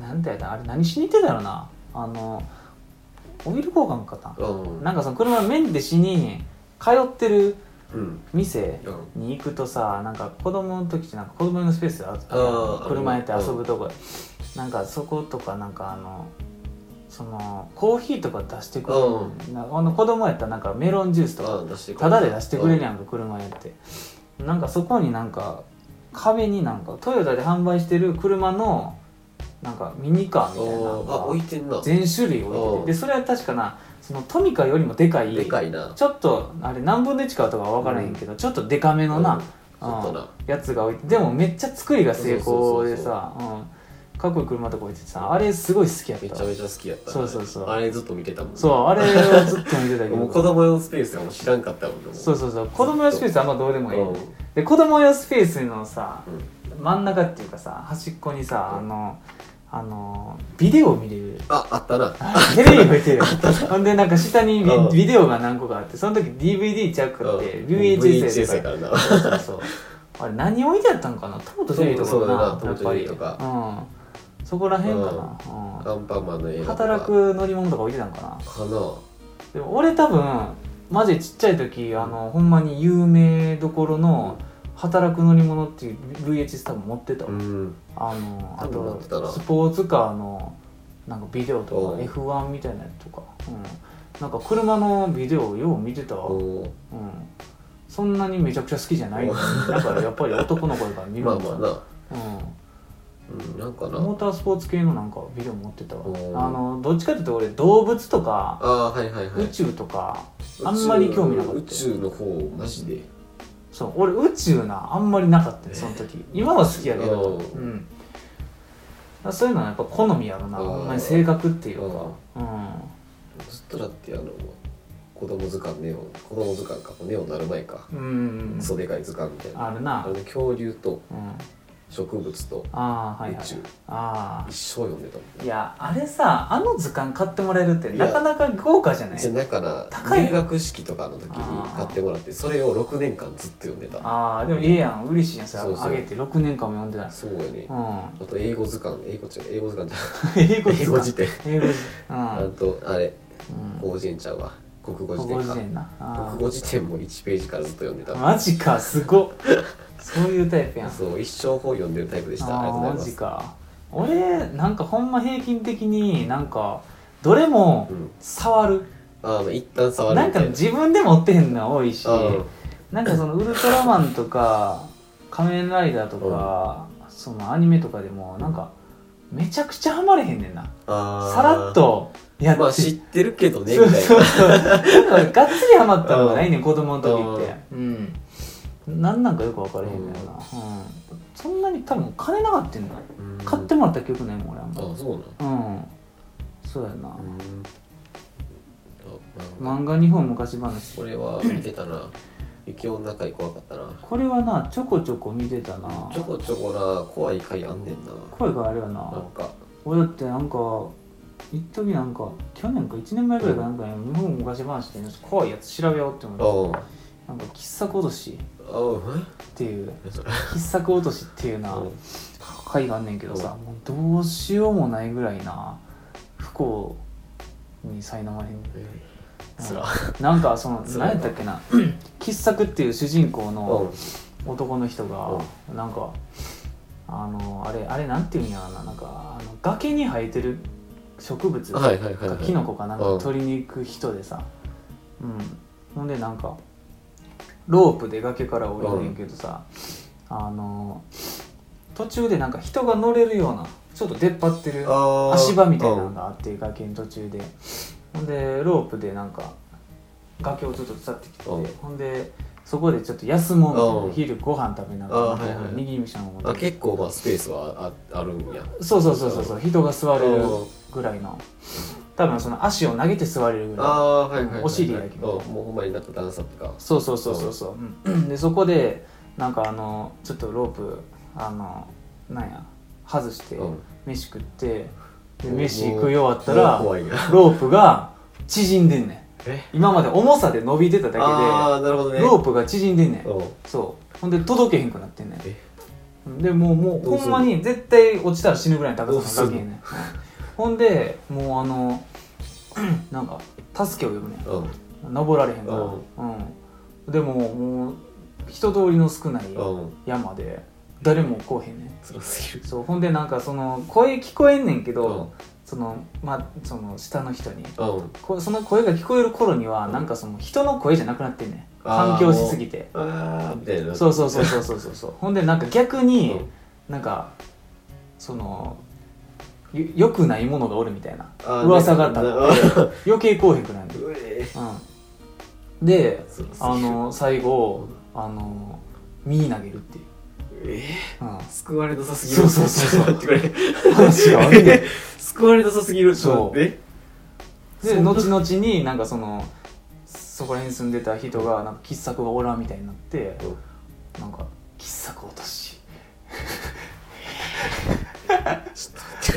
A: なんてやったんあれ何しに行ってたやろなあのオイル交換かな
B: うん
A: なんかその車メンテしに通ってる
B: うん
A: 店
B: うん
A: に行くとさなんか子供の時ってなんか子供のスペースあった
B: あー
A: 車やって遊ぶとこなんかそことかなんかあのそのコーヒーとか出してくれるなあの子供やったらなんかメロンジュースとか
B: あ出してくれ
A: タダで出してくれるやんか車やってなんかそこになんか壁になんかトヨタで販売してる車のなんかミニカー
B: あ
A: みたいなの
B: ーあ置い
A: が
B: てんな
A: 全種類置いて
B: うん
A: てでそれは確かなそのトミカよりもでかい
B: でかいな
A: ちょっとあれ何分の1かとかは分からへんけど、ちょっとデカめの
B: うん
A: な
B: ち、ょっとな
A: やつが置いてでもめっちゃ作りが成功で
B: そう
A: さうんかっこいい車とか置いててさあれすごい好きやっ
B: め
A: た
B: ちゃめちゃ好きやった
A: そうそうそう
B: あれずっと見てたもん
A: そうあれをずっと見てたけど
B: もう子供用スペースがもう知らんかったもんねも
A: そうそうそう子供用スペースあんまどうでもいい、
B: うん
A: で子供用スペースのさ
B: うん
A: 真ん中っていうかさ端っこにさあのあのビデオ見れる
B: ああったな
A: テレビ置いてるほんでなんか下にビ
B: うん
A: ビデオが何個かあってその時 DVD ちゃうくって
B: うん
A: VHS や
B: VHS や
A: か
B: かららな
A: そうそうそうあれ何置いてあったんかなトムとジェリーとかかな
B: そうそうだな
A: やっぱり
B: トムとジェリーと
A: うん、そこら辺かな、うん
B: アンパンマンの映画とか
A: 働く乗り物とか置いてたんかな
B: かな
A: でも俺多分マジでちっちゃい時あのほんまに有名どころの働く乗り物っていう VHS 多分持ってたわ、
B: うん
A: あのあ
B: 多分持
A: と
B: ってたな
A: スポーツカーのなんかビデオと
B: う
A: か
B: ん
A: F1 みたいなやつとか、うん、なんか車のビデオをよう見てたわ、うん、
B: おー
A: そんなにめちゃくちゃ好きじゃないなんかやっぱり男の子だから見る
B: まあ
A: んだ
B: まあ
A: な、
B: な、うん、なんか
A: うん、
B: な
A: モータースポーツ系のなんかビデオ持ってたわ
B: おー
A: あのどっちかっていうと俺動物とか
B: ああはいはいはい
A: 宇宙とかあんまり興味なかった
B: 宇宙の方マジで、
A: そう俺宇宙なあんまりなかったねその時今は好きやけど、
B: う
A: うん、だからそういうのはやっぱ好みやろな
B: うん
A: ほんまに性格っていうかうん
B: ずっとだってあの子供図鑑ネオン子供図鑑かネオンになる前か、
A: うん
B: クソでかい図鑑みたいな
A: ある
B: あ
A: な
B: れ、で恐竜と
A: うん、
B: 植物と
A: ああはいはい
B: 宇宙
A: あ
B: 一生読んでたもん
A: あいやあれさあの図鑑買ってもらえるって
B: いや
A: なかなか豪華じゃない
B: じゃあだから
A: 高い
B: 入学式とかの時に買ってもらってそれを6年間ずっと読んでた
A: ああでもいいやん嬉しいやんそれ
B: そうそう
A: あげて6年間も読んでない
B: そうやね
A: うん
B: あと英語図鑑英語じゃ英語図鑑じ
A: 英
B: ゃ
A: 語
B: ない英語
A: 辞
B: 辞典
A: 典英語辞
B: あ
A: 典
B: とあれ
A: うんうん
B: 法人ちゃうわ国語辞
A: 国語
B: 典
A: 辞
B: か
A: 典なあ
B: 国
A: ー
B: 語辞典も1ページからずっと読んでた
A: マジかすごっそういうタイプやん
B: そう一生本読んでるタイプでしたありがとうござ
A: あー
B: いま
A: マジ
B: す
A: か俺なんかほんま平均的になんかどれも
B: うん
A: 触る、
B: あの一旦触る
A: なん
B: みた
A: か
B: いな
A: 自分で持ってへんのは多いし、
B: うん
A: なんかそのウルトラマンとか仮面ライダーとか、そのアニメとかでもなんかめちゃくちゃハマれへんねんな
B: あー
A: さらっとやって、
B: まあ知ってるけどね
A: そ
B: み
A: う
B: たい
A: そう
B: な
A: そうなんかがっつりハマったのがないねん子供の時ってうんなんなんかよく分かれへんねんな、うんそんなに多分金なかったんだ
B: うん
A: 買ってもらった記憶ないもん俺あんま
B: あそ
A: う
B: う
A: んそうやな
B: なのうんあまあ
A: 漫画日本昔話
B: これは見てたな雪女会怖かったな
A: これはなちょこちょこ見てたな
B: ちょこちょこな怖い回あんねんな
A: 声があるよ
B: な
A: なん
B: か
A: 俺だってなんか一時なんか去年か1年前ぐらいかなんかね日本昔話って怖いやつ調べようって思って
B: うんあ
A: なんか喫茶落とし
B: あ
A: って いう
B: えそれ
A: 喫茶落としっていうな
B: う
A: 回があんねんけどさもうどうしようもないぐらいな不幸に苛まれん
B: ん
A: うん
B: つら
A: なんか その
B: 辛い
A: 何やったっけな 喫茶くっていう主人公の男の人がなんかあのあれあれなんていうんやろななんかあの崖に生えてる植物
B: うん
A: か
B: はいはいはいはい
A: キノコかなん
B: う
A: か
B: ん
A: 取りに行く人でさうんほんでなんかロープで崖から降りるんやけどさあの途中でなんか人が乗れるようなちょっと出っ張ってる
B: あー
A: 足場みたいなのがあって崖の途中でほんでロープでなんか崖をずっと伝ってきて
B: うん
A: ほんでそこでちょっと休もうみ
B: う
A: たい
B: ん
A: な昼ご飯食べなが
B: あ
A: ら
B: ーはいはい
A: 握り飯の
B: うんあ結構まあスペースはああるんや
A: そうそうそうそうそう人が座れる
B: うん
A: ぐらいの多分その足を投げて座れるぐらいの
B: ああーはいはいはいはい
A: お尻やけ
B: うん
A: ど
B: もうほんまになんか段差とか
A: そうそうそうそうそう、うんでそこでなんかあのちょっとロープあのなんや外して
B: うん
A: 飯食ってで
B: うん
A: 飯食い終わったら
B: うん怖いな
A: ロープが縮んでんねん
B: え
A: 今まで重さで伸びてただけで
B: ああなるほどね
A: ロープが縮んでんねん
B: うん
A: そうほんで届けへんくなってんね
B: え
A: んでもうも
B: どう
A: うほ
B: する
A: んまに絶対落ちたら死ぬぐらいの
B: ど
A: 高
B: うす
A: さ
B: る
A: の崖やねんほんでもうあのなんか助けを呼ぶねん
B: うん
A: 登られへんから
B: うん
A: うんでももう人通りの少ない
B: うん
A: 山で誰も来おへんねん
B: 辛すぎる
A: そうほんでなんかその声聞こえんねんけど、
B: うん
A: そのまあその下の人に
B: うん
A: こその声が聞こえる頃にはなんかその人の声じゃなくなってんねん
B: あー
A: 反響しすぎて
B: ああみたいな
A: そうそうそうそうそうそうそうほんでなんか逆に、
B: うん
A: なんかそのよ良くないものがおるみたいな
B: あー
A: 噂が立
B: なんかなん
A: っ
B: か
A: て余計こうへんくなる、
B: うえ
A: うん、で
B: そうそう
A: あの最後あの身投げるっていう、
B: え
A: うん、
B: 救われなさすぎる
A: そうそうそうそう
B: ちょっと待ってくれ
A: 話があるね
B: 救われなさすぎる
A: そう
B: え
A: で
B: そんな
A: 後々になんかそのそこら辺住んでた人がなんか喫茶子がおらんみたいになってなんか喫茶子落とし
B: ちょっと待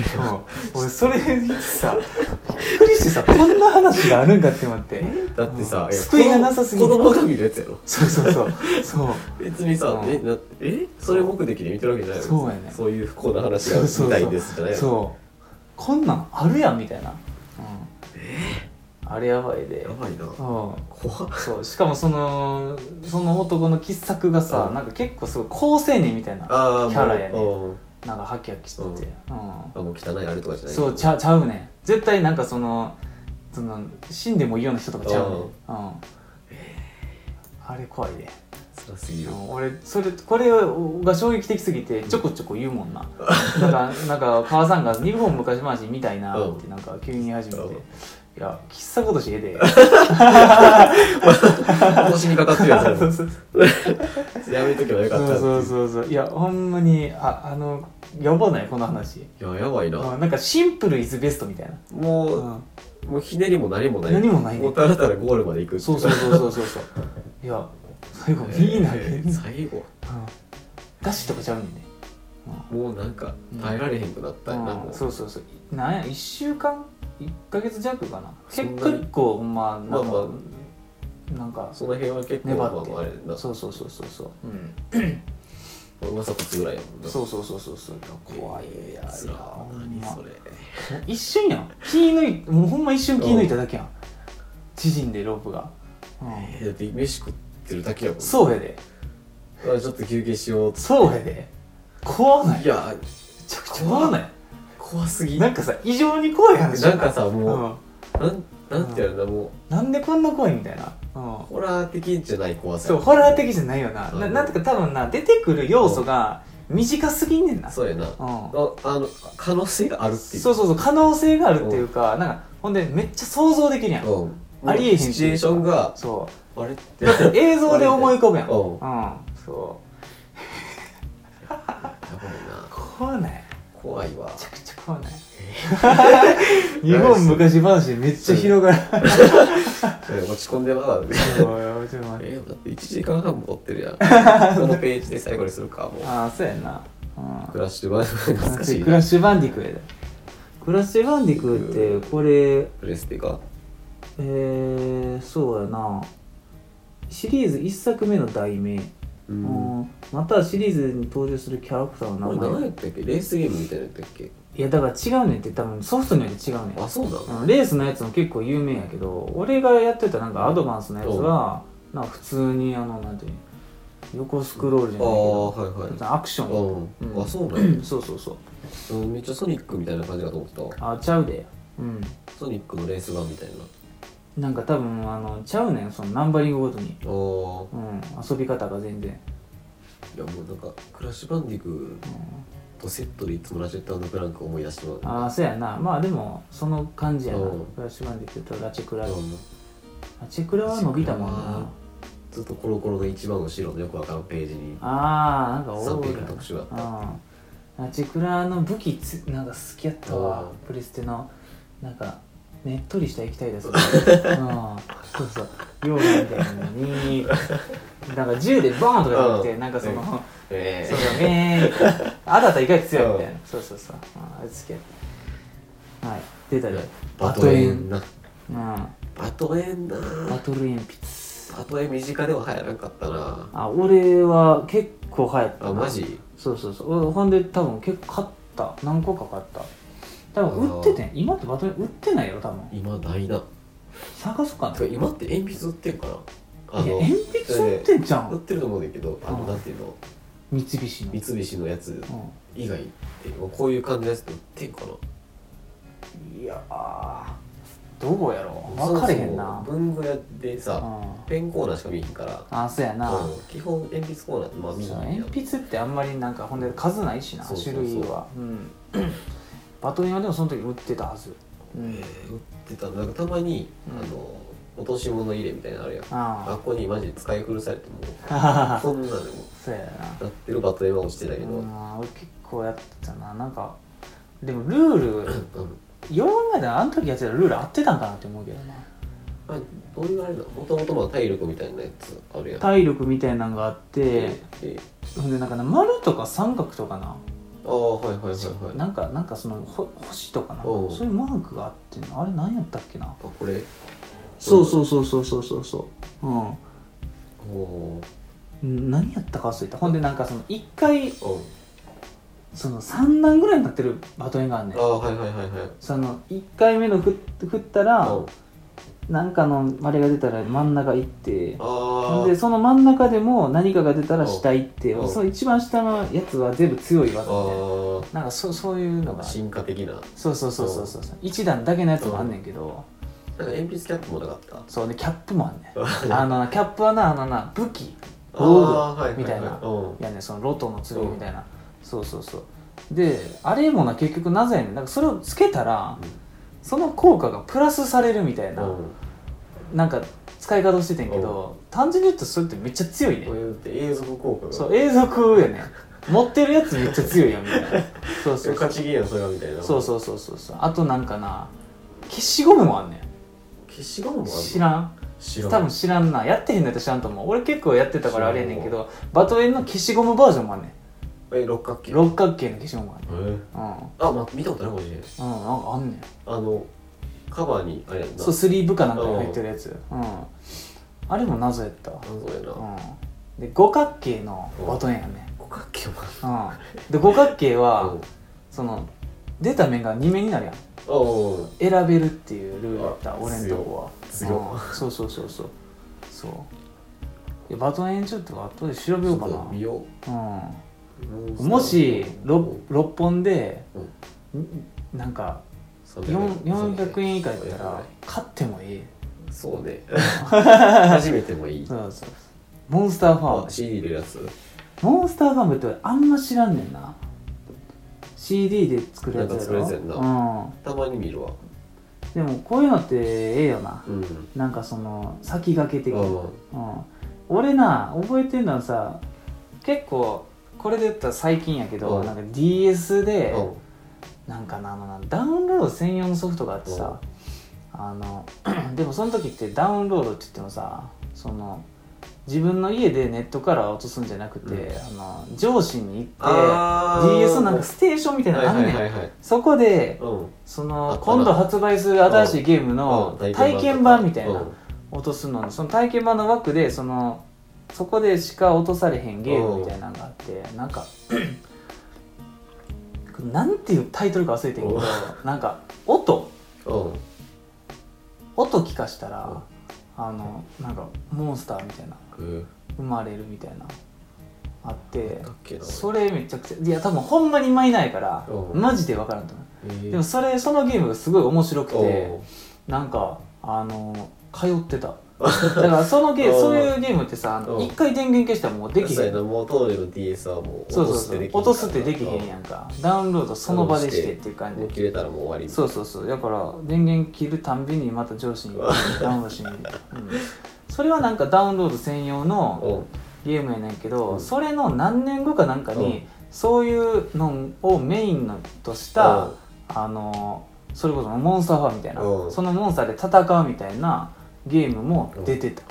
B: ってくれよ
A: 俺それ さびっくりしてさこんな話があるんかって思って
B: だってさ
A: うん
B: いや
A: 救いがなさすぎる
B: 子供が見るやつやろ
A: そうそうそうそう
B: 別にさ
A: うん
B: えなえそれ目的で見てるわけじゃないの
A: そうやね
B: そういう不幸な話が見たいですじゃないの
A: そうこんなんあるやんみたいな、うん、あれやばいで
B: やばいな
A: うん
B: 怖っ
A: そうしかもそのその男の喫茶くがさ、
B: うん
A: なんか結構すごい好青年みたいな
B: ああ
A: キャラやね
B: もう
A: なんかハキハキしてて、うん
B: あもう汚いあれとかじゃない
A: そうちゃちゃうねん絶対なんかそのその死んでもいいような人とかちゃうねん、う
B: う
A: んん、あれ怖いで、
B: 辛すぎ
A: う
B: る
A: ん俺それこれが衝撃的すぎてちょこちょこ言うもんななんかなんか母さんが「日本昔話みたいな」ってなんか急に言い始めて
B: うん
A: 「いや喫茶ことしええで」
B: 今年にかかってるや
A: そうそう
B: つやめとけばよかったってい
A: そうそうそういやほんまにああのやばないこの話、
B: いややばいな、
A: うんなんかシンプルイズベストみたいな、
B: も
A: う
B: うんもうひねりも何もない
A: 何もないね
B: もうたらたらゴールまで行く
A: そうそうそうそうそうそういや最後いいな、
B: えー最後
A: うんガシとかちゃうんで、
B: もうなんか耐えられへんくなったよな、
A: うん
B: もう
A: そうそうそうなんや1週間1ヶ月弱かな結
B: そんなに
A: 結構ほんまなんか、
B: まあま
A: なんか
B: その辺は結構まあ
A: 粘って
B: まああれだ
A: そうそうそうそうそう、うん、
B: まさこつぐらいやもんな
A: そうそうそうそうそう怖いや
B: つら
A: ほん
B: 何
A: ま
B: そ
A: も
B: れ
A: う一瞬やん気抜いもうほんま一瞬気抜いただけやん縮んでロープが、うん、
B: えだって飯食ってるだけやもん
A: そうやで
B: あちょっと休憩しようっつ
A: そうやで怖ない
B: いや
A: めちゃくちゃ怖ない
B: 怖すぎ
A: なんかさ異常に怖い話
B: なんか
A: さ、
B: さも
A: ん、
B: う、なんなんてやるんだも
A: なんでこんな怖いみたいな、うん
B: う、ホラー的じゃない怖さ
A: そうホラー的じゃないよな、
B: うん
A: ななんとか多分な出てくる要素が短すぎんねんな、
B: そうやな、
A: う
B: あ
A: ん、
B: あの可能性があるっていう
A: そうそうそう可能性があるっていうか、なんかほんでめっちゃ想像できるやん、
B: うん
A: ありえへんし
B: シチュエーションが
A: そ
B: あれって
A: うだって映像で思い浮かぶやん、
B: う
A: うんんそう
B: やばいな
A: 怖ないめ
B: 怖いわ
A: ちゃくちゃ怖 ない日本昔話でめっちゃ広がる
B: え落ち込んでま だ
A: そうちょっと待って
B: えだって1時間半も撮って るやんこのページで最後にするかもう
A: ああそうやんな、うん
B: クラッシュバン懐かしい
A: クラ
B: な
A: ッシュバンディクーやでクラッシュバンディクーってこれ
B: プレステか
A: えー、そうやなシリーズ1作目の題名、
B: う
A: うんん、またはシリーズに登場するキャラクター
B: こ
A: の
B: れ
A: 名
B: 何
A: 前
B: やったっけレースゲームみたいなやったっけ
A: いやだから違うねんって多分ソフトによって違うねん
B: あそうなの
A: うんレースのやつも結構有名やけど俺がやってたなんかアドバンスのやつはなんか普通にあのなんていうの横スクロールじゃないけ
B: ああ
A: ど
B: はいは
A: ア
B: い
A: クション
B: うん
A: うん
B: あそうなの
A: そうそうそう
B: うんめっちゃソニックみたいな感じかと思ってたわ
A: あちゃうでうん
B: ソニックのレース版みたいな
A: なんか多分あのちゃうねんそのナンバリングごとに、
B: あー
A: うん、遊び方が全然、
B: いやもうなんかクラッシュバンディク
A: うん、
B: とセットでいつもラジェットクランクを思い出してもらう
A: ああそうやなまあでもその感じやな
B: うん
A: フラッシュバンディクーとラチェクラ
B: う
A: ラ
B: ん
A: チェクラは伸びたもん
B: ラチェ
A: な
B: ずっとコロコロの一番後ろのよくわからんページに
A: ああなんか
B: 3
A: 多
B: ペ
A: い
B: ージの特集があっ
A: う
B: た
A: ん、ラチェクラの武器つなんか好きやったわ
B: うん
A: プレステのなんかねっとりした液体 です、それうん、そうそう溶岩みたいなのになんか銃でバーンとかじゃなくて、
B: うん
A: なんかその、
B: え
A: そう
B: え
A: だねーあなた意外と強いみたいなそうそうそうああれ好きやったはい出たで
B: バトエンな
A: うんバ
B: バトエンな
A: トル鉛筆
B: バトエン身近では流行らんかったな
A: あ俺は結構流行ったな
B: あマジ
A: そうそうそうおほんで多分結構買った何個か買った多分売っててん今ってバトル売ってないよ多分
B: 今ないな
A: 探そうかな
B: てか今って鉛筆売ってんかなあ
A: いや
B: の
A: 鉛筆売ってんじゃ
B: 売っ
A: ん
B: てると思うねんだけどあの
A: うん
B: なんていうの
A: 三菱の
B: 三菱のやつ
A: う
B: 以外ってこういう感じのやつって売ってんかなん
A: いやーどこやろ分かれへんな
B: そうそう文具屋で
A: う
B: さ
A: ん
B: ペンコーナーしか見えへんから
A: あそうやな、
B: うん基本鉛筆コーナーってまあ見
A: そう
B: ないやん
A: 鉛筆ってあんまりなんかほんで数ないしな
B: そうそう
A: 種
B: そう
A: 類はうん バトンはでもその時売ってたはずうん
B: えー売ってたなんかたまに、
A: うん
B: あの落とし物入れみたいなのあるやんあ
A: あ
B: っこにマジで使い古されても
A: あ
B: そんなのも
A: そうやな
B: なってるバトルは落ちてたけど、 うん
A: うん俺結構やってたななんかでもルールよう考えたらあの時やってたルール合ってたんかなって思うけどな
B: あどういうあれだもともとまあ体力みたいなやつあるやん
A: 体力みたいなのがあって
B: でで
A: ほんでなんかな丸とか三角とかな
B: ああはいはいはいはい
A: なんかなんかそのほ星とかな
B: おう
A: そういうマークがあってんのあれ何やったっけな
B: あこれ
A: そうそうそうそうそうそうそううん
B: おお
A: うん何やったか忘れたほんでなんかその1回
B: ーうん
A: その3段ぐらいになってるバトンがあんねん
B: ああはいはいはいはい
A: その1回目の振っ振ったら
B: うん
A: なんかのあれが出たら真ん中行って
B: あ
A: でその真ん中でも何かが出たら下行って
B: うん
A: その一番下のやつは全部強い技みたいな
B: あ
A: なんかそそういうのが
B: 進化的ななんか
A: そうそうそうそうそう一段だけのやつもあんねんけど
B: 鉛筆キャップもなかった
A: そうでキャップもあんねん
B: あ
A: あのなキャップはなあのな武器
B: あーはい
A: みたいな
B: ははうん
A: やねんそのロトの剣みたいなそうそうそうであれもな結局なぜやねんなんかそれをつけたらその効果がプラスされるみたいな
B: うん
A: なんか使い方しててんけど単純に言うとそれってめっちゃ強いね
B: こういうのって永続効果が
A: そう永続やね持ってるやつめっちゃ強いよみたいなそう そうそ
B: 勝
A: う
B: ちゲーやんそれはみたいな
A: そうそうそうそうそうあとなんかな消しゴムもあんねん
B: 消しゴムもあるの
A: 知らん
B: 知
A: 多
B: らん
A: 分知らんなやってへんのやったら知らんと思う俺結構やってたからあれやねんけどバトエンの消しゴムバージョンもあんねん
B: え六角形
A: 六角形の消しゴムもあんね
B: えー
A: ん
B: あま見たことないかもしれない
A: うんうんなんかあんねん
B: あのカバーにあれやんな
A: そうスリーブかなんかに入ってるやつうんあれも謎やったわ
B: あそうやな
A: うんで五角形のバトエンやね
B: 五角形も
A: んうんで五角形
B: あ
A: は
B: る
A: その出た面が2面になるやん
B: あおう
A: 選べるっていうルールだった
B: あ
A: 俺んとこは
B: 強い強
A: うんそうそうそうそうそういやバトン延長とか後で調べよ
B: ちょ
A: う
B: っ
A: か
B: と見よ
A: な、う、
B: うん
A: もし 6,
B: う
A: 六本で、、
B: うん
A: なんか
B: そうだね
A: 4 400円以下やった
B: そうだ
A: ら
B: ね
A: 買ってもいい
B: そうね初めてもいい
A: そうそうモンスターファ
B: あ
A: ーム
B: CD 入れるやつ
A: モンスターファームって俺あんま知らんねんな CD で作るやつやろ
B: なんか作るやつやんたまに見るわ
A: うん、でもこういうのってええよな
B: うん
A: なんかその先駆け的な
B: うん
A: うん、俺な覚えてるのはさ結構これで言ったら最近やけど、
B: うん
A: なんか DS で、
B: うん
A: なんかなあのなダウンロード専用のソフトがあってさ、あの でもその時ってダウンロードって言ってもさその自分の家でネットから落とすんじゃなくて、
B: うん
A: あの上司に行って
B: あー
A: DS のなんかステーションみたいなのあんねん、
B: はいはいはいはい
A: そこで
B: うん
A: そ
B: あっ
A: の
B: たな
A: 今度発売する新しいゲームの
B: うん
A: 体験版みたいな、
B: うん
A: 落とすのにその体験版の枠でそのそこでしか落とされへんゲームみたいなのがあってなんか なんていうタイトルか忘れてんけど
B: おう
A: なんか音
B: うん
A: 音聞かしたらあのなんかモンスターみたいな
B: うん
A: 生まれるみたいなあって
B: だっけな
A: それめちゃくちゃいや多分ほんまに今いないから
B: おう
A: マジで分からんと思
B: えー
A: うでもそれそのゲームがすごい面白くて
B: おう
A: なんかあの通ってただからそのゲーム そういうゲームってさあの
B: うん
A: 一回電源消したらもうでき
B: そう
A: へ
B: や
A: ん
B: なもう当時の DS はもう
A: そうそ
B: 落
A: う
B: とすっ
A: そ
B: て
A: う
B: でき
A: 落とすってできへんや
B: ん
A: んかダウンロードその場でしてっていう感
B: もう
A: じ
B: 切れたらもう終わり
A: そうそうそうだから電源切るたんびにまた上 司に
B: うわ
A: ダウンロードしに行く、うん、それはなんかダウンロード専用の
B: うん
A: ゲームやねんけ
B: う
A: ど
B: ん
A: それの何年後かなんか
B: う
A: にそういうのをメインのとした、
B: うん
A: あのそれこそモンスターファーみたいな、
B: うん
A: そのモンスターで戦うみたいなゲームも出てた、
B: あ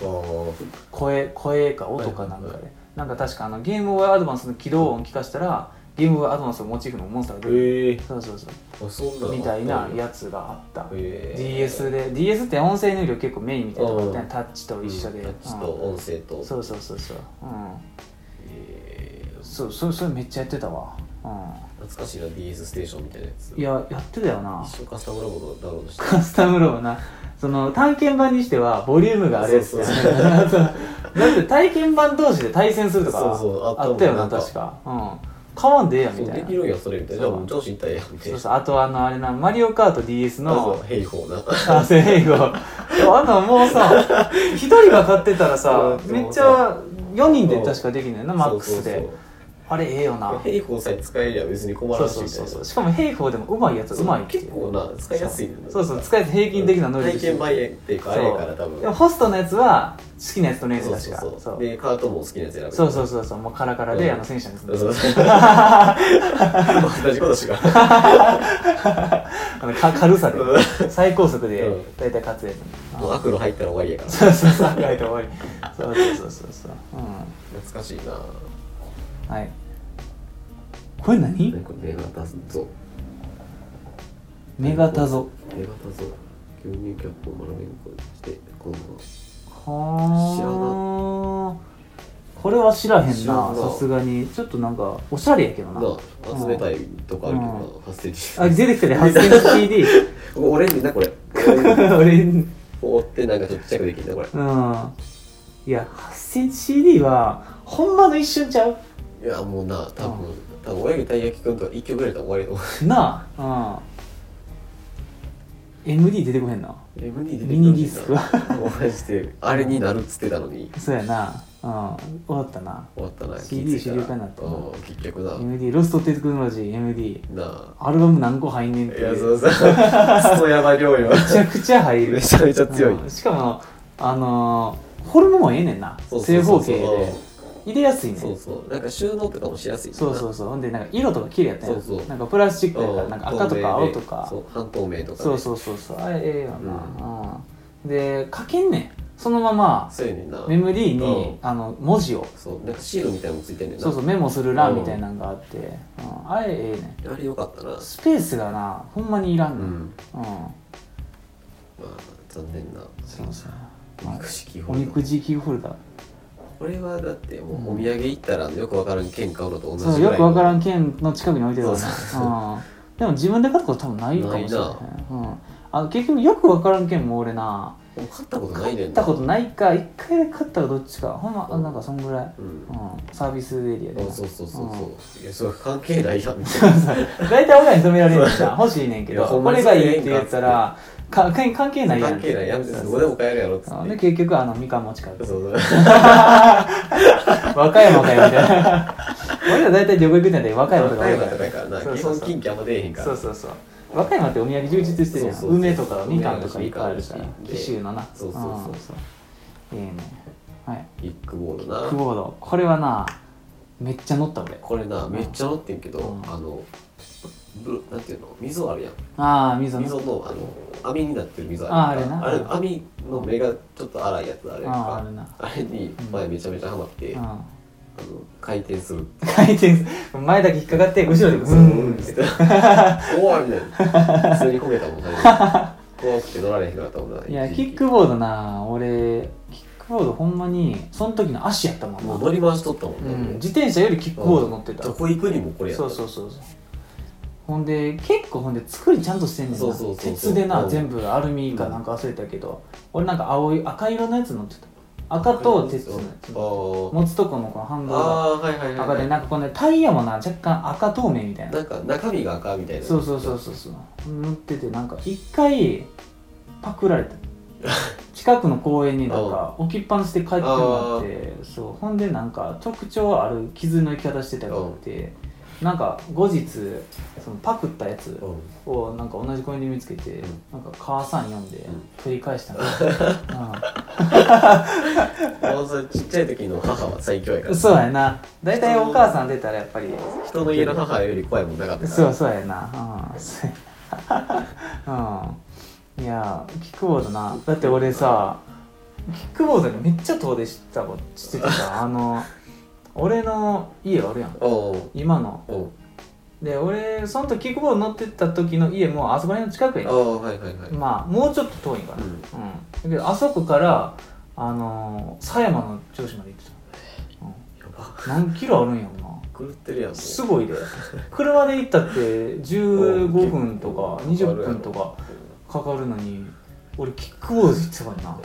A: 声声か音かなんかで、
B: はいはいは
A: なんか確かあのゲームボーイアドバンスの起動音聞かしたらゲームボーイアドバンスをモチーフのモンスターが出てる、
B: ええ
A: そうそうそ
B: あそんな
A: う
B: の
A: みたいなやつがあった、
B: ええ
A: DS で DS って音声入力結構メインみたいなとこあったやん
B: うん
A: タッチと一緒で、
B: うんタッチと音声と
A: うんそうそうそうそううん
B: ええ
A: そうそれそれめっちゃやってたわう
B: 懐かしいな DS ステーションみたいなやつ
A: んいややってたよな
B: 一生カスタムロボットダウンロードして
A: カスタムロボなその探検版にしてはボリュームがあるやつだよねそう だって体験版同士で対戦するとか
B: そうそうあったもん
A: あったよな
B: なんか
A: 確かうん買わんでええやん
B: そ
A: み
B: う
A: たい
B: で
A: な
B: きるんやそれみたいな
A: そう
B: じゃあもう上司行ったらええやんみたい
A: そ
B: な
A: うそうあとあのあれなマリオカート DS の
B: あそうヘイホーな
A: あセイゴあんなもうさ一人が買ってたらさ
B: そう
A: めっちゃ4人で確かできんねんなマックス
B: そう
A: で
B: そう
A: あれええよ
B: そう
A: な
B: ヘイホーさえ使えりゃ別に困
A: そ
B: ら
A: うん
B: し
A: そう
B: みたい
A: そう
B: な
A: そうしかも平方でもうまいやつうまいってい
B: 結
A: う
B: 構な使いやすいねんな
A: そうそう使えて平均的な能力
B: 体験版やっていうかあれやから多分
A: でもホストのやつは好きなやつとのやつ
B: そう
A: 確
B: そう
A: か
B: そう
A: そう
B: でカートも好きなやつ選べる
A: そうそうそうそうもうカラカラで
B: うん
A: あの戦車にす
B: そう
A: る
B: そうそう 同じことしか
A: あのか軽さで
B: う
A: 最高速で
B: うん
A: 大体勝つやつあ
B: もう悪路入ったら終わりやから
A: そうそうそう大体終わりそうそうそうそうう
B: 懐かしいなん
A: はいこれ何
B: なんか目が立つぞ
A: 目型ぞ
B: 目が立つぞ牛乳キャップを丸めることにして今後知ら
A: はあこれは知らへん
B: 知ら
A: なん
B: な
A: さすがにちょっとなんかおしゃれやけどな
B: なあ集めたいとかあるけどな発生
A: あ出てきたね8000 CD
B: オレンジなこれ
A: 俺
B: こうってなんかちょっとチェックできるねこれ
A: うんいや 8cmCD はほんまの一瞬ちゃう
B: いやもうな多分多分親指たい焼きくんとか1曲ぐらいで終わりと思う
A: なあ、うん、MD 出てこへんな
B: MD 出て
A: ミニディスク
B: マジであれになるっつってたのに
A: そうやな、うん、終わったな
B: 終わったな
A: CD
B: 気づいたら
A: 主流化になったな
B: うん結局な
A: MD ロストテクノロジー MD
B: な
A: アルバム何個入んねんっ
B: あ
A: て
B: いやそう そうそうやば量よ
A: めちゃくちゃ入る
B: めちゃめちゃ強い
A: うんしかもあのー、フォルムもええねんな
B: そうそ
A: 正
B: うそ
A: 方
B: う
A: 形で入れやすいねん
B: そうそうなんか収納とかもしやすいしな
A: そうそうそうほんでなんか色とか綺麗やったやん
B: そうそう
A: なんかプラスチックやから
B: うん
A: なんか赤とか
B: 透明
A: 青
B: で
A: とか
B: そう半透明とかね
A: そうそうそうそうあれええよな、うんで書けんねんそのまま
B: そうやねんな
A: メモリーに、
B: うん
A: あの文字を
B: そうなんかシールみたいなのもついてんねんな
A: そうそうメモする欄みたいなのがあって、うんあれええねん
B: あれよかったな
A: スペースがなほんまにいら
B: うん
A: ねん、
B: ん
A: うん
B: まあ残念な
A: そうそう
B: おみくじキーホ
A: お
B: ル
A: み
B: ダー
A: くじキーホルダー
B: これはだってもうお土産行ったらよくわからん券買うのと同じ
A: そ
B: ぐらいう
A: よくわからん県の近くに置いてるわね
B: そうそう
A: うん、でも自分で買ったこと多分ないかもしれない
B: ないな
A: うん、あの結局よくわからん県も俺な
B: 買ったことないねん
A: 買ったことないか一回買ったらどっちかほんまあ
B: うん
A: なんかそんぐらい、
B: うん
A: うん、サービスエリアで
B: あそうそうそうそういやそれ関係ないやんみたい
A: 大体俺らに止められるじゃん欲しいねんけ
B: い
A: ど
B: やほん
A: こ
B: まに
A: れ
B: そ
A: が
B: れ
A: い
B: で
A: いって言ったらか関関係ない
B: な
A: やん
B: 関係ないやん
A: そう
B: ど
A: そう
B: こでも買えるやろっつっ
A: うんで
B: て
A: 結局あのみかん持ち帰って
B: そうそう
A: 和歌山かよみたいな俺ら大体旅行行くんだよ和歌山とか
B: 高
A: 多い
B: い
A: か
B: から高いからな
A: そう
B: 基
A: そう
B: 本
A: そう
B: 金券あんま出えへんから
A: そうそうそう和歌山ってお土産充実してるやん
B: そうそうそう
A: 梅とかみかんとかいっぱいあるから
B: みかんで
A: 紀州のな
B: そうそうそうん
A: いいねはい
B: ビッグボール
A: キック
B: な
A: ボードこれはなめっちゃ乗った俺
B: これなめっちゃ乗ってんけど、
A: うん
B: あのブなんていうの溝あるやん
A: ああ溝
B: 溝
A: の
B: のあの網になってる溝
A: ああ
B: あ
A: れ
B: るや
A: な
B: んかあれ網の目がちょっと荒いやつあるやん
A: あああ
B: か
A: るな
B: あれに前めちゃめちゃハマって、
A: う
B: あの
A: ん
B: 回転する
A: 回転す前だけ引っかかって後ろでブーン って
B: て。おいみたいな。普通に焦げ たもん、最初怖くて乗られへんかったもんな。
A: いや
B: 一
A: キ
B: 時期
A: ックボードな俺キックボードほんまにその時の足やったもんな
B: もう乗り回しとったもん
A: う
B: ね。
A: ん
B: もう
A: 自転車よりキックボード乗ってた
B: どこ行くにもこれやっ
A: そ
B: た。
A: うそうそうそうほんで結構ほんで作りちゃんとしてんねんな
B: そうそうそうそう
A: 鉄でな、
B: うん
A: 全部アルミかなんか忘れたけど、俺なんか青い赤色のやつ乗ってた赤と鉄のやつ
B: あ
A: 持つとこのこのハンドルが
B: あ。ああ、はいはいはい。
A: 赤でなんかこの、ね、タイヤもな若干赤透明みたいな
B: なんか中身が赤みたいな。
A: そうそうそうそうそう乗っててなんか一回パクられた 近くの公園になんか置きっぱなしで帰ってもらってそうほんでなんか特徴ある傷の生き方してたりってなんか後日そのパクったやつ
B: うん。
A: をなんか同じ公園で見つけて、
B: うん
A: なんか母さん読んで
B: うん
A: 取り返した の、
B: ああ、それちっちゃい時の母は最強やか
A: うん
B: ら。
A: そうやな大体お母さん出たらやっぱり
B: 人の家の母より怖いもんなかったから。
A: そうそうやなうんそうやうんいやキックボードなだって俺さキックボードにめっちゃ遠出してたことしててさあの俺の家あるやん
B: おう
A: 今の
B: おう
A: で俺その時キックボード乗ってった時の家もあそこら辺の近くや
B: あ
A: ん
B: あ、はいはいはい。
A: まあもうちょっと遠いんか
B: う
A: なうん
B: ん。
A: だけどあそこからあのー狭山の上司まで行って
B: やば。
A: た何キロあるんやろな
B: 狂ってるやん、もう。
A: すごいで車で行ったって15分とか
B: うん結構
A: 20分とかかかるのに俺キックボード行ってたからな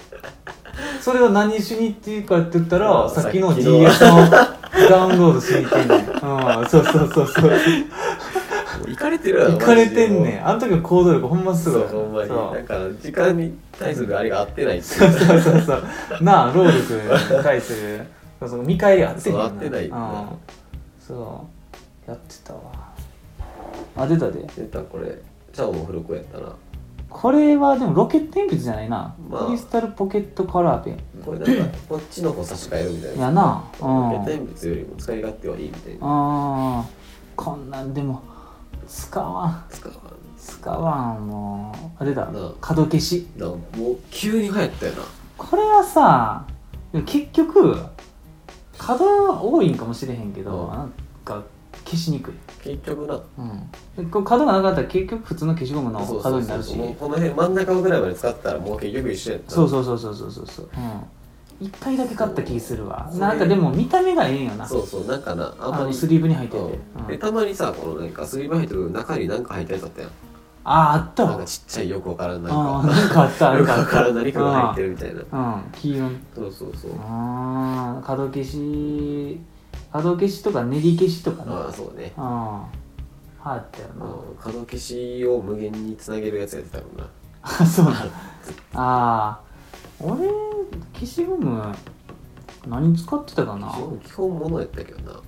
A: それは何しに行っていうかって言った
B: う
A: ら
B: ん
A: さっきの
B: さっき
A: GS
B: の
A: のダウンロードしに行ってんねん、うん、そうそうそう そう
B: もう行かれてるやろ
A: 行かれてん
B: マジ
A: ね
B: で
A: んあの時の行動力ほんます
B: そ
A: ご
B: う
A: い
B: ほんまに
A: そ
B: な
A: うん
B: か時間に対するあれが合ってないって
A: そ
B: いうう
A: そうそうそうなあ労力に対するそうそう見返り合ってへん
B: そう合ってないよな
A: うん、そうやってたわあ出たで
B: 出たこれチャオも古くやったな
A: これはでもロケット鉛筆じゃないな、
B: まあ
A: クリスタルポケットカラーペン
B: これな んかこっちの方差し替えるみたいな
A: やなう
B: ロ
A: ん
B: ケ天物よりも使い勝手はいいみたいな
A: あーこんなんでも使わん
B: 使わ
A: 使わんもうあれだ
B: うん
A: 角消し
B: んなもう急に流行ったよな
A: これはさでも結局角は多いんかもしれへんけど、
B: うん
A: なんか消しにくい、
B: 結局な
A: うん、でこう角がなかったら結局普通の消しゴムの
B: そうそ
A: 角
B: う
A: にな
B: そう
A: るし
B: もうこの辺真ん中ぐらいまで使ったらもう結局一緒やった
A: そうそうそうそうそうそうそううん一回だけ買った気するわ
B: そう
A: なんかでも見た目がええんよな
B: そうそうなんかなあ
A: あ
B: んま
A: の
B: り
A: スリーブに入ってて、
B: うん
A: うん
B: でたまにさこのなんかスリーブ入ってる中に何か入ったやつあったやん
A: あああった
B: なん
A: わ
B: かちっちゃいよくわからん
A: あ
B: なん
A: ー
B: か
A: なんかあったなん
B: よく
A: かあ
B: わ
A: っ
B: から
A: た
B: ん何かが入ってるみたいな
A: うん黄色の
B: そうそうそう
A: ああ角消し角消しとか練り消しとかね
B: ああそうね
A: あああったよ
B: あ
A: な
B: の角消しを無限につなげるやつやってたもんな
A: あ そうなのああ俺消しゴム何使ってたかな
B: 基本基本物やったけどなや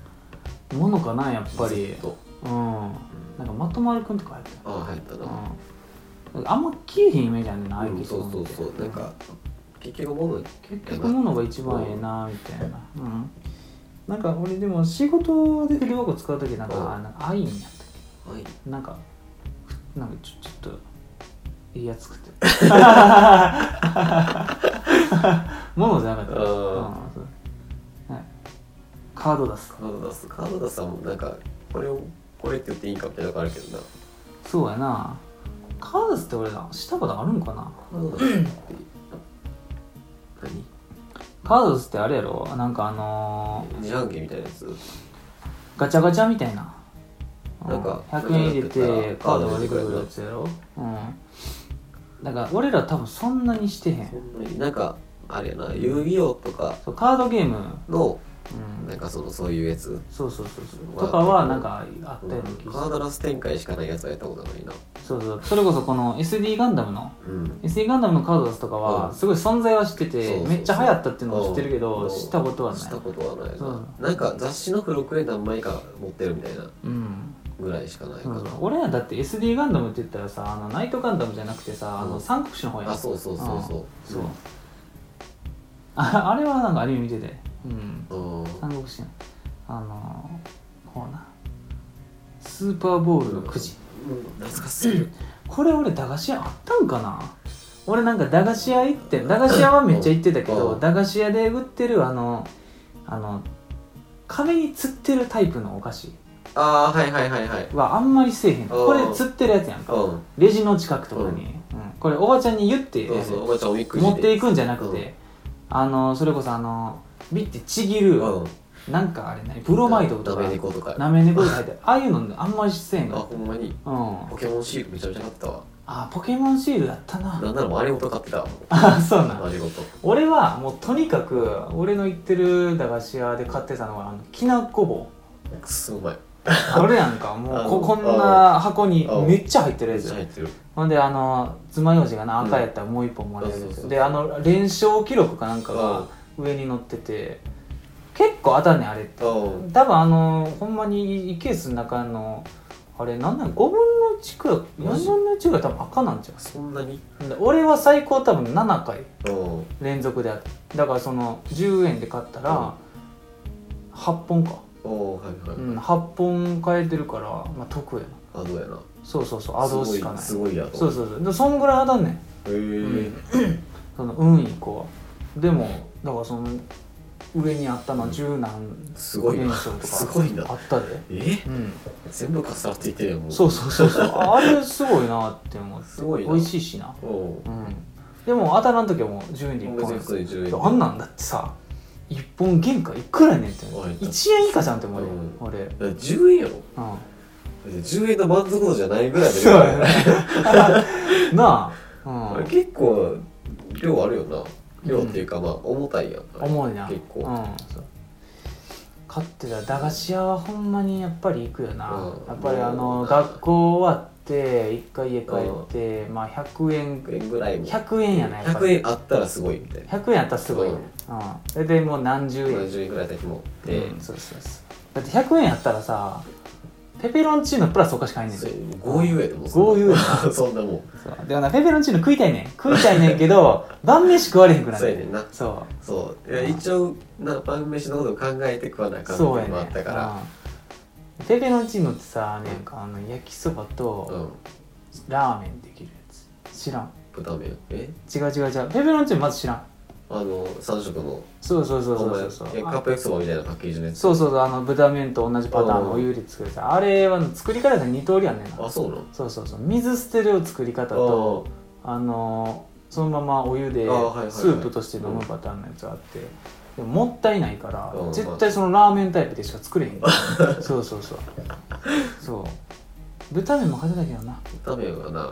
B: っ
A: ものかなやっぱり
B: と
A: うんなんかまとまるくんとか入ってた
B: ああ入ったな
A: うん、あんま消えへんイメージあるねんなああいううん消
B: そ
A: し
B: う
A: ゴ
B: そ
A: ムっ
B: う
A: て
B: そうなんか結局物
A: 結局物が一番ええなみたいなうんなんか俺でも仕事で筆箱使う時なん
B: うん
A: かあのアインやったっ
B: はい
A: けなんかなんかちょちょっといいやつ作ってものじゃなかったうん
B: あー
A: そうはいカード出す
B: カード出すカード出すはもうなんかこれをこれって言っていいんかみたいなのがあるけどな
A: そうやなカード出すって俺らしたことあるんかな
B: カード出すって
A: カード出すってあれやろなんかあの
B: 何自販機みたいなやつ
A: ーガチャガチャみたいな
B: なんか
A: うん100円入れてカ
B: カ
A: ード
B: ード
A: が出
B: が
A: て
B: 出て
A: く
B: く
A: る
B: る
A: や
B: や
A: つやろうんだから俺ら多分そんなにしてへ
B: そ
A: ん
B: んなになんかあれやな遊戯王とか
A: そうカードゲーム、う
B: の
A: ん、
B: なんかそのそういうやつ
A: そうそうそうそうとかはなんかあったような気
B: カ
A: がす
B: ー
A: る
B: ドラス展開しかないやつはやったことないな
A: そうそうそれこそこの SD ガンダムの
B: うん
A: SD ガンダムのカード出すとか
B: う
A: は
B: ん
A: すごい存在は知ってて
B: そうそうそう
A: めっちゃ流行ったっていうのは知ってるけ
B: う
A: ど
B: ん
A: 知ったことはな
B: 知
A: い
B: ったことはないな、
A: う
B: なんか雑誌の付録で何枚か持ってるみたいな
A: うん
B: ぐらいしかないか
A: そ
B: な、
A: うそう俺らだって SD ガンダムって言ったらさあのナイトガンダムじゃなくてさあ
B: う
A: の
B: ん
A: 三国志の方やん
B: あそうそうそうそう
A: そうああれはなんかアニメ見ててうん
B: うんうん
A: 三国志のあのーこうなスーパーボールのくじ
B: うん懐かしすぎる
A: これ俺駄菓子屋あったんかな俺なんか駄菓子屋行って駄菓子屋はめっちゃ行ってたけど
B: うん
A: 駄菓子屋で売ってるあのあの壁に釣ってるタイプのお菓子
B: ああはいはいはいはい
A: はあんまりせえへん
B: うん
A: これ釣ってるやつやんか
B: うん
A: レジの近くとかに、うんこれおばちゃんに言って
B: そうそうおばちゃんおみくじで
A: 持っていくんじゃなくて、あのそれこそあのビッてちぎる、
B: うん
A: なんかあれねブロマイドと
B: ダ
A: か
B: メ猫とか
A: なめ猫が入ってるああいうのあんまりせえん
B: あ
A: が
B: ほんまに
A: うん
B: ポケモンシールめちゃめちゃ買ってたわ
A: あポケモンシールやったな
B: なんなら丸ごと買ってたわ
A: あ そうなん
B: 丸ごと
A: 俺はもうとにかく俺の行ってる駄菓子屋で買ってたのはあのきなこ棒
B: くそうまい
A: あれや んかもうここ
B: あ
A: ん
B: の
A: な箱に
B: あ
A: めっちゃ入ってる
B: め
A: や
B: っち
A: つ
B: ゃ入ってる
A: ほんであの爪楊枝がな
B: うん
A: 赤やったらもう一本もらえるや
B: そうそうそ
A: つ
B: う
A: であの連勝記録かなんかが上に載ってて結構当たんねんあれって
B: うん
A: 多分あのほんまにいケースの中のあれなんなん5分の1くらい
B: マ
A: 4
B: ジ
A: 分の1ぐらい多分赤なんちゃ
B: そんなに
A: うで俺は最高多分7回
B: うん
A: 連続であっただからその10円で買ったら8本か、
B: おーはいはい、
A: うん、8本買えてるから、まあ、得やな
B: アドやな
A: そうそうそうアドしかない
B: す
A: そう
B: ごいすごいアド
A: そうそうでそんぐらい当たんねん
B: へえ
A: その運以降でもだからその上にあったのは十何
B: すごい
A: 連
B: な
A: 勝と
B: すごいな
A: かあったで
B: え
A: うん
B: 全部かさっていってるやんもう
A: そうそうそうそうあれすごいなって思って
B: すごいな
A: 美味しいしな
B: おう
A: うんでも当たらん時はもう10円で1
B: 別に普
A: 本
B: 通に10円
A: あんなんだってさ1本原価いくらやねんって
B: おい
A: 1円以下じゃんって思うよ
B: うん
A: 俺うん
B: だから10円やろだって10円の満足度じゃないぐらい
A: そう
B: だ
A: や
B: よね
A: ななあ
B: あ
A: う
B: れ
A: ん
B: 結構量あるよな量っていうかまあ重たいやん
A: 重いな
B: 結構
A: うんそう買ってた駄菓子屋はほんまにやっぱり行くよな、
B: うん
A: やっぱりあ
B: う
A: の
B: ん
A: 学校終わって一回家帰って、まあ100円
B: 100円ぐらいも
A: 100円やなやっぱ
B: 100
A: り
B: 円あったらすごいみたいな
A: 100円やったらすごいね、うんそれでもう何十円
B: 70円ぐらいだけ持って
A: うんそうそうそうだって100円やったらさペペロンチーノプラスお菓子買えんねん
B: そ
A: で
B: れ豪遊やでもう
A: 豪遊や
B: そんなもん
A: そうでもなペペロンチーノ食いたいねん食いたいねんけ ど晩飯食われへんくな
B: そうや
A: る
B: ねんな
A: そ
B: そういや一応な晩飯のことを考えて食わなあ
A: う
B: かん
A: そう
B: こ
A: や
B: と
A: ね
B: もあったか
A: うんペペロンチーノってさなんかあの焼きそばと、
B: らうん
A: ラーメンできるやつ知らん
B: 豚麺え
A: 違う違う違うペペロンチーノまず知らん
B: あの3色の
A: そうそうそう
B: お
A: そう
B: 前
A: そ
B: え
A: うそう
B: カップ焼きそばみたいなパッケージのやつ
A: そうそうそうあの豚麺と同じパターンのお湯で作るやつあれは作り方が2通りやんねんな
B: あそうなの
A: そうそうそう水捨てる作り方とあのーそのままお湯で
B: あーはいはいはい
A: スープとして飲むパターンのやつがあってでももったいないから
B: うん
A: 絶対そのラーメンタイプでしか作れへんそうそうそうそう豚麺も勝てたけどな
B: 豚麺はな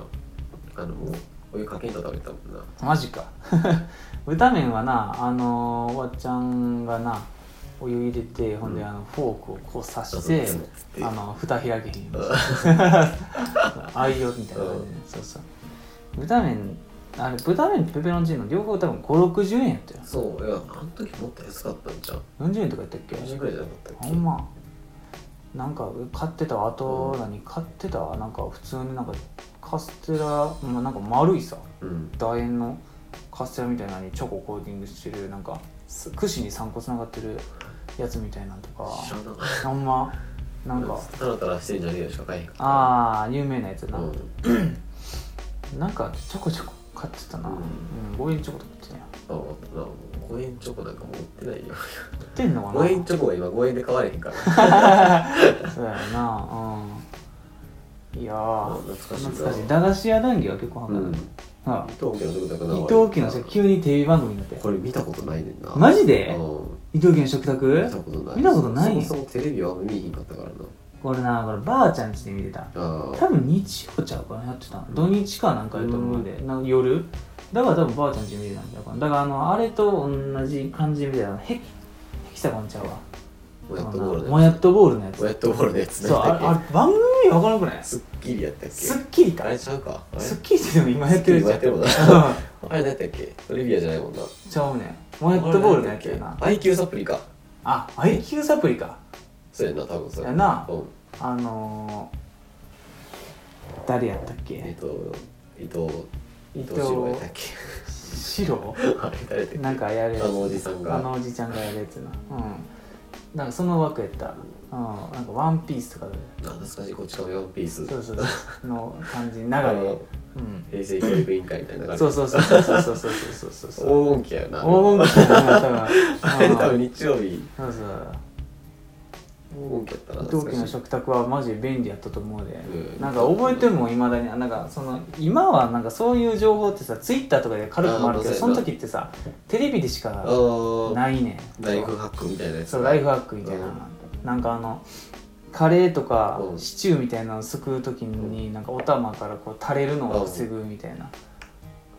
B: あのもうお湯かけんと食べたもんな
A: マジか 豚麺はなあのーおばちゃんがなお湯入れてほんであのフォークをこう刺して、
B: そうそうそう
A: あの蓋開けへんようにあいよみたいな感じで、ねそうそう豚麺あれ豚麺とペペロンチーノ両方多分560円やったよ
B: そういやあの時もっと安かったんじゃん
A: 40円とかやったっけ
B: 90ぐらいじゃなかったっけ
A: ほんまなんか買ってたわあと何買ってたわなんか普通になんかカステラ、まあ、なんか丸いさ
B: うん
A: 楕円のカステラみたいなのにチョココーティングしてるなんかす串に3個つながってるやつみたいなんと か
B: 知らなかっ
A: ほんま
B: た
A: なんか
B: タラタラしてんじゃねえよしか買えへんかった
A: ああ有名なやつな、
B: うん
A: なんかちょこちょこ買ってたな、
B: うん
A: うん、5円チョコとか買ってたやん
B: あもうなもう5円チョコなんかもう売ってないよ
A: 売ってんのかな
B: 5円チョコは今5円で買われへんから
A: そうやなうんいやー
B: 懐かしいな
A: 懐かしい駄菓子屋談義は結構は
B: う
A: か
B: ん伊
A: は
B: 藤家の食卓
A: い
B: な
A: 伊藤家のさ急にテレビ番組になって
B: これ見たことないねんな
A: マジで
B: う
A: 伊
B: ん
A: 藤家の食
B: 見
A: 卓
B: たことない
A: 見たことない
B: そもそもテレビは見えへんかったからな
A: これなこればあちゃんちで見てた
B: あ
A: 多分日曜ちゃうかなやってたの土日かなんかやと思うんで、なんか夜だから多分ばあちゃんち見てたんだからだからあのあれと同じ感じみたいなヘキヘキサゴンちゃうわ
B: あもやっとボール
A: もやっとボールのやつ
B: もやっとボールのやつ
A: そうあれあれ番組分からなくない
B: スッキリやったっけ
A: スッキリ
B: あ
A: か
B: れちゃうかあれ
A: スッキリってでも今やってるじゃん
B: スッキリもやってるもんな
A: う
B: あれ何やったっけトリビアじゃないもんな。も
A: んちゃうねモヤットボールのやつやな
B: IQ サプリか。
A: あ IQ サプリか
B: そうやな、多分それ。
A: やな
B: うん。
A: あのー、誰やったっ
B: えっ
A: け
B: と、伊藤、
A: 伊
B: 伊
A: 藤
B: 藤四郎やったっけ。
A: 白
B: あれ誰だっけ
A: なんかやるやつ
B: あのおじさんが
A: あのおじちゃんがやるやつなうんなんかその枠やったうんなんかワンピースとかで
B: あ懐かしい、こっち亀ワンピース。
A: そうそうそうの感じ流れ
B: あの
A: うん
B: 平成教育委員会みたいな感じ。
A: そうそうそうそうそうそうそうそう そうそう
B: 黄金期やな。
A: 黄金期だな 多分
B: あれ
A: う
B: 多分
A: ん
B: 日曜日、
A: そうそう
B: 黄金期やったな。
A: 同期の
B: 懐か
A: 食卓はマジで便利やったと思うで、
B: うん
A: なんか覚えてもいまだになんかその今はなんかそういう情報ってさツイッターとかで軽く回るけ
B: あーまあそうや
A: ど
B: な
A: その時ってさテレビでし
B: しい。
A: か
B: ああ、
A: ないねん
B: ライフハックみたいなやつ。
A: そうライフハックみたいな、なんかあのカレーとか
B: うん
A: シチューみたいなのをすくう時になんかお玉からこう垂れるのを防ぐみたいな、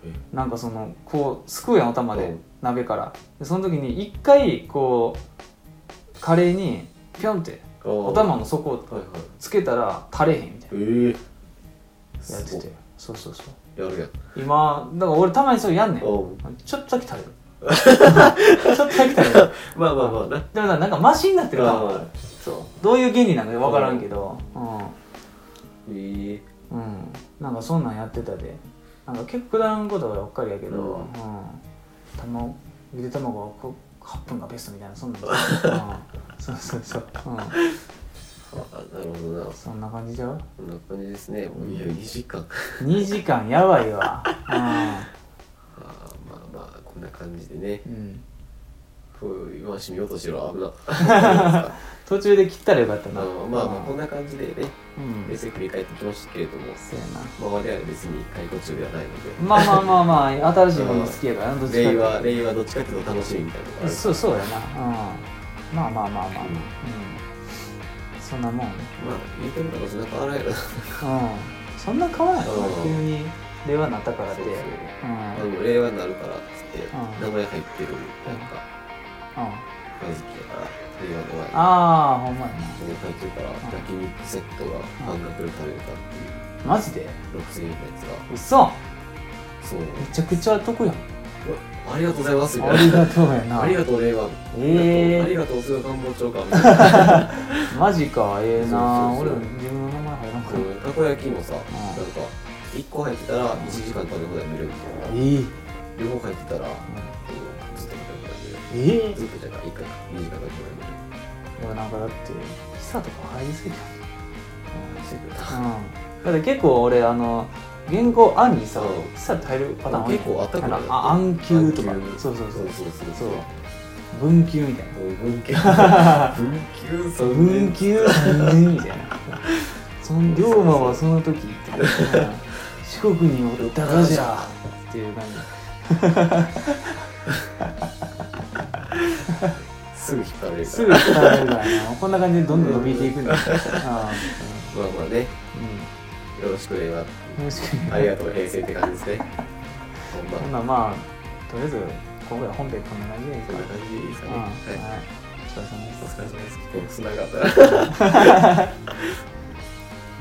B: うん。
A: なんかそのこうすくうやんお玉で、
B: うん
A: 鍋からでその時に一回こうカレーにピョンって
B: お
A: お玉の底を
B: はいはい。
A: つけたら垂れへんみたいな
B: ええ。
A: やってて
B: す
A: そうそうそう
B: ごいやるやん。
A: 今だから俺たまにそれやんねん
B: うん
A: ちょっとだけ食 べるちょっとだけ食べる
B: まあまあまあな。
A: でもななんかマシになってる
B: まあ
A: か
B: まあ
A: そうどういう原理なのか分からんけど
B: ええ。
A: うん、うん、なんかそんなんやってたでなんか結構くだらんことばっかりやけど、
B: うん
A: うん卵ゆで卵をこう8分がベストみたいな そんなん、うん、そうそうそう、うん、
B: あなるほどな
A: そんな感じじゃう
B: そんな感じですねもういよいよ2時間
A: 2時間やばいわ、
B: あーまあまあこんな感じでね
A: うんうん、
B: ふう今しみようとしろ 危な
A: 途中で切ったらよかった
B: ま
A: な
B: あまあまあこんな感じでね
A: うん
B: 冷静に振り返ってきましたけれども
A: そうやな
B: まあ我々別に解雇中ではないので
A: まあまあまあまあ新しいもの好きやからなどっちかってい
B: 令
A: うと
B: 和令和どっちかっていうと楽しみみたいなのがある
A: そうそうやなうんまあまあまあまあ
B: う
A: う
B: ん
A: んそんなもんうん
B: まあ言ってみたらそんな変わらないよな
A: そんな変わらんよな
B: うん
A: 急に令和になったからって
B: そう
A: うん
B: そう
A: うん
B: まあでも令和になるからっつって名前入ってるなんか小豆やから令和のワイン
A: ああほんまやな
B: それ入ってるから焼肉セットが半額で食べれたっていう
A: マジで
B: 6000円のやつが
A: うそ
B: そう
A: めちゃくちゃ得やん
B: うわありがとうございますみ
A: あ
B: たい
A: り
B: な
A: がとうやな
B: ありがとう令和
A: えー
B: ありがとう菅官房長官みたいな
A: マジかええな
B: そう
A: 俺
B: そうそ
A: も
B: う
A: 自分の名前入らんか
B: そ
A: っ
B: うたこ焼きもさなん
A: ん
B: か1個入ってたら1時間食べ放題見れるみた
A: たえ
B: いな
A: ー
B: 両方入ってたらうんずっと食べ放題見れる
A: ええ
B: ずっとじゃない1回2時間食べ放題見れる
A: でもなんかだってヒサとか入りすぎた
B: してくれた
A: うんだって結構俺あの原稿案にさ
B: うん
A: 喫茶って入るパターン多いね
B: 結構あったか
A: なん
B: ら
A: かあ暗球とか
B: 暗球
A: そうそうそう
B: そうそう
A: そ
B: そうう
A: 文球みたいな
B: もう文系文系そん
A: 文球3年みたいなその龍馬はその時って四国におったがじゃっていう感じ
B: すぐ引っ張られるから
A: すぐ伝わるからなこんな感じでどんどん伸びていくんだよ、うん
B: まあまあね、
A: う
B: よろしく令和。
A: んよろしくね
B: ありがとう、平成って感じですね。ほんま
A: ほん。ならまあとりあえず今回本編こんな感じでいいです
B: そ
A: か
B: んな感じでいいですか
A: うん
B: ね。
A: は
B: はいい。
A: お疲れ様で
B: お
A: す
B: 疲れ様です。結構つながったら。はい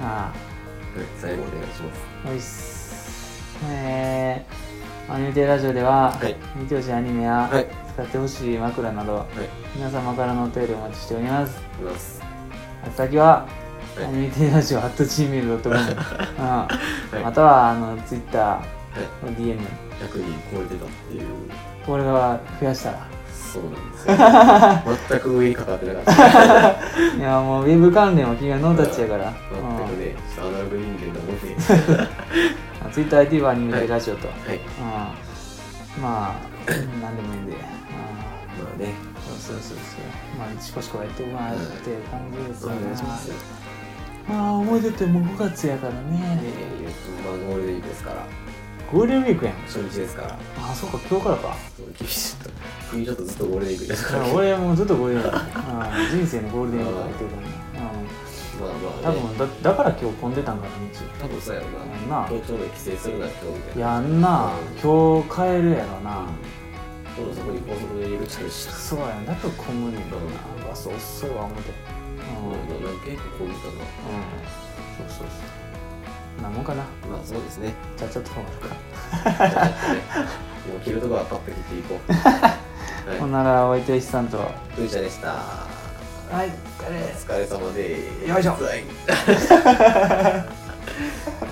A: あ
B: 最後お願いします。
A: あおいっすえーアニメテラジオでは、
B: はい
A: 見てほしいアニメや、
B: はい。
A: 使ってほしい枕など
B: はい。
A: 皆様からのお便りをお待ちしております
B: いきます。
A: 宛先は、
B: はい
A: アニメテラジオ at gmail.com、うん
B: はい
A: またはあの Twitter
B: はい。
A: の DM
B: 100人超えてたっていう。
A: これが増やした ら
B: そうなんですよ。全く上にかかってなかった。
A: いやもうウェブ関連は君はノータッチやから、
B: 全く
A: う
B: ね、ちょっとアナログ人間なもんで。
A: ん、TwitterID はアニメテラジオと、
B: はい。
A: うん、まあ何でもいいんで、うん、
B: まあね。
A: そうそうそうそうまあシコシコやってもらうっていう感じです
B: お
A: ね
B: 願いします。ね
A: まあ思い出ってもう5月やから
B: え、
A: ね
B: えっと、まあゴールデンウィークですから。
A: ゴールデンウィークやん
B: 初日ですから。
A: あそうか今日からか
B: 厳しいと。国ちょっとずっとゴールデンウィークですから。まあ
A: 俺もうずっとゴールデンウィークうん人生のゴールデンウィーク入ってるからねうん多
B: まあね。
A: 分だだから今日混んでたんかな
B: 多分そうやろ
A: うんな
B: な。東京で帰省するな、今日みたい
A: 道
B: な。
A: やんな今日帰るやろな
B: 今日そこに高速で入り口あるしな。
A: そうやんだと混むねんなうわそう遅いわ思ってうんうん
B: もうなんか結構混んで
A: そうそうそうなもんかな
B: たな。まあそうですね。
A: じゃあちょっとこうなるか
B: もう着るとこはパッと着ていこう。
A: ほ
B: は
A: んならお相手はさんと
B: い。ルーちゃんでした。
A: はいお疲
B: お
A: れ
B: 疲れ様でーす。
A: よいしょ
B: はい